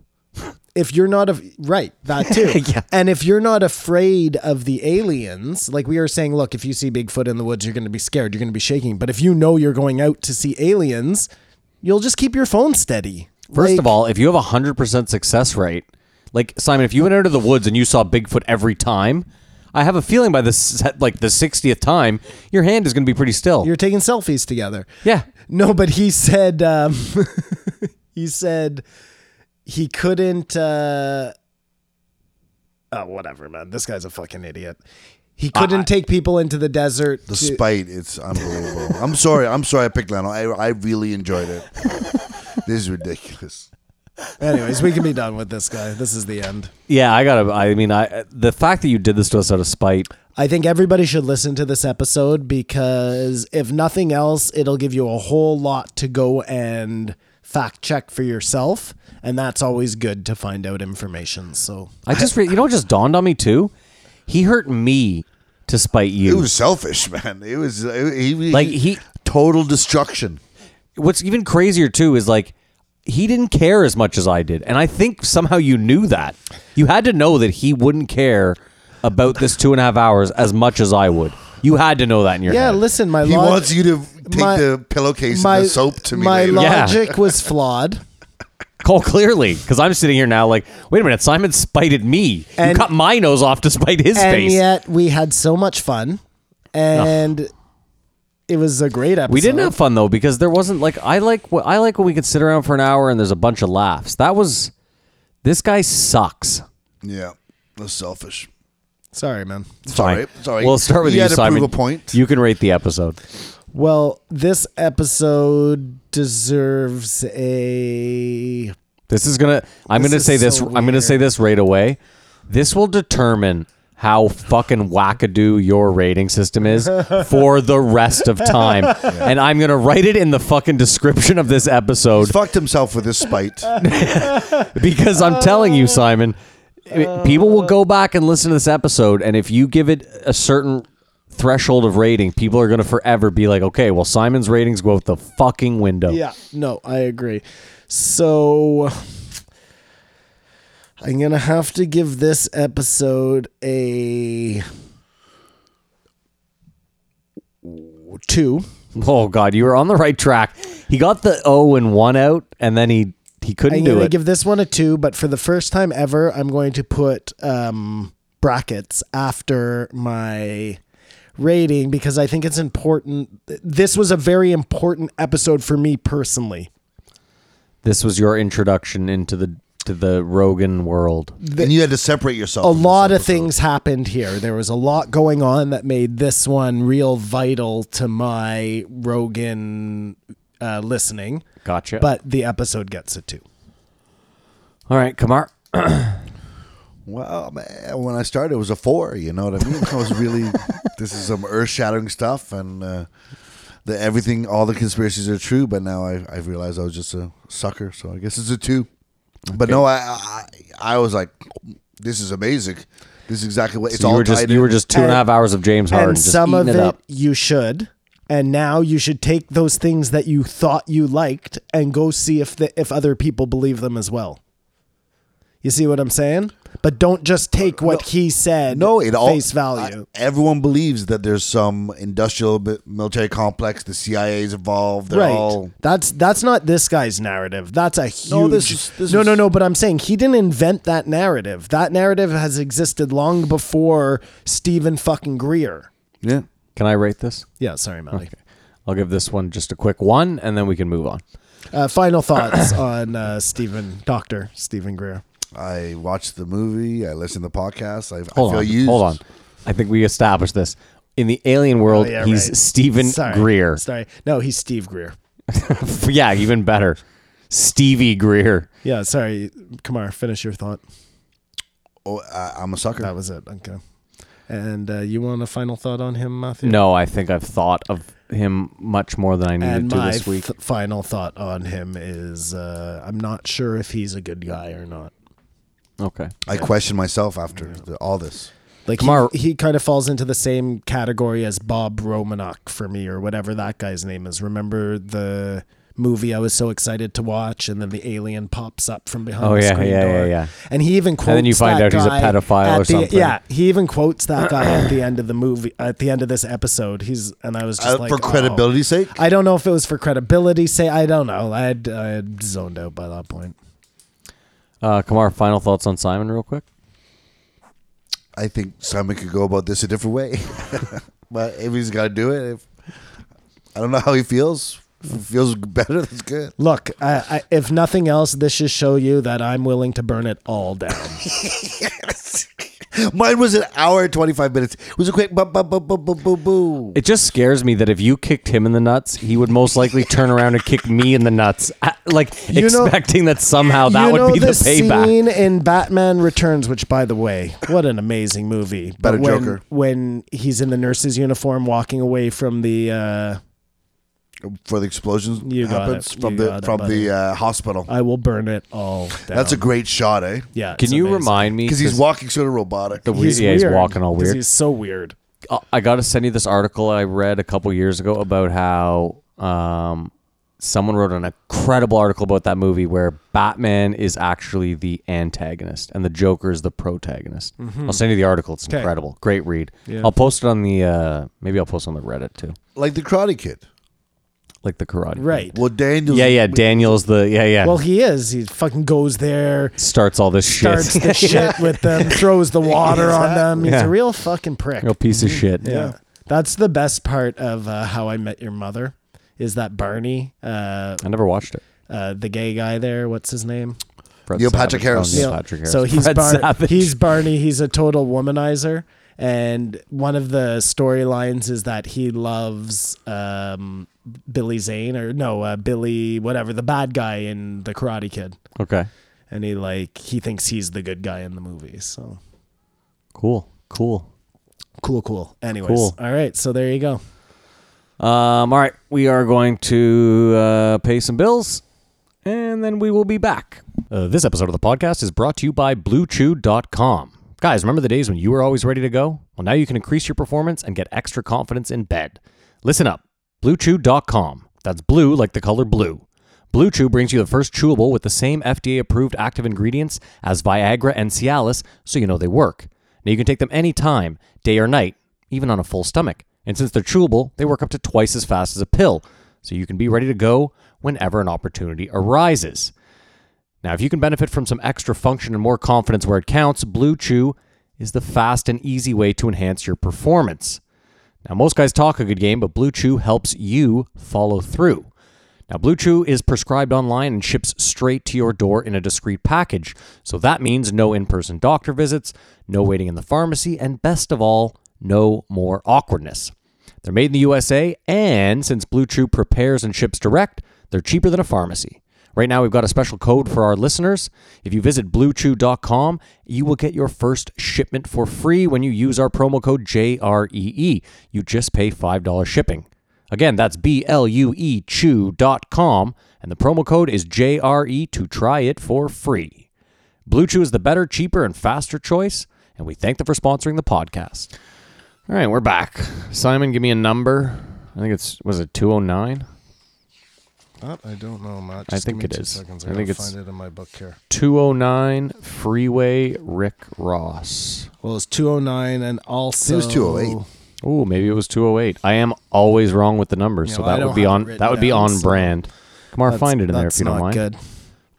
If you're not a right, that too. Yeah. And if you're not afraid of the aliens, like we are saying, look, if you see Bigfoot in the woods, you're going to be scared, you're going to be shaking. But if you know you're going out to see aliens, you'll just keep your phone steady. First Like, of all, if you have a hundred percent success rate, like Simon, if you went out to the woods and you saw Bigfoot every time, I have a feeling by the se- like the sixtieth time, your hand is going to be pretty still. you're taking selfies together. yeah, No, but he said um, he said he couldn't. Uh, oh, whatever, man. This guy's a fucking idiot. He couldn't take people into the desert. The to- spite, it's unbelievable. I'm sorry. I'm sorry. I picked Leno. I, I really enjoyed it. this is ridiculous. Anyways, we can be done with this guy. This is the end. yeah. I gotta. I mean, I the fact that you did this to us out of spite. I think everybody should listen to this episode because if nothing else, it'll give you a whole lot to go and fact check for yourself, and that's always good to find out information. So I just re- you know what just dawned on me too. He hurt me to spite It you. was selfish, man. It was it, he, Like, he- total destruction. What's even crazier too is like he didn't care as much as I did, and I think somehow you knew that. You had to know that he wouldn't care about this two and a half hours as much as I would. You had to know that in your yeah, head. listen, my He log- wants you to take my- the pillowcase and the soap to me. My later. Yeah. logic was flawed. Cole, clearly, because I'm sitting here now like, wait a minute, Simon spited me. you And- cut my nose off to spite his and face. yet we had so much fun. And it was a great episode. we didn't have fun though because there wasn't like I like what I like when we can sit around for an hour and there's a bunch of laughs. That was this guy sucks. yeah, that's selfish. Sorry, man. Sorry, sorry. We'll start with you you, had to Simon. prove a point. You can rate the episode. Well, this episode deserves a This is gonna. I'm This gonna is say this. so I'm gonna say weird. this right away. This will determine how fucking wackadoo your rating system is for the rest of time, and I'm gonna write it in the fucking description of this episode He's fucked himself with his spite. because I'm telling you, Simon, i- people will Uh. go back and listen to this episode, and if you give it a certain threshold of rating, people are going to forever be like, okay, well, Simon's ratings go out the fucking window. Yeah, no, I agree. So I'm going to have to give this episode a 2. Oh God, you were on the right track. He got the O and one out, and then he he couldn't I'm do gonna it. give this one a two, but for the first time ever, I'm going to put um, brackets after my rating because I think it's important. This was a very important episode for me personally. this was your introduction into the to the Rogan world. and you had to separate yourself. A lot of things happened here. There was a lot going on that made this one real vital to my Rogan uh, listening. Gotcha. But the episode gets a two. all right, Kamar. Well, man, when I started, it was a four. You know what I mean? I was really. This is some earth-shattering stuff, and uh, the everything, all the conspiracies are true. But now I, I realize I was just a sucker. So I guess it's a two. But no, I, I I was like, this is amazing. This is exactly what it's you all were just tied you in. were just two and a And- half hours of James Harden and just some eating of it, it, up. you should. And now you should take those things that you thought you liked and go see if the, if other people believe them as well. You see what I'm saying? But don't just take what he said. no, it all face value. I- everyone believes that there's some industrial bi- military complex. The CIA is involved. They're right. all That's that's not this guy's narrative. That's a huge. No, this is- this no, no, is- no. But I'm saying he didn't invent that narrative. That narrative has existed long before Stephen fucking Greer. yeah. Can I rate this? Yeah, sorry, Maddie. I'll give this one just a quick one, and then we can move on. Uh, final thoughts on uh, Stephen Doctor Stephen Greer. I watched the movie. I listened to the podcast. I, Hold I feel on, used. hold on. I think we established this in the alien world. Oh, yeah, he's right. Stephen Sorry. Greer. Sorry, no, he's Steve Greer. yeah, even better, Stevie Greer. Yeah, sorry, Kamar. Finish your thought. Oh, I, I'm a sucker. That was it. Okay. And uh, you want a final thought on him, Matthew? No, I think I've thought of him much more than I And needed to my this week. th- final thought on him is uh, I'm not sure if he's a good guy or not. okay. I questioned myself after the, all this. Like Kamar- he, he kind of falls into the same category as Bob Romanok for me, or whatever that guy's name is. Remember the movie I was so excited to watch, and then the alien pops up from behind. Oh, the yeah, screen yeah, door. yeah, yeah. And he even quotes. then you find that out he's a guy pedophile at or the- something. Yeah, he even quotes that guy at the end of the movie, at the end of this episode. He's and I was Uh, just like for oh. credibility's sake, I don't know if it was for credibility. Say I don't know. I had, I had zoned out by that point. Uh, Kamar, final thoughts on Simon, real quick. I think Simon could go about this a different way. but if he's got to do it, if, I don't know how he feels. If he feels better, that's good. Look, I, I, if nothing else, this should show you that I'm willing to burn it all down. Mine was an hour and 25 minutes. It was a quick boo, boo, boo, boo, boo, boo, boo. It just scares me that if you kicked him in the nuts, he would most likely turn around and kick me in the nuts, I- like You know- expecting that somehow that you would know be the, payback. scene in Batman Returns, which, by the way, what an amazing movie. Better when, Joker. When he's in the nurse's uniform, walking away from the, uh, For the explosions You got happens it. from You the got it, from buddy. the uh, hospital. I will burn it all down. That's a great shot, eh? yeah. it's Can you amazing. remind me? Because he's walking sort of robotic. the yeah, he's weird, walking all 'cause weird. He's so weird. Uh, I got to send you this article I read a couple years ago about how um, someone wrote an incredible article about that movie where Batman is actually the antagonist and the Joker is the protagonist. I'll send you the article. It's 'Kay. incredible. Great read. Mm-hmm. Yeah. I'll post it on the uh, maybe I'll post it on the Reddit too, like the Karate Kid. like the Karate. Kid. Right. Well, Daniel's. Yeah, yeah. Daniel's the yeah, yeah. Well, he is. He fucking goes there, starts all this shit. starts the shit with them, throws the water on them. He's Yeah. a real fucking prick. Real piece of shit. Mm-hmm. Yeah. That's the best part of uh, How I Met Your Mother is that Barney, uh, I never watched it. uh, the gay guy there, what's his name? Fred Neil Patrick Savage. Oh, Harris. Neil Yeah. Patrick Harris. So he's Fred Bar- Savage. he's Barney. He's a total womanizer, and one of the storylines is that he loves um, Billy Zane or no uh, Billy whatever the bad guy in the Karate Kid, okay. and he like he thinks he's the good guy in the movie. So Cool. Cool. cool, cool. Anyways, Cool. all right. So there you go. Um, all right, we are going to uh, pay some bills, and then we will be back. Uh, this episode of the podcast is brought to you by BlueChew.com. Guys, remember the days when you were always ready to go? Well, now you can increase your performance and get extra confidence in bed. Listen up, BlueChew.com. That's blue like the color blue. Blue Chew brings you the first chewable with the same FDA-approved active ingredients as Viagra and Cialis, so you know they work. Now you can take them anytime, day or night, even on a full stomach. And since they're chewable, they work up to twice as fast as a pill, so you can be ready to go whenever an opportunity arises. Now, if you can benefit from some extra function and more confidence where it counts, Blue Chew is the fast and easy way to enhance your performance. Now, most guys talk a good game, but Blue Chew helps you follow through. Now, Blue Chew is prescribed online and ships straight to your door in a discreet package. So that means no in person doctor visits, no waiting in the pharmacy, and best of all, no more awkwardness. They're made in the USA, and since Blue Chew prepares and ships direct, they're cheaper than a pharmacy. Right now, we've got a special code for our listeners. If you visit bluechew.com, you will get your first shipment E for free when you use our promo code JREE. You just pay $5 shipping. Again, that's B L U E Chew.com, and the promo code is JRE to try it for free. Blue Chew is the better, cheaper, and faster choice, and we thank them for sponsoring the podcast. All right, we're back. Simon, give me a number. I think it's, was it 209? That Oh, I don't know, Matt. I Just give think me it two is. Seconds. I I, think gotta it's- find it in my book here. 209 Freeway Rick Ross. Well, it's 209 and also. It was 208. Oh, maybe it was 208. I am always wrong with the numbers, Yeah, so well, I that don't would be have it on written that would be down, on so brand. Kamar, That's- find it in there if that's you don't not mind. good.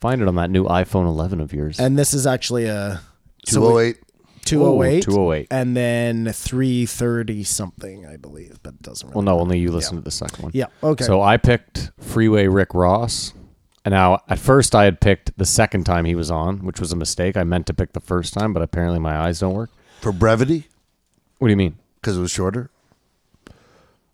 Find it on that new iPhone 11 of yours. And this is actually a so we- 208. 208, Oh, 208. and then 330 something, I believe, but it doesn't really. well, no, only you listened to the second one. Yeah, okay. So I picked Freeway Rick Ross. And now, at first, I had picked the second time he was on, which was a mistake. I meant to pick the first time, but apparently my eyes don't work. For brevity, What do you mean? because it was shorter.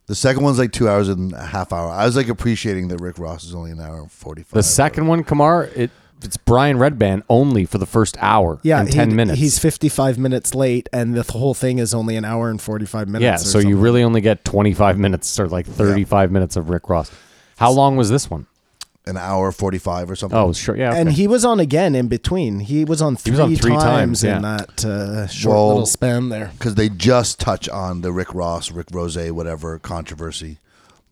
The second one's like two hours and a half hour. I was like appreciating that Rick Ross is only an hour and 45. Uh, The second one, Kamar, it, it's Brian Redband only for the first hour yeah, and he- 10 minutes. He's 55 minutes late, and the whole thing is only an hour and 45 minutes. yeah, or so something. you really only get 25 minutes or like 35 minutes of Rick Ross. How long was this one? An hour 45 or something. Oh, it was short. Yeah. And okay. he was on again in between. He was on three, was on three times, times, yeah. in that uh, short Well- little span there. because they just touch on the Rick Ross, Rick Rose, whatever controversy.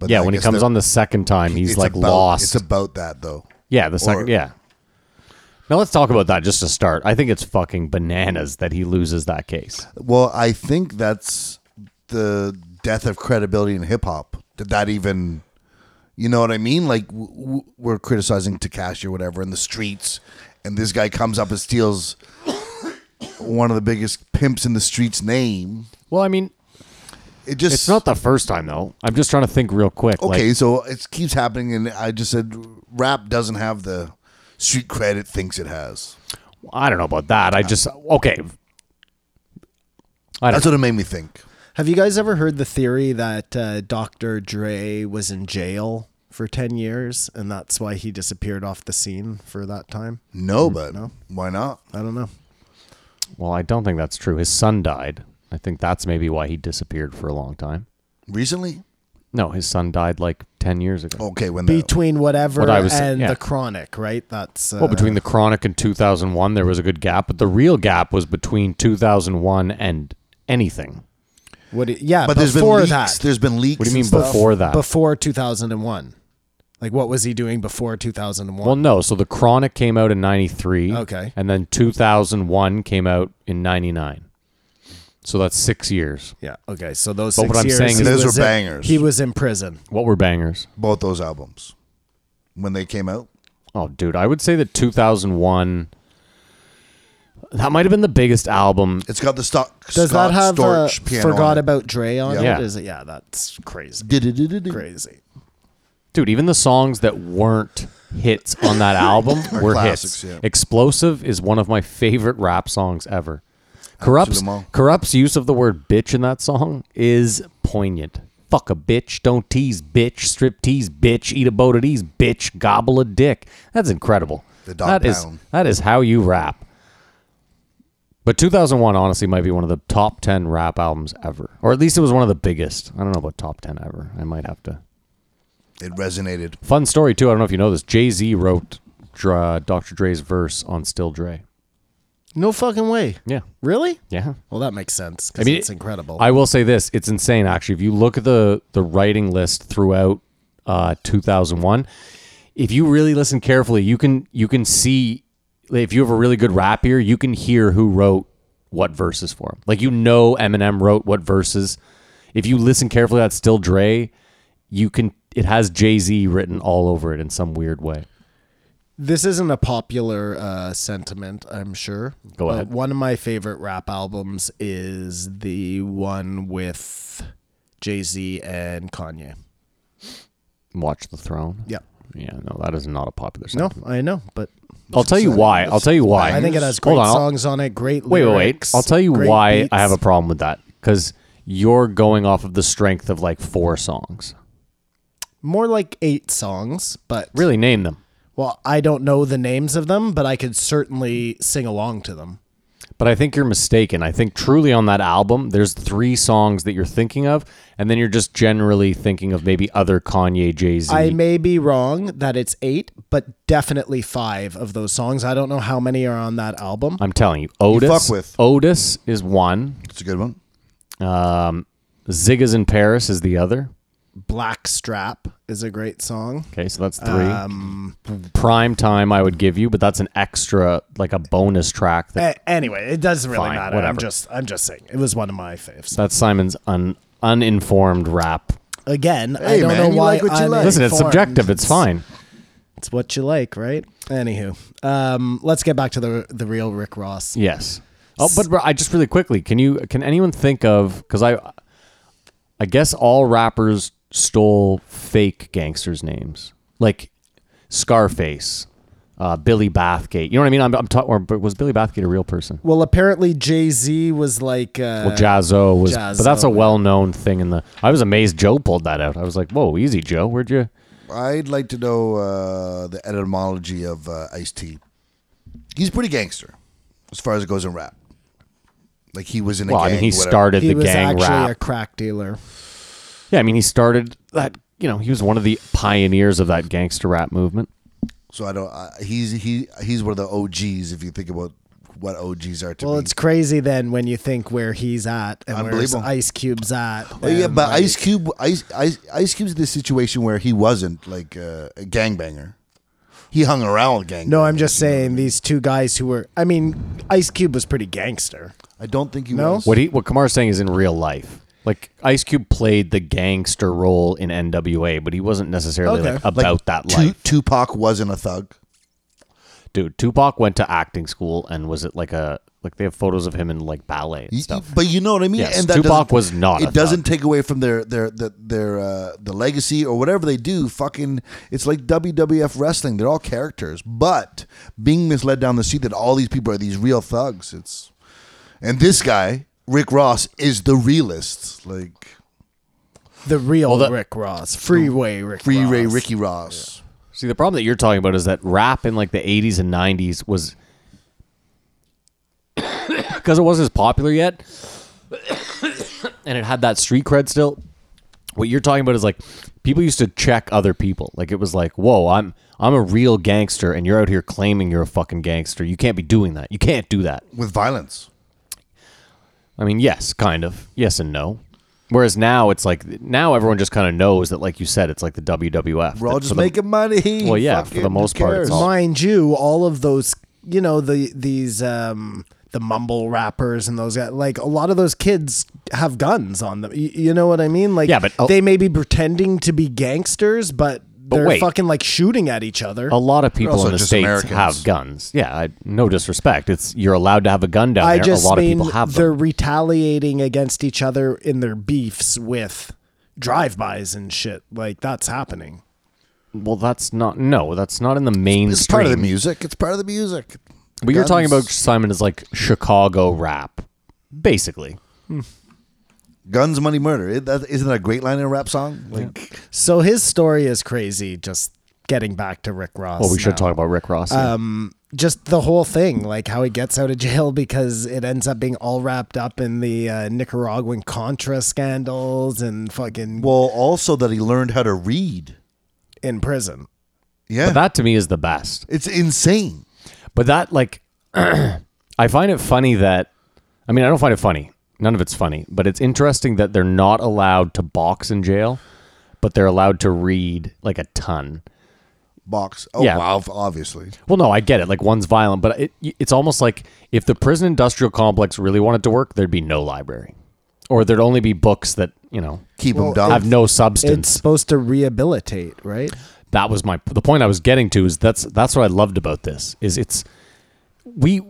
But yeah, I when he guess comes they're- on the second time, he's it's like about- lost. It's about that though. Yeah, the second. Or- yeah. Now let's talk about that just to start. I think it's fucking bananas that he loses that case. Well, I think that's the death of credibility in hip hop. Did that even, you know what I mean? Like w- w- we're criticizing Takashi or whatever in the streets, and this guy comes up and steals one of the biggest pimps in the streets' name. Well, I mean, It just it's not the first time though. I'm just trying to think real quick. okay. Like, so it keeps happening, and I just said rap doesn't have the street cred it thinks it has. I don't know about that. I just okay. I don't That's what it made me think. Have you guys ever heard the theory that uh, Dr. Dre was in jail for 10 years and that's why he disappeared off the scene for that time? No, Mm, but why not? I don't know. well, I don't think that's true. His son died. I think that's maybe why he disappeared for a long time. Recently, No, his son died like ten years ago. okay, when the, Between whatever What I was- and yeah. the chronic, right? That's uh, Well, between the chronic and 2001, there was a good gap, but the real gap was between 2001 and anything. what it- yeah, but there's been before leaks. that. There's been leaks. What do you and mean stuff. before that? Before 2001. Like what was he doing before 2001? Well, no. So the Chronic came out in '93. Okay. And then 2001 came out in '99. So that's six years. yeah. Okay. So those But six what I'm years, saying he is- Those was were in- bangers. he was in prison. What were bangers? both those albums when they came out. Oh, dude, I would say that 2001. That might have been the biggest album. It's got the stock. Does Scott that have uh, Storch piano forgot on it. about Dre on Yeah. it? Is it? Yeah, that's crazy. Du-du-du-du-du. Crazy. Dude, even the songs that weren't hits on that album were classics, hits. yeah. Explosive is one of my favorite rap songs ever. Corrupt's, them all. Corrupt's use of the word bitch in that song is poignant. Fuck a bitch, don't tease bitch, strip tease bitch, eat a boat of these bitch, gobble a dick. That's incredible. The dog That is- pound. that is how you rap. But 2001 honestly might be one of the top 10 rap albums ever. Or at least it was one of the biggest. I don't know about top 10 ever. I might have to It resonated. Fun story too. I don't know if you know this. Jay Z wrote Dra- Dr. Dre's verse on Still Dre. No fucking way. Yeah, Really? yeah. Well, that makes sense I because mean, it's incredible. I will say this: it's insane. Actually, if you look at the the writing list throughout uh, 2001, if you really listen carefully, you can you can see if you have a really good rap ear, you can hear who wrote what verses for him. Like you know, Eminem wrote what verses. If you listen carefully, that's Still Dre. You can. It has Jay Z written all over it in some weird way. this isn't a popular uh, sentiment, I'm sure. Go but ahead. One of my favorite rap albums is the one with Jay Z and Kanye. Watch the Throne. Yeah. Yeah, no, that is not a popular No, song. I know, but I'll tell you why. I'll tell you why. I think it has Oh, Hold great on, I'll- songs on it. Great Wait, wait, wait. lyrics. I'll tell you great why beats. I have a problem with that because you're going off of the strength of like four songs. more like eight songs, but Really, name them. Well, I don't know the names of them, but I could certainly sing along to them. But I think you're mistaken. I think truly on that album, there's three songs that you're thinking of, and then you're just generally thinking of maybe other Kanye, Jay Z. I may be wrong that it's eight, but definitely five of those songs. I don't know how many are on that album. am telling you, Otis. fuck with. Otis is one. It's a good one. Um, Ziggas in Paris is the other. Black Strap is a great song. Okay, so that's three. Prime time, I would give you, but that's an extra, like a bonus track. That, A- anyway, it doesn't really Fine, matter. I'm whatever. just I'm just saying it was one of my faves. that's Simon's un, uninformed rap. Again, I Hey, don't man, know you why like what you I'm like. Listen, it's informed. subjective. It's fine. It's what you like, right? Anywho, um, let's get back to the the real Rick Ross. Yes. Oh, but bro, I just really quickly, can you can anyone think of because I, I guess all rappers stole fake gangsters' names like Scarface, uh, Billy Bathgate. You know what I mean? I'm, I'm ta- or but was Billy Bathgate a real person? Well, apparently Jay Z was like, uh, Well, Jazzo was, but that's a Jazzo, yeah. well-known thing in the. I was amazed Joe pulled that out. I was like, "Whoa, easy, Joe. Where'd you?" I'd like to know uh, the etymology of uh, Ice T. He's pretty gangster, as far as it goes in rap. Like he was in a Well, gang. I mean, he whatever. started he the was gang actually rap. a crack dealer. yeah, I mean, he started that. You know, he was one of the pioneers of that gangster rap movement. So I don't. I he's he he's one of the OGs. If you think about what OGs are to Well, me. it's crazy then when you think where he's at and where Unbelievable. Ice Cube's at. Well, Oh, yeah, and, but like, Ice Cube, Ice Ice Ice Cube's in this situation where he wasn't like uh, a gangbanger. He hung around with gangbangers. No, I'm just saying these two guys who were. I mean, Ice Cube was pretty gangster. I don't think he No? was. What he what Kamar's saying is in real life. Like Ice Cube played the gangster role in NWA, but he wasn't necessarily Okay. like Like, about that Tu- life. Tupac wasn't a thug. Dude, Tupac went to acting school and was it like a like they have photos of him in like ballet and Y- stuff. But you know what I mean. Yes, and that Tupac doesn't- was not a It thug. doesn't take away from their their their, their uh, the legacy or whatever they do. Fucking, it's like WWF wrestling. They're all characters, but being misled down the street that all these people are these real thugs. It's and this guy Rick Ross is the realist, like The real Well, the- Rick Ross, Freeway Rick Free Ray Ross. Ricky Ross. See, the problem that you're talking about is that rap in like the 80s and 90s was because it wasn't as popular yet and it had that street cred still. What you're talking about is like people used to check other people. Like it was like, "Whoa, I'm I'm a real gangster and you're out here claiming you're a fucking gangster. You can't be doing that. You can't do that." with violence. I mean, yes, kind of. Yes and no. Whereas now it's like now everyone just kind of knows that like you said it's like the WWF. We're all That just for the- making money. Well, yeah, Fuck for the it, who most part, it's cares? all- Mind you, all of those, you know, the these um the mumble rappers and those guys, like a lot of those kids have guns on them. You, you know what I mean? Like, Yeah, but- they may be pretending to be gangsters, but they're wait. Oh, fucking like shooting at each other. A lot of people also in the just states Americans. have guns. Yeah, I, no disrespect. It's you're allowed to have a gun down I there. just a lot mean of people have they're them. retaliating against each other in their beefs with drive-bys and shit. Like that's happening. Well, that's not no, that's not in the It's part of the mainstream. music. It's part of the music. What you're talking about, Guns- Simon, is like Chicago rap, basically. guns, money, murder. It, that, isn't that a great line in a rap song? Like, So his story is crazy. Just getting back to Rick Ross. Well, we should now. talk about Rick Ross. yeah. um, just the whole thing, like how he gets out of jail because it ends up being all wrapped up in the uh, Nicaraguan Contra scandals and fucking well, also that he learned how to read. in prison. Yeah, but that to me is the best. it's insane. But that like, I find it funny that, I mean, I don't find it funny. None of it's funny, but it's interesting that they're not allowed to box in jail, but they're allowed to read like a ton. Box. Oh, Yeah. wow, obviously. Well, no, I get it. Like one's violent, but it, it's almost like if the prison industrial complex really wanted to work, there'd be no library, or there'd only be books that you know Keep him down. have no It's substance. supposed to rehabilitate, right? That was my the point I was getting to is that's that's what I loved about this is it's we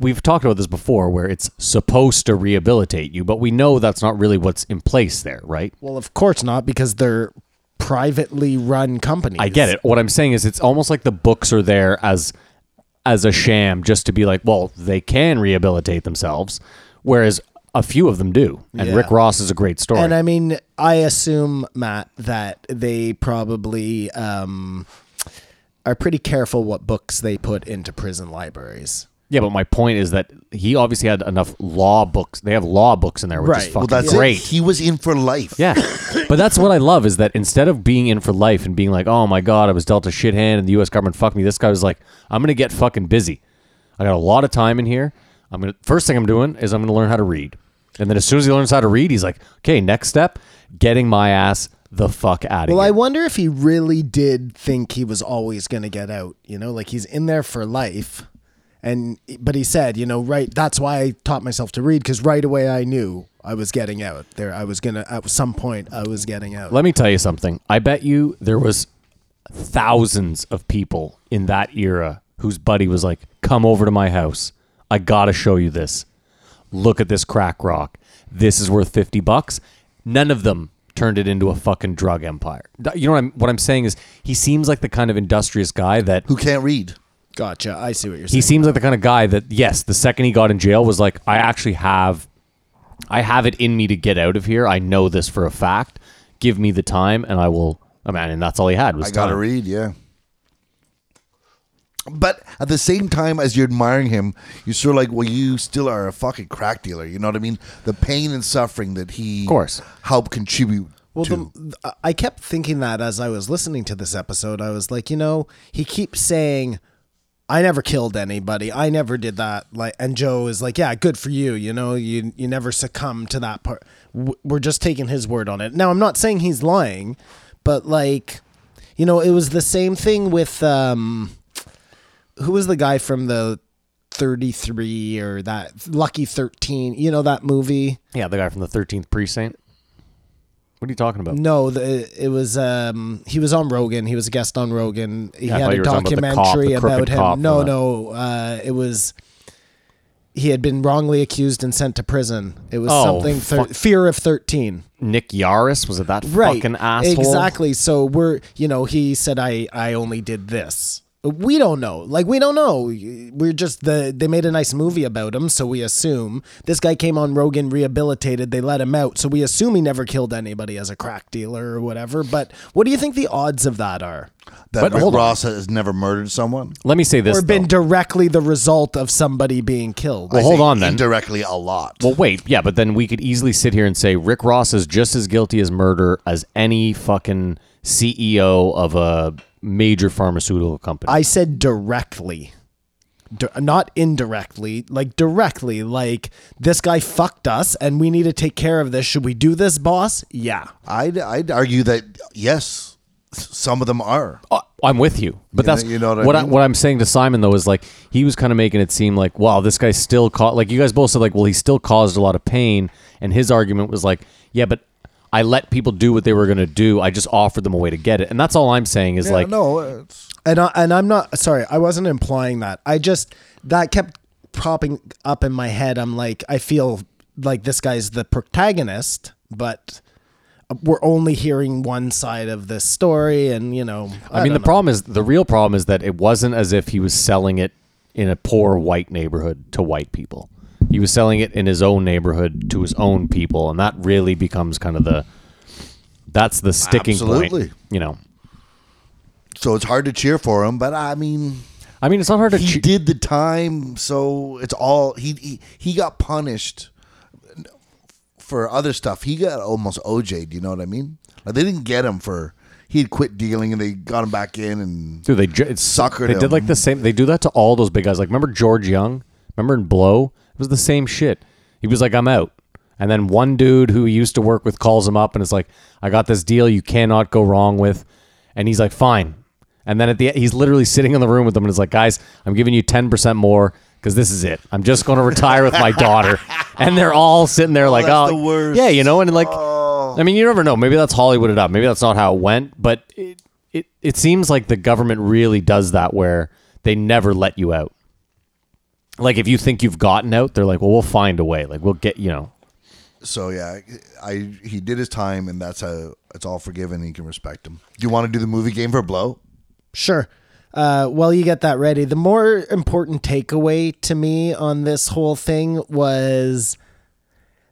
we've talked about this before where it's supposed to rehabilitate you, but we know that's not really what's in place there, right? Well, of course not, because they're privately run companies. I get it. What I'm saying is it's almost like the books are there as as a sham just to be like, well, they can rehabilitate themselves, whereas a few of them do. And Yeah. Rick Ross is a great story. And I mean, I assume Matt that they probably um, are pretty careful what books they put into prison libraries. Yeah, but my point is that he obviously had enough law books. They have law books in there, which is Right. fucking Well, Well, that's great. it. He was in for life. Yeah. But that's what I love is that instead of being in for life and being like, oh my God, I was dealt a shit hand and the US government fucked me, this guy was like, I'm going to get fucking busy. I got a lot of time in here. I'm going to, first thing I'm doing is I'm going to learn how to read. And then as soon as he learns how to read, he's like, okay, next step, getting my ass the fuck out of Well, I here. wonder if he really did think he was always going to get out. You know, like he's in there for life, and but he said, you know, right. That's why I taught myself to read because right away I knew I was getting out. There, I was gonna at some point I was getting out. Let me tell you something. I bet you there was thousands of people in that era whose buddy was like, "Come over to my house. I got to show you this. Look at this crack rock. This is worth 50 bucks." None of them turned it into a fucking drug empire. Th- You know what I'm what I'm saying is he seems like the kind of industrious guy that Who can't read? Gotcha. I see what you're he saying. seems like the kind of guy that yes the second he got in jail was like i actually have i have it in me to get out of here i know this for a fact give me the time and i will i mean and that's all he had was I gotta time. read, yeah. But at the same time as you're admiring him, you're sort of like, well, you still are a fucking crack dealer. You know what I mean? The pain and suffering that he, Of course. helped contribute Well, to. the, th- I kept thinking that as I was listening to this episode, I was like, you know, he keeps saying, "I never killed anybody. I never did that." Like, and Joe is like, "Yeah, good for you. You know, you you never succumb to that part." W- We're just taking his word on it. Now, I'm not saying he's lying, but like, you know, it was the same thing with um, who was the guy from the 33 or that Lucky 13? You know that movie. yeah the guy from the 13th precinct what are you talking about No, the, it was um he was on Rogan. He was a guest on Rogan. He I thought had you a were talking about the cop, documentary the about crooked cop him. No, and the- no, uh, it was he had been wrongly accused and sent to prison. It was Oh, something thir- fuck. fear of thirteen. nick yaris was it that fucking asshole Exactly. So we're, you know, he said I I only did this. We don't know. Like we don't know. We're just the they made a nice movie about him, so we assume this guy came on Rogan rehabilitated, they let him out, so we assume he never killed anybody as a crack dealer or whatever. But what do you think the odds of that are? that But Rick hold on. Ross has never murdered someone. let me say this Or though. been directly the result of somebody being killed. Well, I hold think on then. Indirectly, a lot. Well, wait, yeah, but then we could easily sit here and say Rick Ross is just as guilty as murder as any fucking CEO of a major pharmaceutical company. I said directly. Di- not indirectly, like directly, like this guy fucked us and we need to take care of this. Should we do this, boss? Yeah. I'd, I'd argue that, yes, s- some of them are. Uh, I'm with you, but You know- that's you know what I what, I mean? what I'm saying to Simon though is like he was kind of making it seem like wow this guy still caught like you guys both said like well he still caused a lot of pain and his argument was like yeah but I let people do what they were gonna do I just offered them a way to get it and that's all I'm saying is like no, it's, And I, and I'm not sorry. I wasn't implying that. I just that kept propping up in my head. I'm like, I feel like this guy's the protagonist, but we're only hearing one side of this story. And you know, I, mean, the don't know. problem is the real problem is that it wasn't as if he was selling it in a poor white neighborhood to white people. He was selling it in his own neighborhood to his own people, and that really becomes kind of the that's the sticking Absolutely. point. You know, so it's hard to cheer for him, but I mean. I mean, it's not hard to. he che- did the time, so it's all he, he he got punished for other stuff. He got almost OJ'd. You know what I mean? Like they didn't get him for he had quit dealing, and they got him back in. And Dude, they ju- it's Suckered They him. did like the same. They do that to all those big guys. Like remember George Young? Remember in Blow? It was the same shit. He was like, "I'm out," and then one dude who he used to work with calls him up and is like, "I got this deal you cannot go wrong with," and he's like, "Fine." And then at the end, he's literally sitting in the room with them and is like, "Guys, I'm giving you ten percent more." Because this is it. I'm just going to retire with my daughter, and they're all sitting there like, that's "Oh, the worst. Oh. yeah, you know." And like, I mean, you never know. Maybe that's Hollywooded up. Maybe that's not how it went. But it it, it seems like the government really does that, where they never let you out. Like if you think you've gotten out, they're like, "Well, we'll find a way. Like we'll get you know." so yeah, I he did his time, and that's how it's all forgiven. And you can respect him. Do you want to do the movie game for blow? Sure. Uh, while you get that ready, the more important takeaway to me on this whole thing was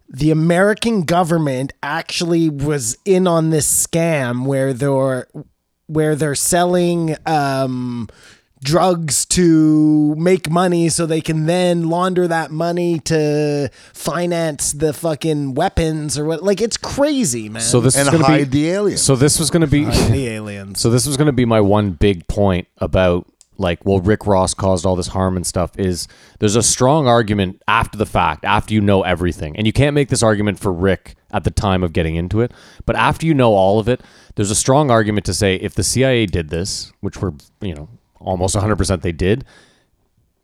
the American government actually was in on this scam where they're where they're selling um, drugs to make money so they can then launder that money to finance the fucking weapons or what. Like, it's crazy, man. So this and is going to hide be. the alien. So this was going to be. the aliens. So this was going to be my one big point about like well Rick Ross caused all this harm and stuff is there's a strong argument after the fact after you know everything and you can't make this argument for Rick at the time of getting into it but after you know all of it there's a strong argument to say if the CIA did this which were you know almost 100% they did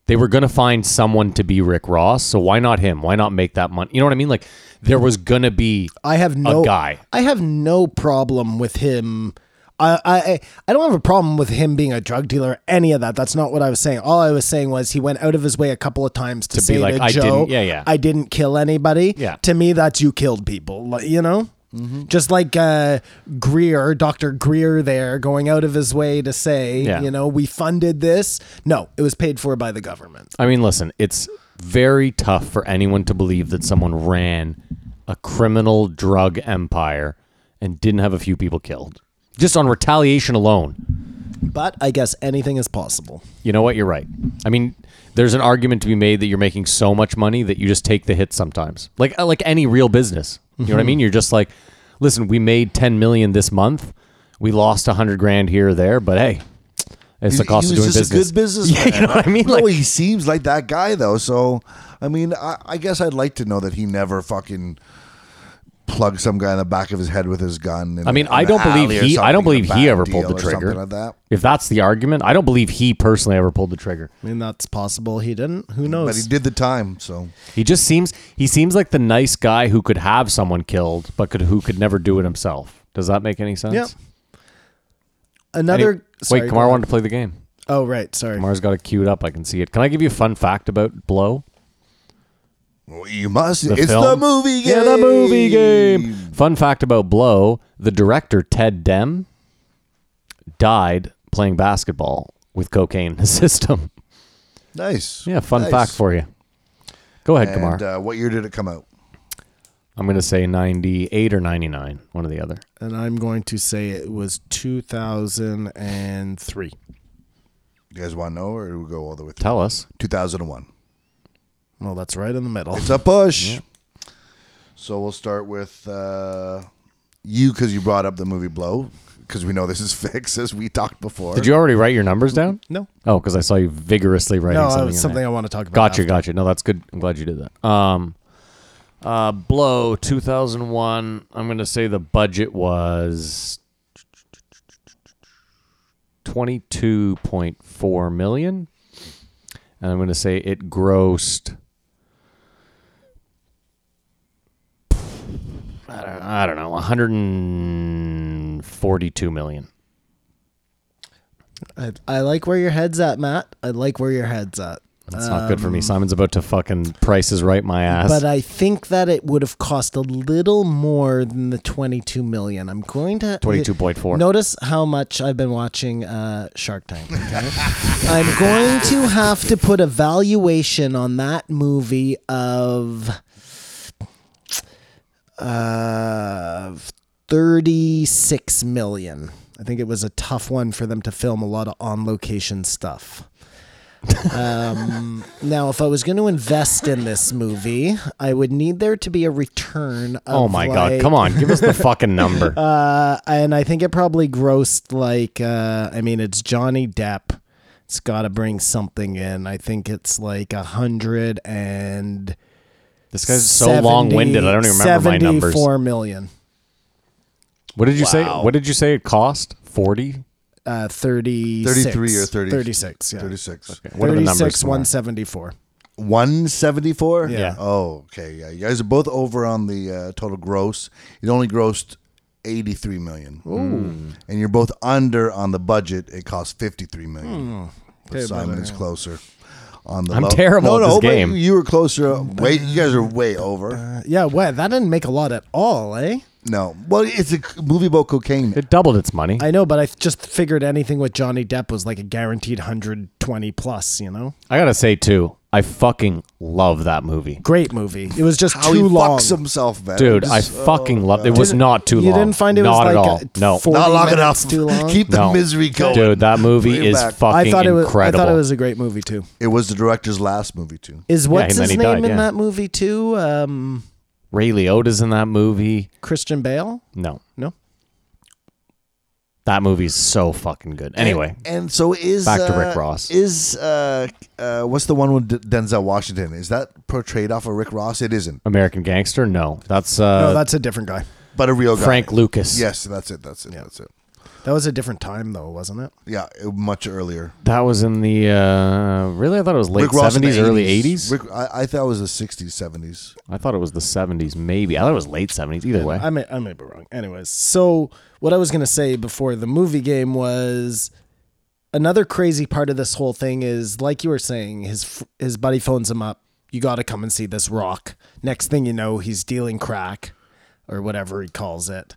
they were going to find someone to be Rick Ross so why not him why not make that money you know what i mean like there was going to be I have no guy. I have no problem with him. I, I I don't have a problem with him being a drug dealer. Any of that. That's not what I was saying. All I was saying was he went out of his way a couple of times to, say like, to "I Joe, didn't- yeah, yeah. I didn't kill anybody." Yeah. Mm-hmm. To me, that's you killed people. like, You know. Just like uh, Greer, Dr. Greer, there going out of his way to say, Yeah. you know, we funded this. No, it was paid for by the government. I mean, listen, it's very tough for anyone to believe that someone ran a criminal drug empire and didn't have a few people killed. Just on retaliation alone. But I guess anything is possible. You know what? You're right. I mean, there's an argument to be made that you're making so much money that you just take the hit sometimes. Like uh, like any real business. You know what I Mm-hmm. mean? You're just like, listen, we made 10 million this month. We lost 100 grand here or there, but hey, it's the He- cost he of doing was just business. a good businessman. Yeah, you know what I mean? No, Like- he seems like that guy though. So, I mean, I, I guess I'd like to know that he never fucking plugged some guy in the back of his head with his gun. in I mean, a- in I an don't believe alley or he. I something, don't believe a he bad ever pulled the deal or something trigger. like that. If that's the argument, I don't believe he personally ever pulled the trigger. I mean, that's possible. He didn't. Who knows? But he did the time, so He just seems he seems like the nice guy who could have someone killed, but could who could never do it himself. Does that make any sense? Yeah. Any- Another sorry, wait, go on. Kamar wanted to play the game. Oh right, sorry. Kamar's got it queued up. I can see it. Can I give you a fun fact about Blow? Well, you must. The it's the film? movie game. Yeah, the movie game. Fun fact about Blow: the director Ted Dem died playing basketball with cocaine in his system. Nice. Yeah, fun Nice. fact for you. Go ahead, Kamar. And uh, what year did it come out? I'm going to say 98 or 99, one or the other. And I'm going to say it was 2003. You guys want to know, or do we go all the way through? Tell us. 2001. Well, that's right in the middle. It's a push. So we'll start with uh, you because you brought up the movie Blow because we know this is fixed as we talked before. Did you already write your numbers down? No, Oh, because I saw you vigorously writing no, something. it's in something there. I want to talk about. Gotcha, after. gotcha. No, that's good. I'm glad you did that. Um, uh, Blow 2001. I'm going to say the budget was 22.4 million, and I'm going to say it grossed. I don't, I don't know, 142 million. I, I like where your head's at, Matt. I like where your head's at. That's not good for me. Simon's about to fucking price is right my ass. Um, But I think that it would have cost a little more than the 22 million. I'm going to 22.4. Notice how much I've been watching uh, Shark Tank. okay? I'm going to have to put a valuation on that movie of uh, 36 million. I think it was a tough one for them to film a lot of on location stuff. Um, now, if I was going to invest in this movie, I would need there to be a return. Of oh my like- god, come on, give us the fucking number. Uh, and I think it probably grossed like uh, I mean, it's Johnny Depp. It's got to bring something in. I think it's like a hundred and. this guy's so long-winded. I don't even remember my numbers. Seventy-four million. What did you say? Wow. What did you say it cost? 40? Uh, 36. 33 or 30. 36, yeah. 36. What are the numbers? 36, Kumar? 174. 174? Yeah. Oh, okay. Yeah. You guys are both over on the uh, total gross. It only grossed 83 million. Ooh. And you're both under on the budget. It cost 53 million. But Okay, Simon brother. is closer. On the Hmm. I'm low. terrible no, at no, this but game. You were closer. Way, you guys are way over. Uh, yeah, well, that didn't make a lot at all, eh? No, well, it's a c- movie about cocaine. It doubled its money. I, I know, but I just figured anything with Johnny Depp was like a guaranteed 120 plus, you know? gotta say too, I fucking love that movie. Great movie. It was just How too he long. fucks himself, man. Dude, I Just- fucking love it. was Didn't- not too you long. didn't find it was not at like all. a- no. four- not long 40 enough. minutes too long? Keep the No. misery going. Dude, that movie Bring it is back. fucking I thought it was. incredible. I thought it was a great movie too. it was the director's last movie too. Is what's and then his he name died, in yeah. that movie too? Um, Ray Liotta's in that movie. Christian Bale? No. No. That movie's so fucking good. Anyway, and, and so is Back to Rick uh, Ross. Is uh, uh, what's the one with D- Denzel Washington? Is that portrayed off of Rick Ross? It isn't, American Gangster? No. That's uh no, that's a different guy. but a real guy. Frank Lucas. Yes, that's it. That's it. That's it. That was a different time though, wasn't it? Yeah, it- much earlier. That was in the uh really I thought it was late Rick Ross in the 70s early 80s. Rick, I, I thought it was the sixties, seventies. I thought it was the 70s maybe. I thought it was late 70s either way. I may I may be wrong. Anyways, so what I was gonna say before the movie game was another crazy part of this whole thing is like you were saying, his f- his buddy phones him up. You got to come and see this rock. Next thing you know, he's dealing crack, or whatever he calls it,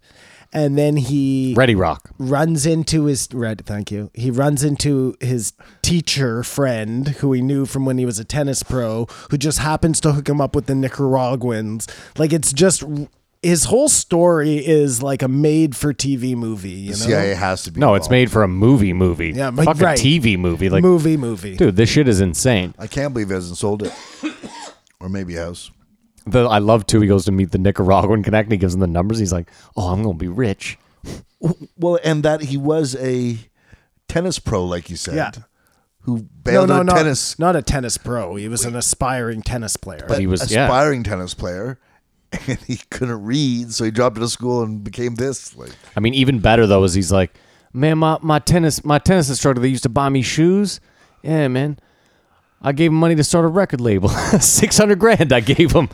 and then he Ready Rock. runs into his red thank you he runs into his teacher friend who he knew from when he was a tennis pro who just happens to hook him up with the nicaraguans like it's just his whole story is like a made for tv movie you know CIA has to be. No, it's involved. made for a movie movie. Yeah, but- fucking right. TV movie. Like movie movie dude, this shit is insane. I can't believe it hasn't sold it, or maybe has. The I love too. He goes to meet the Nicaraguan connect. And he gives him the numbers. He's like, "Oh, I'm gonna be rich." Well, and that he was a tennis pro, like you said, Yeah. who bailed out not, tennis, not a tennis pro he was an aspiring tennis player But he was yeah. aspiring tennis player, and he couldn't read, so he dropped out of school and became this. Like, I mean, even better though is he's like, "Man, my, my tennis my tennis instructor that used to buy me shoes. Yeah, man." I gave him money to start a record label. 600 grand I gave him.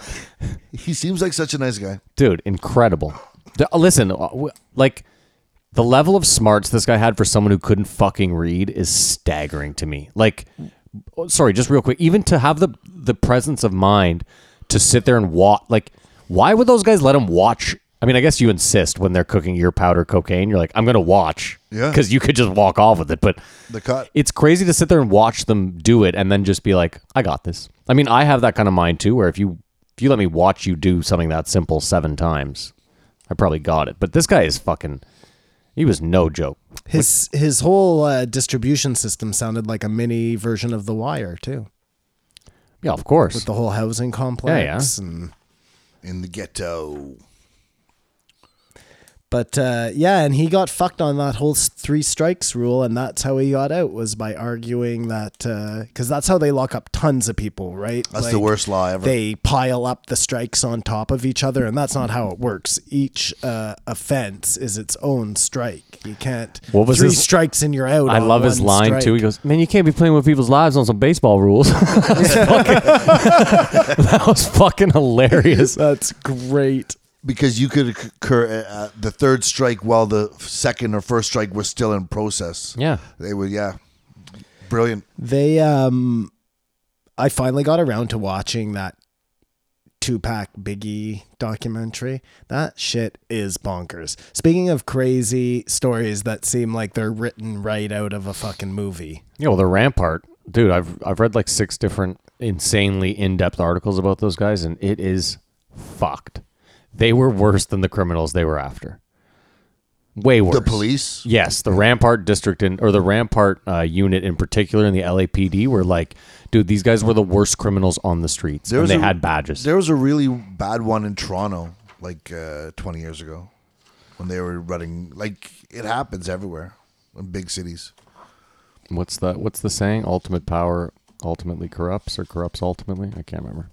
he seems like such a nice guy. Dude, incredible. D- Listen, uh, w- like the level of smarts this guy had for someone who couldn't fucking read is staggering to me. Like, oh, sorry, just real quick, even to have the the presence of mind to sit there and watch, like, why would those guys let him watch? I mean, I guess you insist when they're cooking your powder cocaine. You're like, I'm gonna watch, Yeah. because you could just walk off with it. But The cut. it's crazy to sit there and watch them do it and then just be like, I got this. I mean, I have that kind of mind too, where if you if you let me watch you do something that simple seven times, I probably got it. But this guy is fucking he was no joke. his his whole uh, distribution system sounded like a mini version of the wire too Yeah, of course. the whole housing complex and in the ghetto. But uh, yeah, and he got fucked on that whole s- three strikes rule, and that's how he got out was by arguing that because that's how they lock up tons of people, right? That's the Like, worst law ever. They pile up the strikes on top of each other, and that's not how it works. Each uh, offense is its own strike. You can't What was three his- strikes and you're out. I on love his one line strike. too. He goes, "Man, you can't be playing with people's lives on some baseball rules." that, was fucking, that was fucking hilarious. That's great. because you could occur uh, the third strike while the second or first strike was still in process. Yeah, They were, yeah, brilliant. They um I finally got around to watching that Tupac Biggie documentary. That shit is bonkers. Speaking of crazy stories that seem like they're written right out of a fucking movie. yeah. Well, the Rampart, dude. I've I've read like six different insanely in depth articles about those guys, and it is fucked. They were worse than the criminals they were after. Way worse. The police. Yes, the Rampart district in or the Rampart uh, unit in particular in the LAPD were like, dude, these guys were the worst criminals on the streets, There and was they a- had badges. There was a really bad one in Toronto, like uh, 20 years ago, when they were running. Like it happens everywhere in big cities. What's the What's the saying? Ultimate power ultimately corrupts, or corrupts ultimately? I can't remember.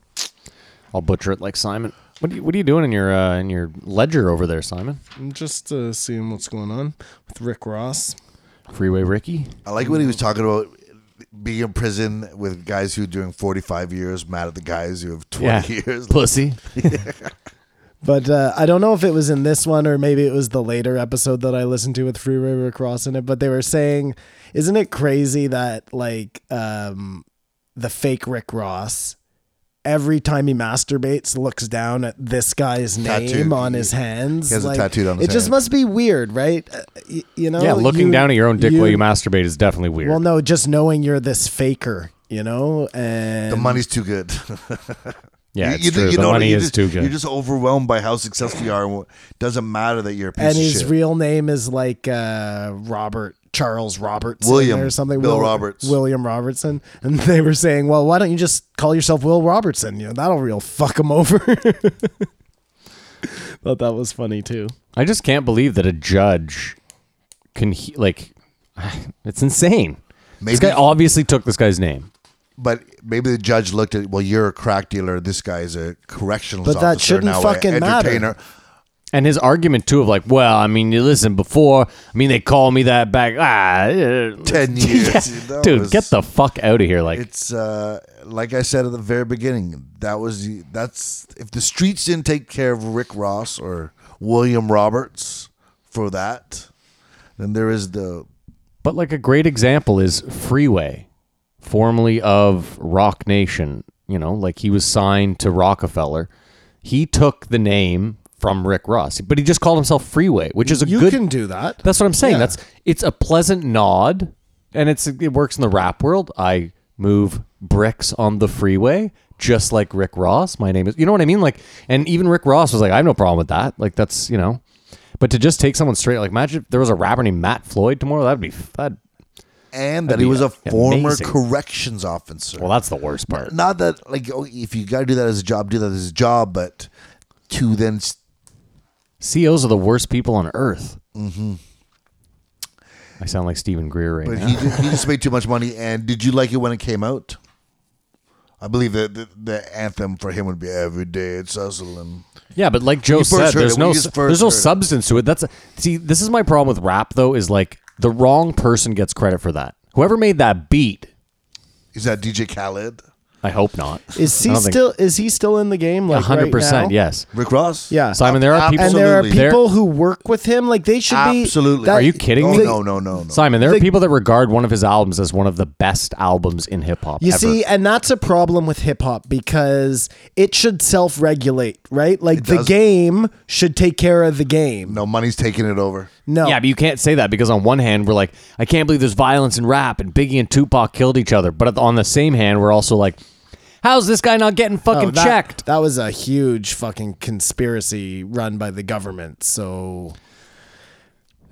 I'll butcher it like Simon. What are you, What are you doing in your uh, in your ledger over there, Simon? I'm just uh, seeing what's going on with Rick Ross. Freeway Ricky. I like what he was talking about being in prison with guys who are doing 45 years, mad at the guys who have 20 years. pussy. But uh, I don't know if it was in this one or maybe it was the later episode that I listened to with Freeway Rick Ross in it. But they were saying, isn't it crazy that like um, the fake Rick Ross, every time he masturbates, looks down at this guy's Tattoo. name on his hands? He has a Like, tattooed on his It just hand. must be weird, right? Uh, y- you know, yeah, looking you- down at your own dick while you masturbate is definitely weird. Well, no, just knowing you're this faker you know, and The money's too good. Yeah, You- it's you, true. the know, money you're is just, too good. You're just overwhelmed by how successful you are. and what- Doesn't matter that you're a piece and of his shit. real name is like uh, Robert Charles Robertson William. or something. Bill Roberts. William Robertson, and they were saying, "Well, why don't you just call yourself Will Robertson? You know that'll real fuck him over." Thought that was funny too. I just can't believe that a judge can he, like. It's insane. This guy Maybe- obviously took this guy's name. but maybe the judge looked at, well, you're a crack dealer. This guy is a correctional But that officer shouldn't now, a fucking matter. entertainer. And his argument too of like, well, I mean, you listen before. I mean, they call me that back. Ah, eh." 10 Yeah. years. That dude, was- get the fuck out of here! Like, It's uh, like I said at the very beginning. That was the- that's if the streets didn't take care of Rick Ross or William Roberts for that, then there is the but like a great example is Freeway, formerly of Rock Nation. You know, like he was signed to Rockefeller. He took the name from Rick Ross, but he just called himself Freeway, which is a You good can do that. That's what I'm saying. That's it's a pleasant nod, and it's it works in the rap world. I move bricks on the freeway, just like Rick Ross. My name is, you know what I mean? Like, and even Rick Ross was like, I have no problem with that. Like, that's you know, but to just take someone straight, like, imagine if there was a rapper named Matt Floyd tomorrow. That'd be that. and that That'd he was be a former amazing. corrections officer. Well, that's the worst part. Not that like oh, if you got to do that as a job, do that as a job, but to then s- CEOs E are the worst people on earth. Mm-hmm. I sound like Stephen Greer right but now. he, ju- he just made too much money. And did you like it when it came out? I believe that the, the anthem for him would be "Every Day It's Hustling." Yeah, but like Joe first said, heard there's it when no you just first there's no heard it. substance to it. That's see, this is my problem with rap though. Is like the wrong person gets credit for that. Whoever made that beat, Is that DJ Khaled? I hope not. Is I he don't think- still is he still in the game? Like hundred hundred percent? Yes, Rick Ross? Yeah. Simon. There are Ab- people. And there are Absolutely. There- people who work with him. Like they should be. Absolutely. Are you kidding oh, me? No, no, no, no. Simon, there are people that regard one of his albums as one of the best albums in hip hop. You ever. see, and that's a problem with hip hop because it should self regulate, right? Like the does. game should take care of the game. No, money's taking it over. No. Yeah, but you can't say that because on one hand we're like, I can't believe there's violence in rap and Biggie and Tupac killed each other, but on the same hand we're also like, how's this guy not getting fucking Oh, that, checked? That was a huge fucking conspiracy run by the government. So,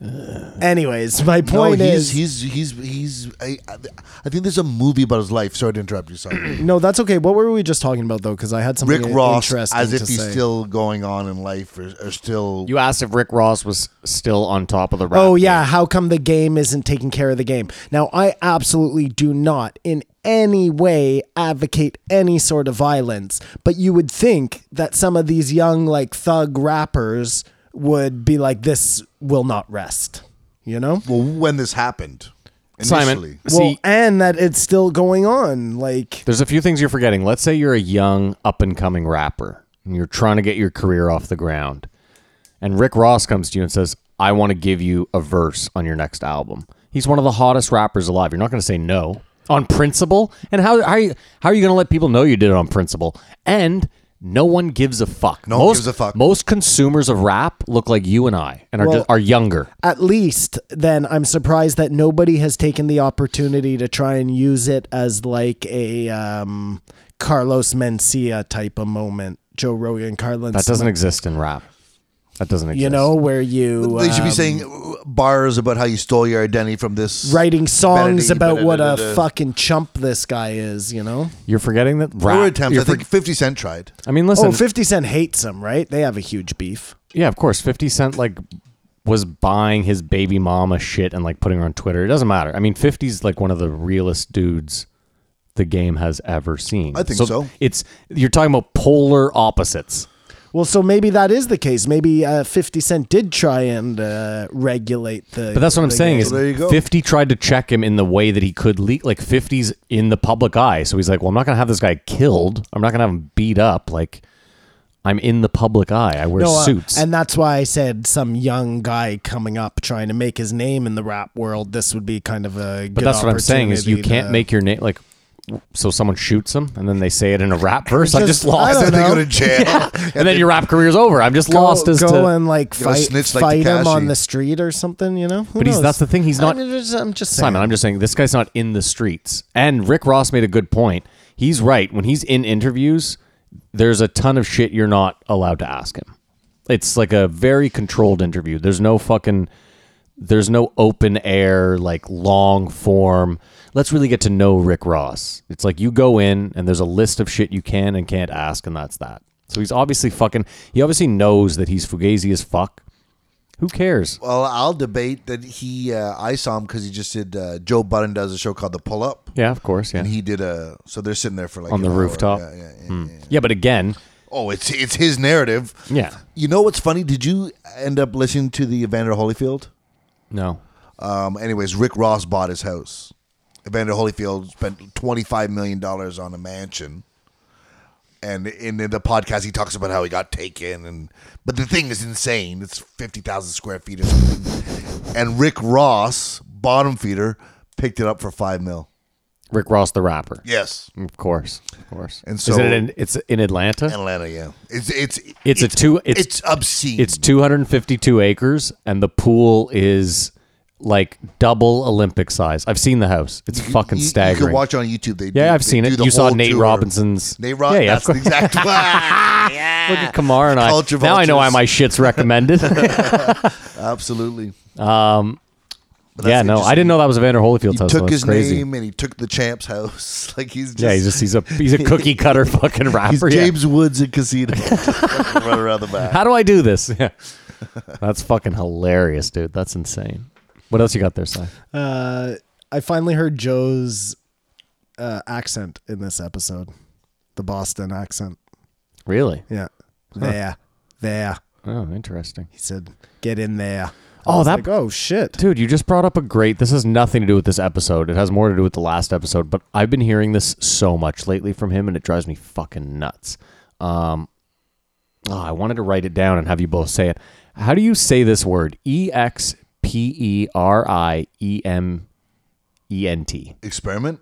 uh. anyways, my point no, is, he's he's he's he's. I, I think there's a movie about his life. Sorry to interrupt you, Simon. no, that's okay. What were we just talking about though? Because I had something Rick Ross, interesting as if to he's say. still going on in life, or, or still. You asked if Rick Ross was still on top of the rap. Oh yeah, how come the game isn't taking care of the game? Now I absolutely do not in any way advocate any sort of violence, but you would think that some of these young like thug rappers would be like this will not rest, you know? well, when this happened, Simon. initially, See- well, and that it's still going on like There's a few things you're forgetting. Let's say you're a young, up and coming rapper and you're trying to get your career off the ground. And Rick Ross comes to you and says, I want to give you a verse on your next album. He's one of the hottest rappers alive. You're not going to say no on principle. And how, how, are, you, how are you going to let people know you did it on principle? And no one gives a fuck. No most, one gives a fuck. Most consumers of rap look like you and I and are, Well- just, are younger. at least then I'm surprised that nobody has taken the opportunity to try and use it as like a um, Carlos Mencia type of moment. Joe Rogan, Carlos. That doesn't exist in rap. That doesn't exist. you know, where you they should be um, saying uh, bars about how you stole your identity from this. writing songs Benedict- about what a Benedict- fucking chump this guy is. You know. You're forgetting that There rap. were attempts. you're I for- think Fifty Cent tried. I mean, listen. oh, 50 Cent hates him, right? They have a huge beef. Yeah, of course. Fifty Cent like was buying his baby mama shit and like putting her on Twitter. It doesn't matter. I mean, 50's like one of the realest dudes the game has ever seen. I think so. It's you're talking about polar opposites. Well, so maybe that is the case. Maybe uh, 50 Cent did try and uh, regulate the. But that's what I'm saying is So there you go. 50 tried to check him in the way that he could leak like 50's in the public eye. So he's like, "Well, I'm not going to have this guy killed. I'm not going to have him beat up like I'm in the public eye. I wear No, uh, suits." and that's why I said some young guy coming up trying to make his name in the rap world. This would be kind of a. But that's what I'm saying is you can't make your name like so someone shoots them and then they say it in a rap verse. I'm just Just- lost. I Then don't they go know. to jail. and then your rap career's over. I'm just lost go, as go to. and like Go fight, snitch like fight him Tekashi. on the street or something, you know? Who But he's- knows? that's the thing, he's not- I'm just, I'm just saying. Simon, I'm just saying this guy's not in the streets. And Rick Ross made a good point. He's right. When he's in interviews, there's a ton of shit you're not allowed to ask him. It's like a very controlled interview. There's no fucking there's no open air like long form. Let's really get to know Rick Ross. It's like you go in and there's a list of shit you can and can't ask and that's that. So he's obviously fucking he obviously knows that he's fugazi as fuck. Who cares? Well, I'll debate that he. Uh, I saw him because he just did. Uh, Joe Budden does a show called The Pull Up, Yeah, of course, yeah. and he did a. So they're sitting there for like On the an hour. rooftop. Hmm. Yeah, yeah, yeah, yeah. yeah, but again, Oh, it's it's his narrative. yeah. You know what's funny? Did you end up listening to the Evander Holyfield? No. Um, anyways, Rick Ross bought his house. Evander Holyfield spent twenty five million dollars on a mansion. And in the podcast, he talks about how he got taken, and but the thing is insane. It's fifty thousand square feet, or something. and Rick Ross, bottom feeder, picked it up for five mil. Rick Ross, the rapper. Yes, Of course, of course. And is so- it in, it's in Atlanta. Atlanta. Yeah, it's it's It's a two- it's- it's obscene. it's 252 acres, and the pool is like double Olympic size. I've seen the house. It's fucking You- staggering. You can watch on YouTube. They do- yeah, I've they seen do it. the You saw whole Nate tour. Robinson's. Nate Rob. Yeah, yeah. that's the exact. Look at Kamar and I. Culture now I know why vultures. my shit's recommended. Absolutely. that's yeah, no, interesting. I didn't know that was Evander Holyfield's He house. took That's his crazy. name and he took the champ's house. Like he's just, yeah, he's just he's a he's a cookie cutter fucking he's rapper. yeah. James Woods in Casino. Run around the back. How do I do this? Yeah. That's fucking hilarious, dude. That's insane. What else you got there, Si? Uh, I finally heard Joe's uh, accent in this episode, the Boston accent. Really? Yeah. There. There. Oh, interesting. He said, get in there. I Oh, was that- Like, oh, shit. Dude, you just brought up a great. This has nothing to do with this episode. It has more to do with the last episode, but I've been hearing this so much lately from him and it drives me fucking nuts. Um oh, I wanted to write it down and have you both say it. How do you say this word? E X P E R I E M E N T. Experiment.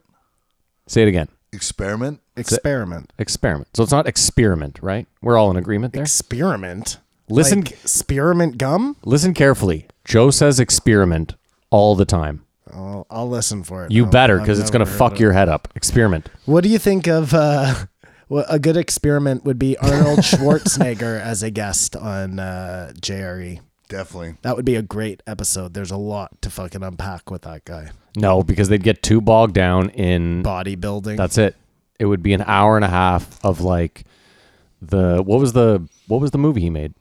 Say it again. Experiment. Experiment. Experiment. So it's not experiment, right? We're all in agreement there. Experiment. Listen- Like, spearmint gum? Listen carefully. Joe says experiment all the time. I'll, I'll listen for it. You No, better Oh, I've because it's never going to heard fuck it. your head up. Experiment. What do you think of uh, what a good experiment would be Arnold Schwarzenegger as a guest on uh, JRE? Definitely. That would be a great episode. There's a lot to fucking unpack with that guy. No, because they'd get too bogged down in. Bodybuilding. That's it. It would be an hour and a half of like the what was the what was the movie he made?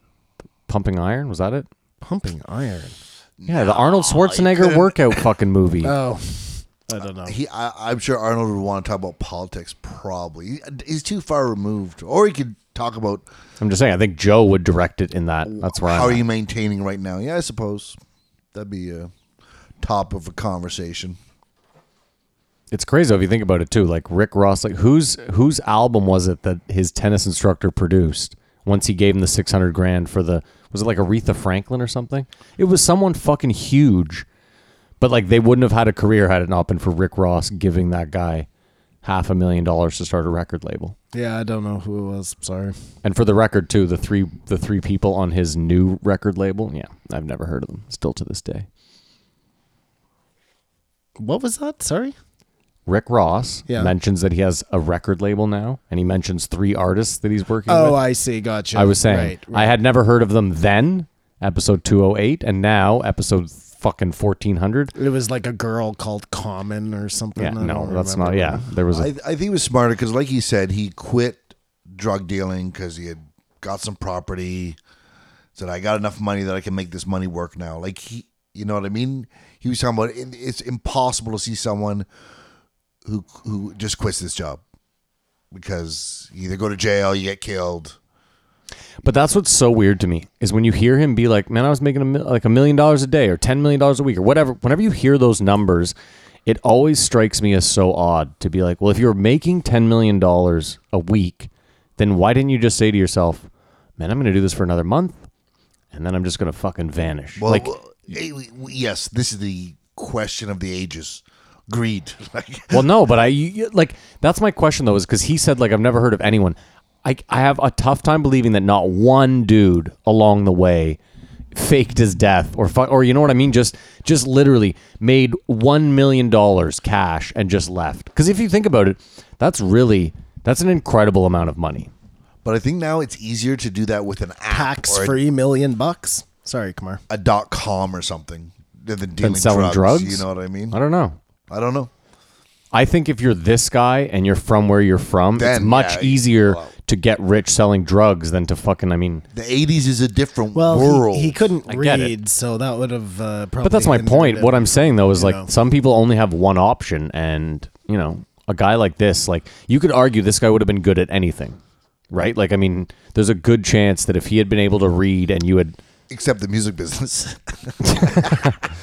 Pumping Iron was that it? pumping iron. Yeah, the Arnold Schwarzenegger workout fucking movie. Oh, I don't know. He, I, I'm sure Arnold would want to talk about politics. Probably, He- he's too far removed, or he could talk about I'm just saying. I think Joe would direct it in that. That's where how I'm. are at. you maintaining right now. Yeah, I suppose that'd be a top of a conversation. It's crazy if you think about it too. Like Rick Ross, like whose whose album was it that his tennis instructor produced? Once he gave him the six hundred grand for the was it like Aretha Franklin or something? It was someone fucking huge, but like they wouldn't have had a career had it not been for Rick Ross giving that guy half a million dollars to start a record label. Yeah, I don't know who it was. Sorry. And for the record too, the three the three people on his new record label, yeah, I've never heard of them still to this day. What was that? Sorry. Rick Ross Yeah. mentions that he has a record label now, and he mentions three artists that he's working with. Oh, I see. Gotcha. I was saying Right, I had never heard of them then, episode 208, and now episode fucking 1400. it was like a girl called Common or something. Yeah, I no, don't that's remember. not. Yeah, there was I, a I think he was smarter because, like he said, he quit drug dealing because he had got some property. Said, "I got enough money that I can make this money work now." Like he, you know what I mean? He was talking about it- it's impossible to see someone who who just quits this job because you either go to jail, you get killed. But that's what's so weird to me is when you hear him be like, "Man, I was making a, mil- like a million dollars a day or ten million dollars a week or whatever." Whenever you hear those numbers, it always strikes me as so odd to be like, "Well, if you're making ten million dollars a week, then why didn't you just say to yourself, "Man, I'm going to do this for another month, and then I'm just going to fucking vanish." Well, like, well, eh, yes, this is the question of the ages. greed. Like, Well, no, but I you, you- like that's my question though, is because he said like I've never heard of anyone. I I have a tough time believing that not one dude along the way faked his death or fu- or you know what I mean, just just literally made one million dollars cash and just left. Because if you think about it, that's really that's an incredible amount of money. but I think now it's easier to do that with an app Tax or a, free million bucks. Sorry, Kumar. a dot com or something than than dealing selling drugs, drugs? You know what I mean? I don't know. I don't know. I think if you're this guy and you're from where you're from, it's Then, much yeah, you- easier wow. to get rich selling drugs than to fucking. I mean, The '80s is a different Well, world. he, he couldn't I get it. read, so that would have uh, probably. But that's my hindered point. it. What I'm saying though is like know. some people only have one option, and you know, a guy like this, like you could argue this guy would have been good at anything, right? Like, I mean, there's a good chance that if he had been able to read and you had, except the music business.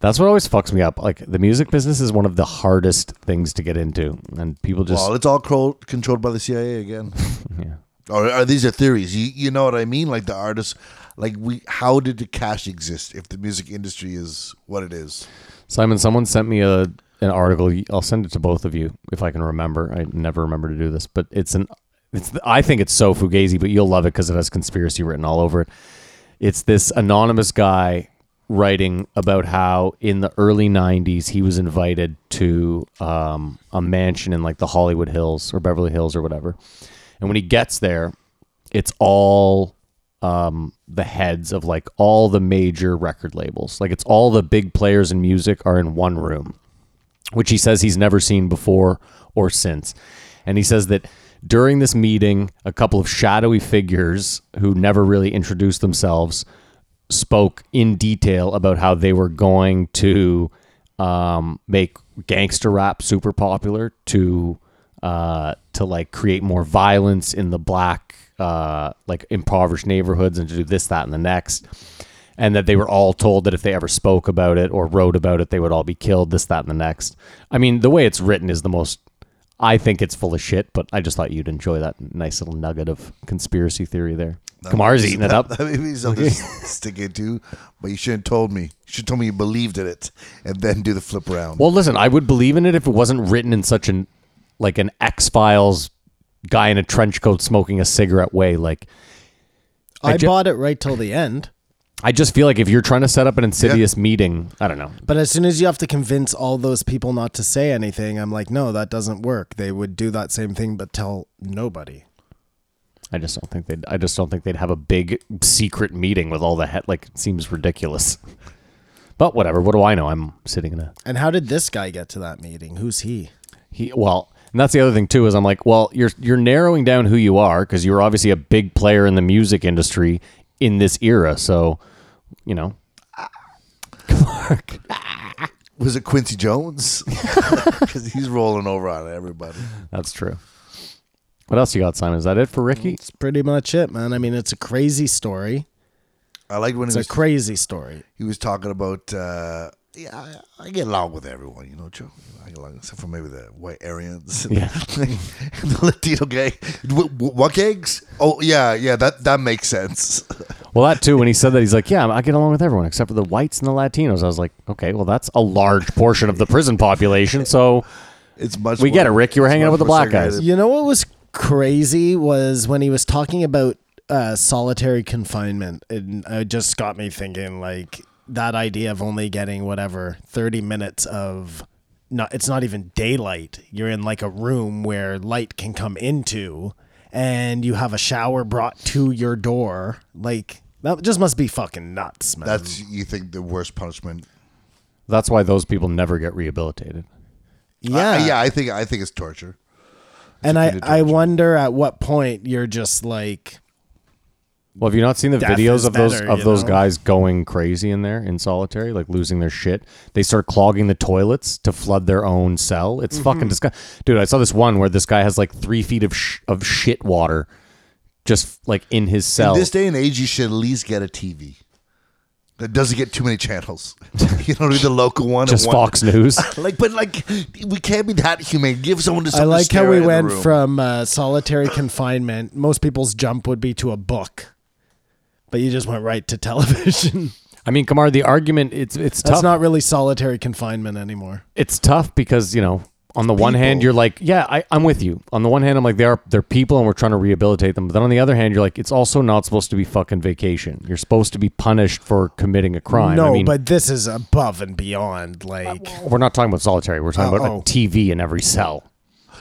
that's what always fucks me up. Like, the music business is one of the hardest things to get into, and people just, well, it's all cro- controlled by the CIA again. yeah. or are these are theories? You you know what I mean? Like the artists, like we, how did the cash exist if the music industry is what it is? Simon, someone sent me a an article. I'll send it to both of you if I can remember. I never remember to do this, but it's an it's I think it's so fugazi, but you'll love it because it has conspiracy written all over it. It's this anonymous guy writing about how in the early 90s he was invited to um, a mansion in like the Hollywood Hills or Beverly Hills or whatever. And when he gets there, it's all um, the heads of like all the major record labels. Like it's all the big players in music are in one room, which he says he's never seen before or since. And he says that during this meeting, a couple of shadowy figures who never really introduced themselves spoke in detail about how they were going to um, make gangster rap super popular to uh, to like create more violence in the black uh, like impoverished neighborhoods and to do this that and the next and that they were all told that if they ever spoke about it or wrote about it they would all be killed this that and the next i mean the way it's written is the most i think it's full of shit but i just thought you'd enjoy that nice little nugget of conspiracy theory there kamar's eating it up That may be something to stick into, but you should have told me. You should have told me you believed in it, and then do the flip around. Well, listen, I would believe in it if it wasn't written in such an like an X Files guy in a trench coat smoking a cigarette way. Like I, I ju- bought it right till the end, I just feel like if you're trying to set up an insidious meeting, I don't know. but as soon as you have to convince all those people not to say anything, I'm like, no, that doesn't work. They would do that same thing, but tell nobody. I just don't think they'd I just don't think they'd have a big secret meeting with all the head like it seems ridiculous. But whatever, what do I know? I'm sitting in a And how did this guy get to that meeting? Who's he? he well and that's the other thing too is i'm like well you're you're narrowing down who you are because you're obviously a big player in the music industry in this era so you know Mark. was it Quincy Jones? Because he's rolling over on everybody. that's true what else you got simon is that it for ricky It's pretty much it, man. I mean, it's a crazy story. I like when he It's a was, crazy story. he was talking about. Uh, yeah, I, I get along with everyone, you know, Joe. I get along except for maybe the white Aryans, and, Yeah. and the Latino gang. What, what gangs? Oh yeah, yeah. That that makes sense. well that too when he said that he's like yeah i get along with everyone except for the whites and the latinos i was like okay well that's a large portion of the prison population so It's much. We more- get it, Rick. You were it's hanging out with much the more black guys. segregated. You know what was crazy was when he was talking about uh, solitary confinement, and it just got me thinking like that idea of only getting whatever thirty minutes of not it's not even daylight. You're in like a room where light can come into, and you have a shower brought to your door. Like that just must be fucking nuts, man. That's you think the worst punishment. that's why those people never get rehabilitated yeah, I- yeah. I think I think it's torture. And a I, kind of I wonder at what point you're just like. Well, have you not seen the Death videos is of those better, of you those know? guys going crazy in there in solitary, like losing their shit? They start clogging the toilets to flood their own cell. It's Mm-hmm. fucking disgusting, dude. I saw this one where this guy has like three feet of sh- of shit water, just like in his cell. In this day and age, you should at least get a TV that doesn't get too many channels. you know, the local one. and just one- Fox News. Like, but like, we can't be that humane. Give someone just. I something to like how stare at we in the went room. from uh, solitary confinement. Most people's jump would be to a book, but you just went right to television. I mean, Kamar, the argument it's it's That's tough. not really solitary confinement anymore. it's tough because you know on the one hand People. you're like yeah I, i'm with you on the one hand i'm like they are they're people and we're trying to rehabilitate them but then on the other hand you're like it's also not supposed to be fucking vacation you're supposed to be punished for committing a crime no, I mean, but this is above and beyond. Like, we're not talking about solitary we're talking about Oh, oh. a tv in every cell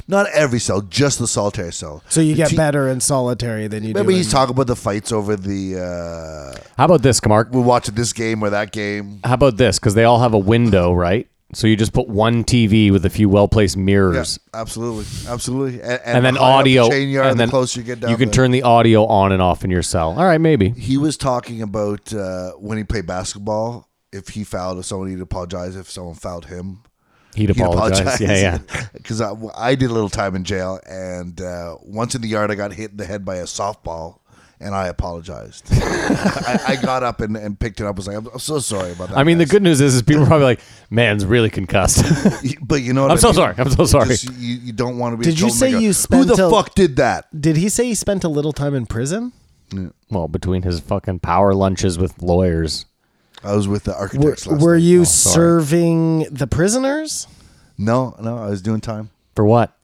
Not every cell, just the solitary cell. so you The get T- better in solitary than you Remember, do. in- he's talking about the fights over the. Uh, how about this Kamark? we're watching this game or that game. how about this because they all have a window right so you just put one tv with a few well-placed Yeah, mirrors absolutely, absolutely. And, and, and then the higher up audio the chain you are, and the then closer you get down. can the- turn the audio on and off in your cell all right maybe He was talking about uh, when he played basketball. If he fouled, if someone he'd apologize. If someone fouled him, he'd apologize, yeah yeah Because I, I did a little time in jail, and uh, once in the yard, I got hit in the head by a softball, and I apologized. I, I got up and, and picked it up. Was like, I'm, I'm so sorry about that. I mean, the guys." good news is, is people are probably like, "Man's really concussed." but you know, what I'm I so mean? sorry. I'm so sorry. Just, you, you don't want to be. Did you told, say like, you Who the spent a- fuck did that? Did he say he spent a little time in prison? well, between his fucking power lunches with lawyers, I was with the Were, architects. last were night. Oh, you Oh, sorry. serving the prisoners? No, no, I was doing time for what?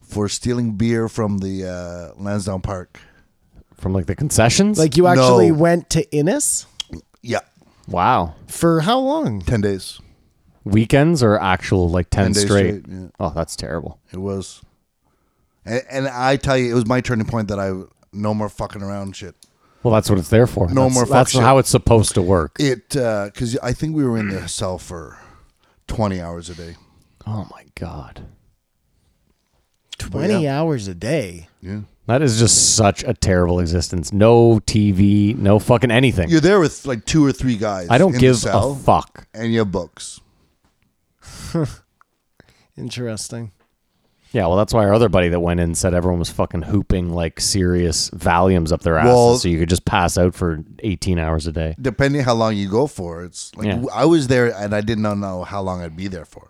for stealing beer from the uh, Lansdowne Park. From like the concessions? Like you actually No. went to Innis Yeah, wow, for how long? ten days. weekends or actual like ten, 10 days straight? straight, yeah. Oh, that's terrible. It was, and, and I tell you, it was my turning point that I no more fucking around shit. Well, that's what it's there for. No that's, more fuck That's shit. how it's supposed to work. It because I think we were in the cell for twenty hours a day. Oh my god, Twenty hours a day. Yeah, that is just such a terrible existence. No TV, no fucking anything. you're there with like two or three guys. I don't in the give cell, a fuck. And you have books. Interesting. Yeah, well, that's why our other buddy that went in said everyone was fucking hooping like serious Valiums up their asses, Well- so you could just pass out for 18 hours a day. Depending how long you go for, it's like Yeah. I was there and I did not know how long I'd be there for.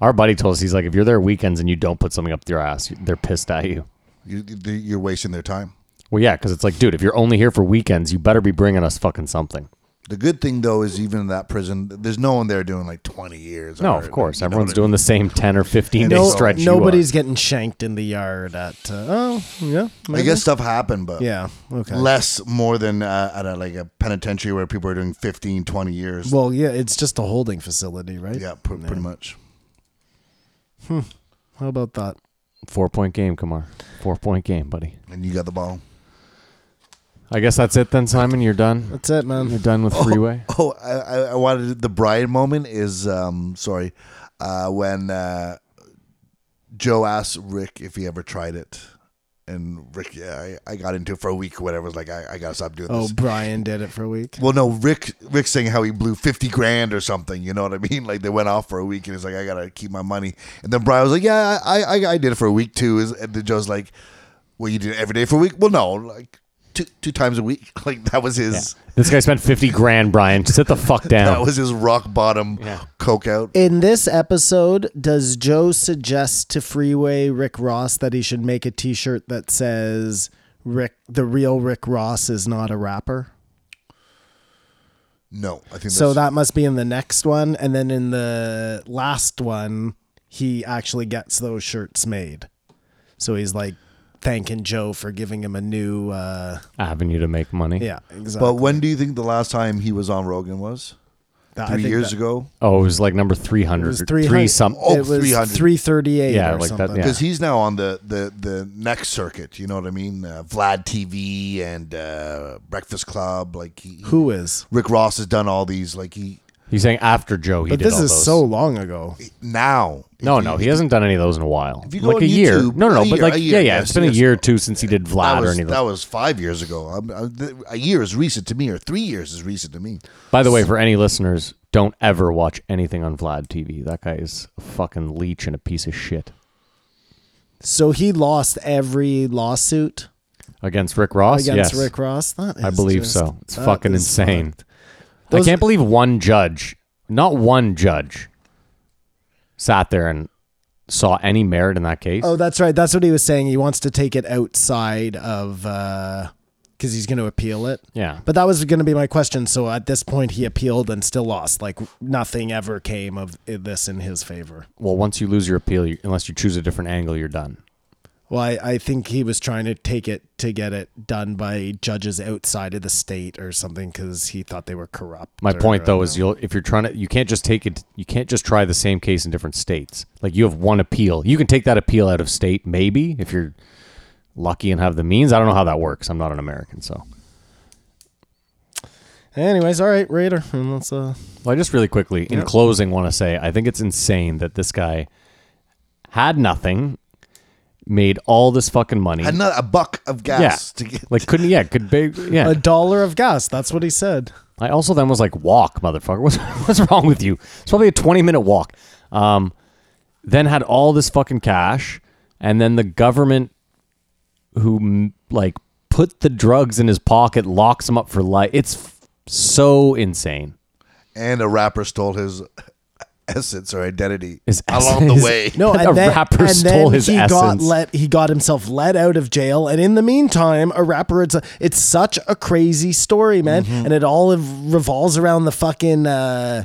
Our buddy told us he's like, if you're there weekends and you don't put something up your ass, they're pissed at you. You, you're wasting their time. Well, yeah, because it's like, dude, if you're only here for weekends, you better be bringing us fucking something. The good thing though is even in that prison, there's no one there doing like 20 years. No, or- of course, you know everyone's what I mean? doing the same 10 or 15 day No- stretch. you are. Nobody's getting shanked in the yard at. Uh, oh yeah. I maybe? guess stuff happened, but Yeah. Okay. less more than uh, at a, like a penitentiary where people are doing 15, 20 years. well, yeah. It's just a holding facility, right? yeah, pr- pretty much. How about that? four point game, Kamar. Four point game, buddy. And you got the ball. I guess that's it then, Simon. You're done. That's it, You're man. done with freeway. Oh, I, I, I wanted the Brian moment is um sorry, uh, when uh, Joe asked Rick if he ever tried it, and Rick, yeah, I, I got into it for a week or whatever. Was like, I, I gotta stop doing Oh, this. Brian did it for a week. Well, no, Rick. Rick's saying how he blew fifty grand or something. You know what I mean? Like they went off for a week, and he's like, "I gotta keep my money." And then Brian was like, "Yeah, I, I, I did it for a week too." Is- And then Joe's like, "Well, you did it every day for a week?" Well, no, like two two times a week. Like that was his This guy spent 50 grand, Brian. Sit the fuck that down. was his rock bottom coke out. In this episode, does Joe suggest to Freeway Rick Ross that he should make a T-shirt that says "Rick, the real Rick Ross is not a rapper"? No, I think So that's, that must be in the next one, and then in the last one, he actually gets those shirts made. So he's like thanking Joe for giving him a new. Uh, Avenue to make money. yeah, exactly. But when do you think the last time he was on Rogan was? That- I Three think years that- ago. Oh, it was like number 300. It was or three three hundred. some. Oh, it was 300. three thirty eight. Yeah, or like that, something. yeah. because he's now on the, the the next circuit. You know what I mean? Uh, Vlad TV and uh, Breakfast Club. Like he, he- Who is? Rick Ross has done all these. Like he He's saying after Joe, he But did this all is those. so long ago. now. No, If you- no, he hasn't done any of those in a while. If you go like on a year. YouTube, No, no, no, a but year, like a yeah, year, yeah, it's yes, been a yes. year or two since he did That Vlad or was, any of that those. was five years ago. I'm, I'm, th- a year is recent to me, or three years is recent to me. By the way, for any listeners, don't ever watch anything on Vlad TV. That guy is a fucking leech and a piece of shit. So he lost every lawsuit Against Rick Ross? against yes. Rick Ross. That is I believe just- so. It's that fucking is insane. fucked. Those- I can't believe one judge, not one judge, sat there and saw any merit in that case. Oh, that's right. That's what he was saying. He wants to take it outside of uh, because he's going to appeal it. Yeah. But that was going to be my question. So at this point, he appealed and still lost. Like nothing ever came of this in his favor. Well, once you lose your appeal, you, unless you choose a different angle, you're done. Well, I, I think he was trying to take it to get it done by judges outside of the state or something because he thought they were corrupt. My or- point though I is don't know. you'll if you're trying to you can't just take it you can't just try the same case in different states. Like you have one appeal. You can take that appeal out of state maybe if you're lucky and have the means. I don't know how that works. I'm not an American, so. Anyways, all right, Raider. And let's, uh, Well, I just really quickly in closing want to say I think it's insane that this guy had nothing, made all this fucking money. Had not a buck of gas yeah. to get. Like couldn't yeah, could ba- yeah. a dollar of gas. That's what he said. I also then was like, walk, motherfucker. What's, what's wrong with you? It's probably a 20 minute walk. Um, then had all this fucking cash. And then the government who m- like put the drugs in his pocket locks him up for life. It's f- so insane. and a rapper stole his essence or identity His along essence. the way. No, A and then, rapper and stole then his he got essence. let he got himself let out of jail, and in the meantime, a rapper. It's, a, it's such a crazy story, man, Mm-hmm. and it all ev- revolves around the fucking uh,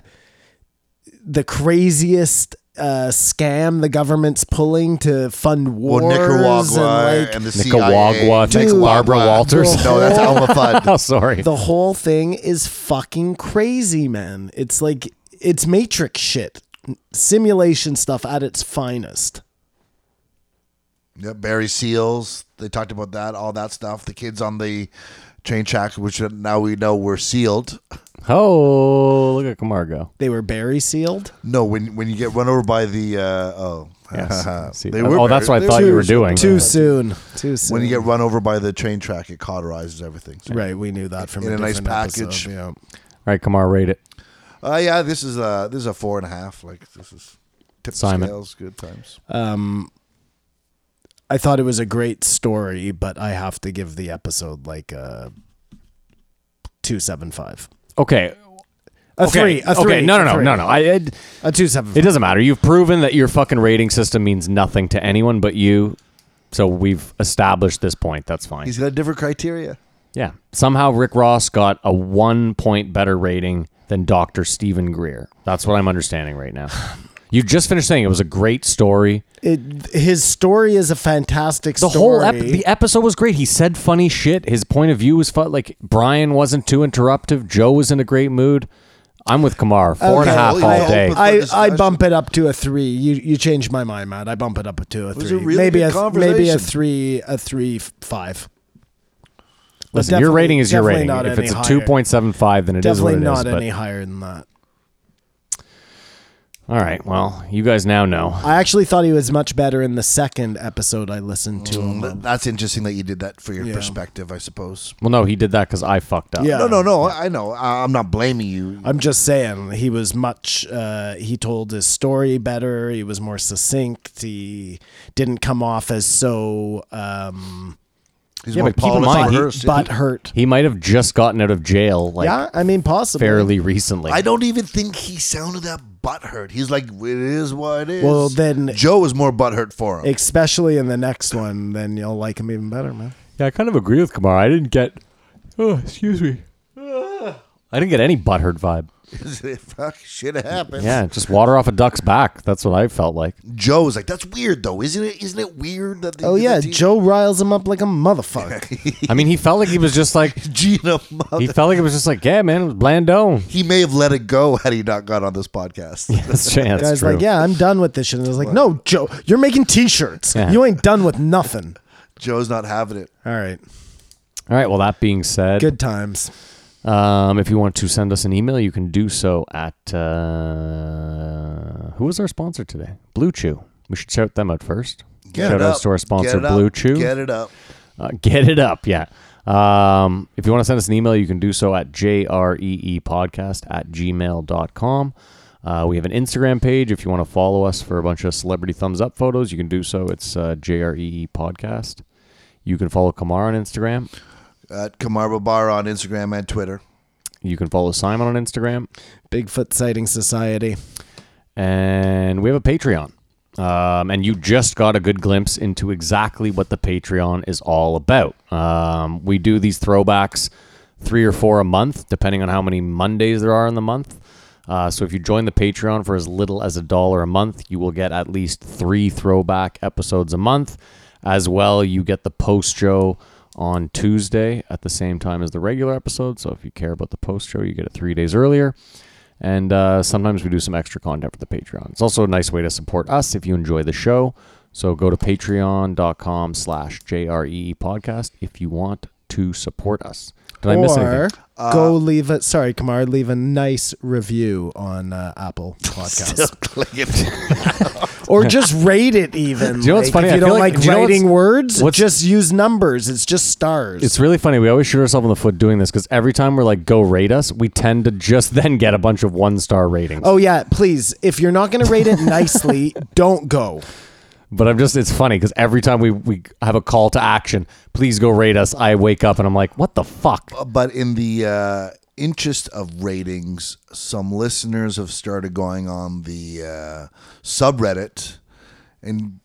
the craziest uh, scam the government's pulling to fund wars Well, Nicaragua and and, like the Nicaragua, CIA. Dude. Barbara Walters. No, that's Alpha Fud. Oh, sorry. the whole thing is fucking crazy, man. It's like it's Matrix shit, simulation stuff at its finest. Yeah, Barry Seals. They talked about that, all that stuff. The kids on the train tracks, which now we know were sealed. oh, look at Camargo. They were berry sealed. No, when when you get run over by the uh, oh, Yes. See, They oh, were that's what I very- thought they you were- were doing. Too soon. Too soon. when you get run over by the train track, it cauterizes everything. So- right, we knew that from In a, a nice different episode, package. yeah. All right, Kamar, rate it. Uh, yeah, this is a this is a four and a half. Like this is tip the Simon. scales, good times. Um, I thought it was a great story, but I have to give the episode like a two seven five. Okay. A okay. three. A three. Okay. No, no, a no, three. no, no. I, I A two seven It five. doesn't matter. You've proven that your fucking rating system means nothing to anyone but you. So we've established this point. That's fine. He's got different criteria. yeah. Somehow Rick Ross got a one point better rating than Dr. Stephen Greer. That's what I'm understanding right now. You just finished saying it was a great story. It, his story is a fantastic The whole story. ep- the episode was great. He said funny shit. His point of view was fun. Like Brian wasn't too interruptive. Joe was in a great mood. I'm with Kamar. Four and a Okay. half Well, yeah, all day. but- I, For I discussion. bump it up to a three. You you changed my mind, Matt. I bump it up to a was three. a really maybe good a th- maybe a conversation. three a three f- five. But Listen, your definitely- rating is your definitely rating. not If it's a any two higher. point seven five, then it is what Definitely it is. not but- any higher than that. All right. Well, you guys now know. I actually thought he was much better in the second episode I listened to. him. Th- That's interesting that you did that for your Yeah. perspective, I suppose. Well, no, he did that because I fucked up. Yeah. No, no, no. I know. I, I'm not blaming you. I'm just saying he was much. Uh, he told his story better. He was more succinct. He didn't come off as so um, He's Yeah, more but keep in polished mind, and he- rehearsed. butt hurt. He might have just gotten out of jail, like yeah, I mean, possibly. fairly recently. I don't even think he sounded that butthurt. He's like, it is what it is. Well, then- Joe is more butthurt for him. especially in the next one, then you'll like him even better, man. yeah, I kind of agree with Kamar. I didn't get. Oh, excuse me. I didn't get any butthurt vibe. Fuck, shit happens. Yeah, just water off a duck's back. That's what I felt like. Joe is like, that's weird though, isn't it? Isn't it weird that? They Oh did yeah, that to you?" Joe riles him up like a motherfucker. I mean, he felt like he was just like Gina, mother- he felt like it was just like yeah, man, it was blandone. he may have let it go had he not got on this podcast. That's true. That's Guy's true. like, yeah, I'm done with this shit. And I was like, no, Joe, you're making t-shirts. Yeah. You ain't done with nothing. Joe's not having it. All right, All right. Well, that being said, good times. Um, if you want to send us an email, you can do so at uh, who was our sponsor today? Blue Chew. We should shout them out first. shout it outs up. to our sponsor, Get it up. Blue Chew. Get it up. Uh, get it up, yeah. Um, if you want to send us an email, you can do so at jreepodcast E at gmail.com. Uh, we have an Instagram page. If you want to follow us for a bunch of celebrity thumbs up photos, you can do so. It's uh, JREE Podcast. You can follow Kamar on Instagram. At Kamarba Bar on Instagram and Twitter. You can follow Simon on Instagram. Bigfoot sighting society. and we have a Patreon. Um, and you just got a good glimpse into exactly what the Patreon is all about. Um, we do these throwbacks three or four a month, depending on how many Mondays there are in the month. Uh, so if you join the Patreon for as little as a dollar a month, you will get at least three throwback episodes a month. As well, you get the post show on Tuesday at the same time as the regular episode. So if you care about the post show, you get it three days earlier. And uh, sometimes we do some extra content for the Patreon. It's also a nice way to support us if you enjoy the show. So go to patreon.com slash JREE podcast if you want to support us. Did I miss or anything? go leave a sorry, Kamar, leave a nice review on uh, Apple Podcasts, Click it. or just rate it. Even Do you know what's Like, funny? If I you feel don't like- like, do you know what's- writing words, what's- just use numbers. It's just stars. It's really funny. We always shoot ourselves in the foot doing this because every time we're like, go rate us, we tend to just then get a bunch of one star ratings. oh yeah, please. If you're not going to rate it nicely, don't go. But I'm just, it's funny because every time we, we have a call to action, please go rate us, I wake up and I'm like, what the fuck? But in the uh, interest of ratings, some listeners have started going on the uh, subreddit and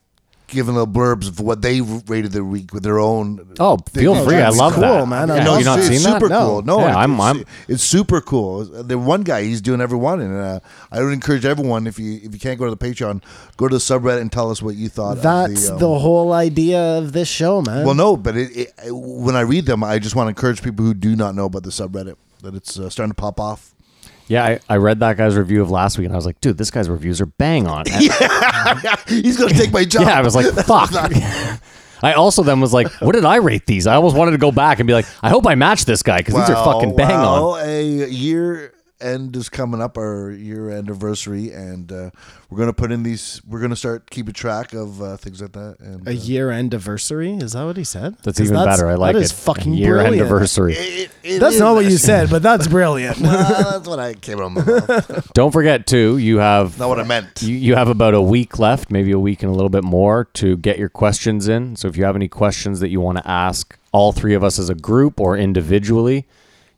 giving little blurbs of what they rated their week with their own. Oh, feel Thinking free. I that's love cool, that. man. I Yeah. love you not it's, seen it's that? super No. cool. No, Yeah, it's, I'm- I'm- it's, it's super cool. The one guy, he's doing every one, and uh, I would encourage everyone if you if you can't go to the Patreon, go to the subreddit and tell us what you thought. That's of the, um, the whole idea of this show, man. well, no, but it, it, when I read them, I just want to encourage people who do not know about the subreddit that it's uh, starting to pop off. Yeah, I, I read that guy's review of last week and I was like, dude, this guy's reviews are bang on. And- yeah. He's gonna take my job. I was like, fuck. I also then was like, what did I rate these? I almost wanted to go back and be like, I hope I match this guy because these are Well, fucking bang on. well, A year end is coming up, our year anniversary, and uh, we're gonna put in these. We're gonna start keeping track of uh, things like that. And a uh, year anniversary is that what he said? That's 'Cause even better. I like that it. is fucking year brilliant. anniversary. it- it That's is not what you actually- said, but that's brilliant. Well, that's what I came on. Don't forget too, you have Not what I meant. you, you have about a week left, maybe a week and a little bit more to get your questions in. So if you have any questions that you want to ask all three of us as a group or individually,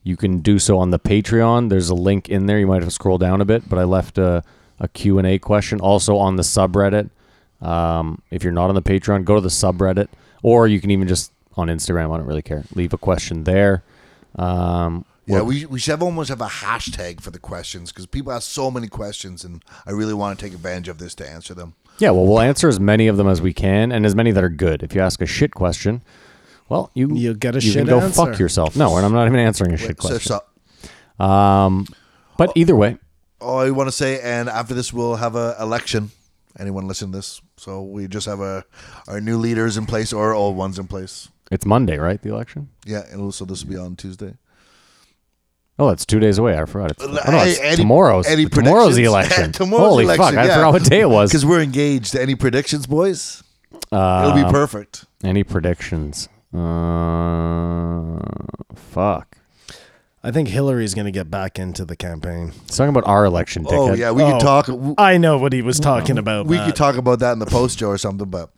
you can do so on the Patreon. There's a link in there. You might have to scroll down a bit, but I left a, a Q&A question also on the subreddit. Um, if you're not on the Patreon, go to the subreddit or you can even just on Instagram, I don't really care. Leave a question there. Um, yeah, we we should have almost have a hashtag for the questions because people ask so many questions, and I really want to take advantage of this to answer them. Yeah, well, we'll answer as many of them as we can, and as many that are good. If you ask a shit question, well, you You'll get a you can shit go answer. fuck yourself. No, and I'm not even answering a shit So- question. so- Um, but either way, all I want to say, and after this, we'll have a election. Anyone listen to this? So we just have a our new leaders in place or old ones in place. it's Monday, right? The election. Yeah, and also this will be on Tuesday. Oh, that's two days away. I forgot. It's, oh, no, it's Any- tomorrow's any tomorrow's the predictions? election. Tomorrow's Holy election, fuck! I yeah. forgot what day it was. Because we're engaged. Any predictions, boys? Uh, It'll be perfect. Any predictions? Uh, fuck. I think Hillary's going to get back into the campaign. It's talking about our election, dickhead. Oh yeah, we Oh. could talk. w- I know what he was talking about. We Matt. could talk about that in the post show or something, but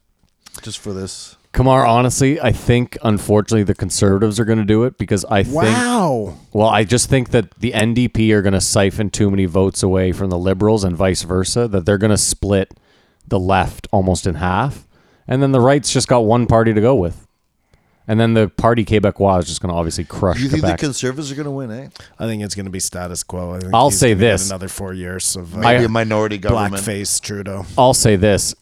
just for this, Kamar, honestly, I think unfortunately the conservatives are going to do it because I think Wow. Well, I just think that the NDP are going to siphon too many votes away from the Liberals and vice versa, that they're going to split the left almost in half. And then the right's just got one party to go with. And then the Party Quebecois is just going to obviously crush do you think the Quebec. conservatives are going to win? Eh? I think it's going to be status quo. I think I'll he's say gonna get this. another four years of uh, Maybe I- a minority government. blackface Trudeau. I'll say this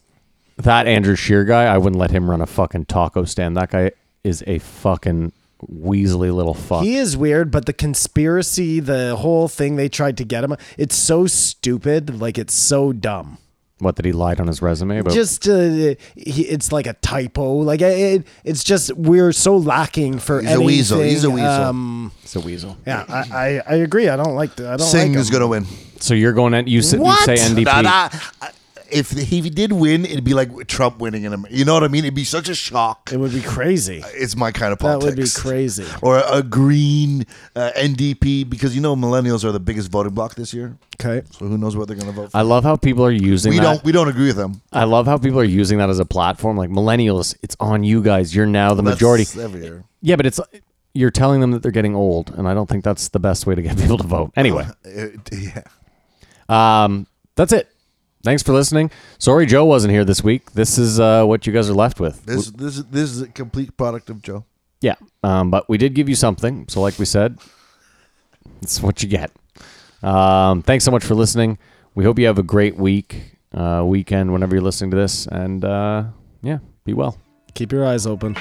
that Andrew Shear guy, I wouldn't let him run a fucking taco stand. That guy is a fucking weaselly little fuck. He is weird, but the conspiracy, the whole thing they tried to get him, it's so stupid. Like, it's so dumb. what, that he lied on his resume about? Just, uh, he, it's like a typo. Like, it, it's just, we're so lacking for He's a weasel. He's a anything, weasel. Um, it's a weasel. yeah, I, I, I agree. I don't like the, I don't Singh like is him. going to win. So you're going at, you, sit, you What? say NDP. Nah, nah. If he did win, it'd be like Trump winning in America. You know what I mean? It'd be such a shock. It would be crazy. It's my kind of That politics. would be crazy. Or a green uh, NDP because you know millennials are the biggest voting bloc this year. Okay. So who knows what they're going to vote for? I love how people are using we that. don't. We don't agree with them. I love how people are using that as a platform. Like millennials, it's on you guys. You're now the That's majority. every year. Yeah, but it's you're telling them that they're getting old, and I don't think that's the best way to get people to vote. Anyway, It- yeah. um, that's it. Thanks for listening. Sorry Joe wasn't here this week. This is uh, what you guys are left with. This this this is a complete product of Joe. Yeah, um, but we did give you something. So, like we said, it's what you get. Um, thanks so much for listening. We hope you have a great week, uh, weekend, whenever you're listening to this. And uh, yeah, be well. Keep your eyes open.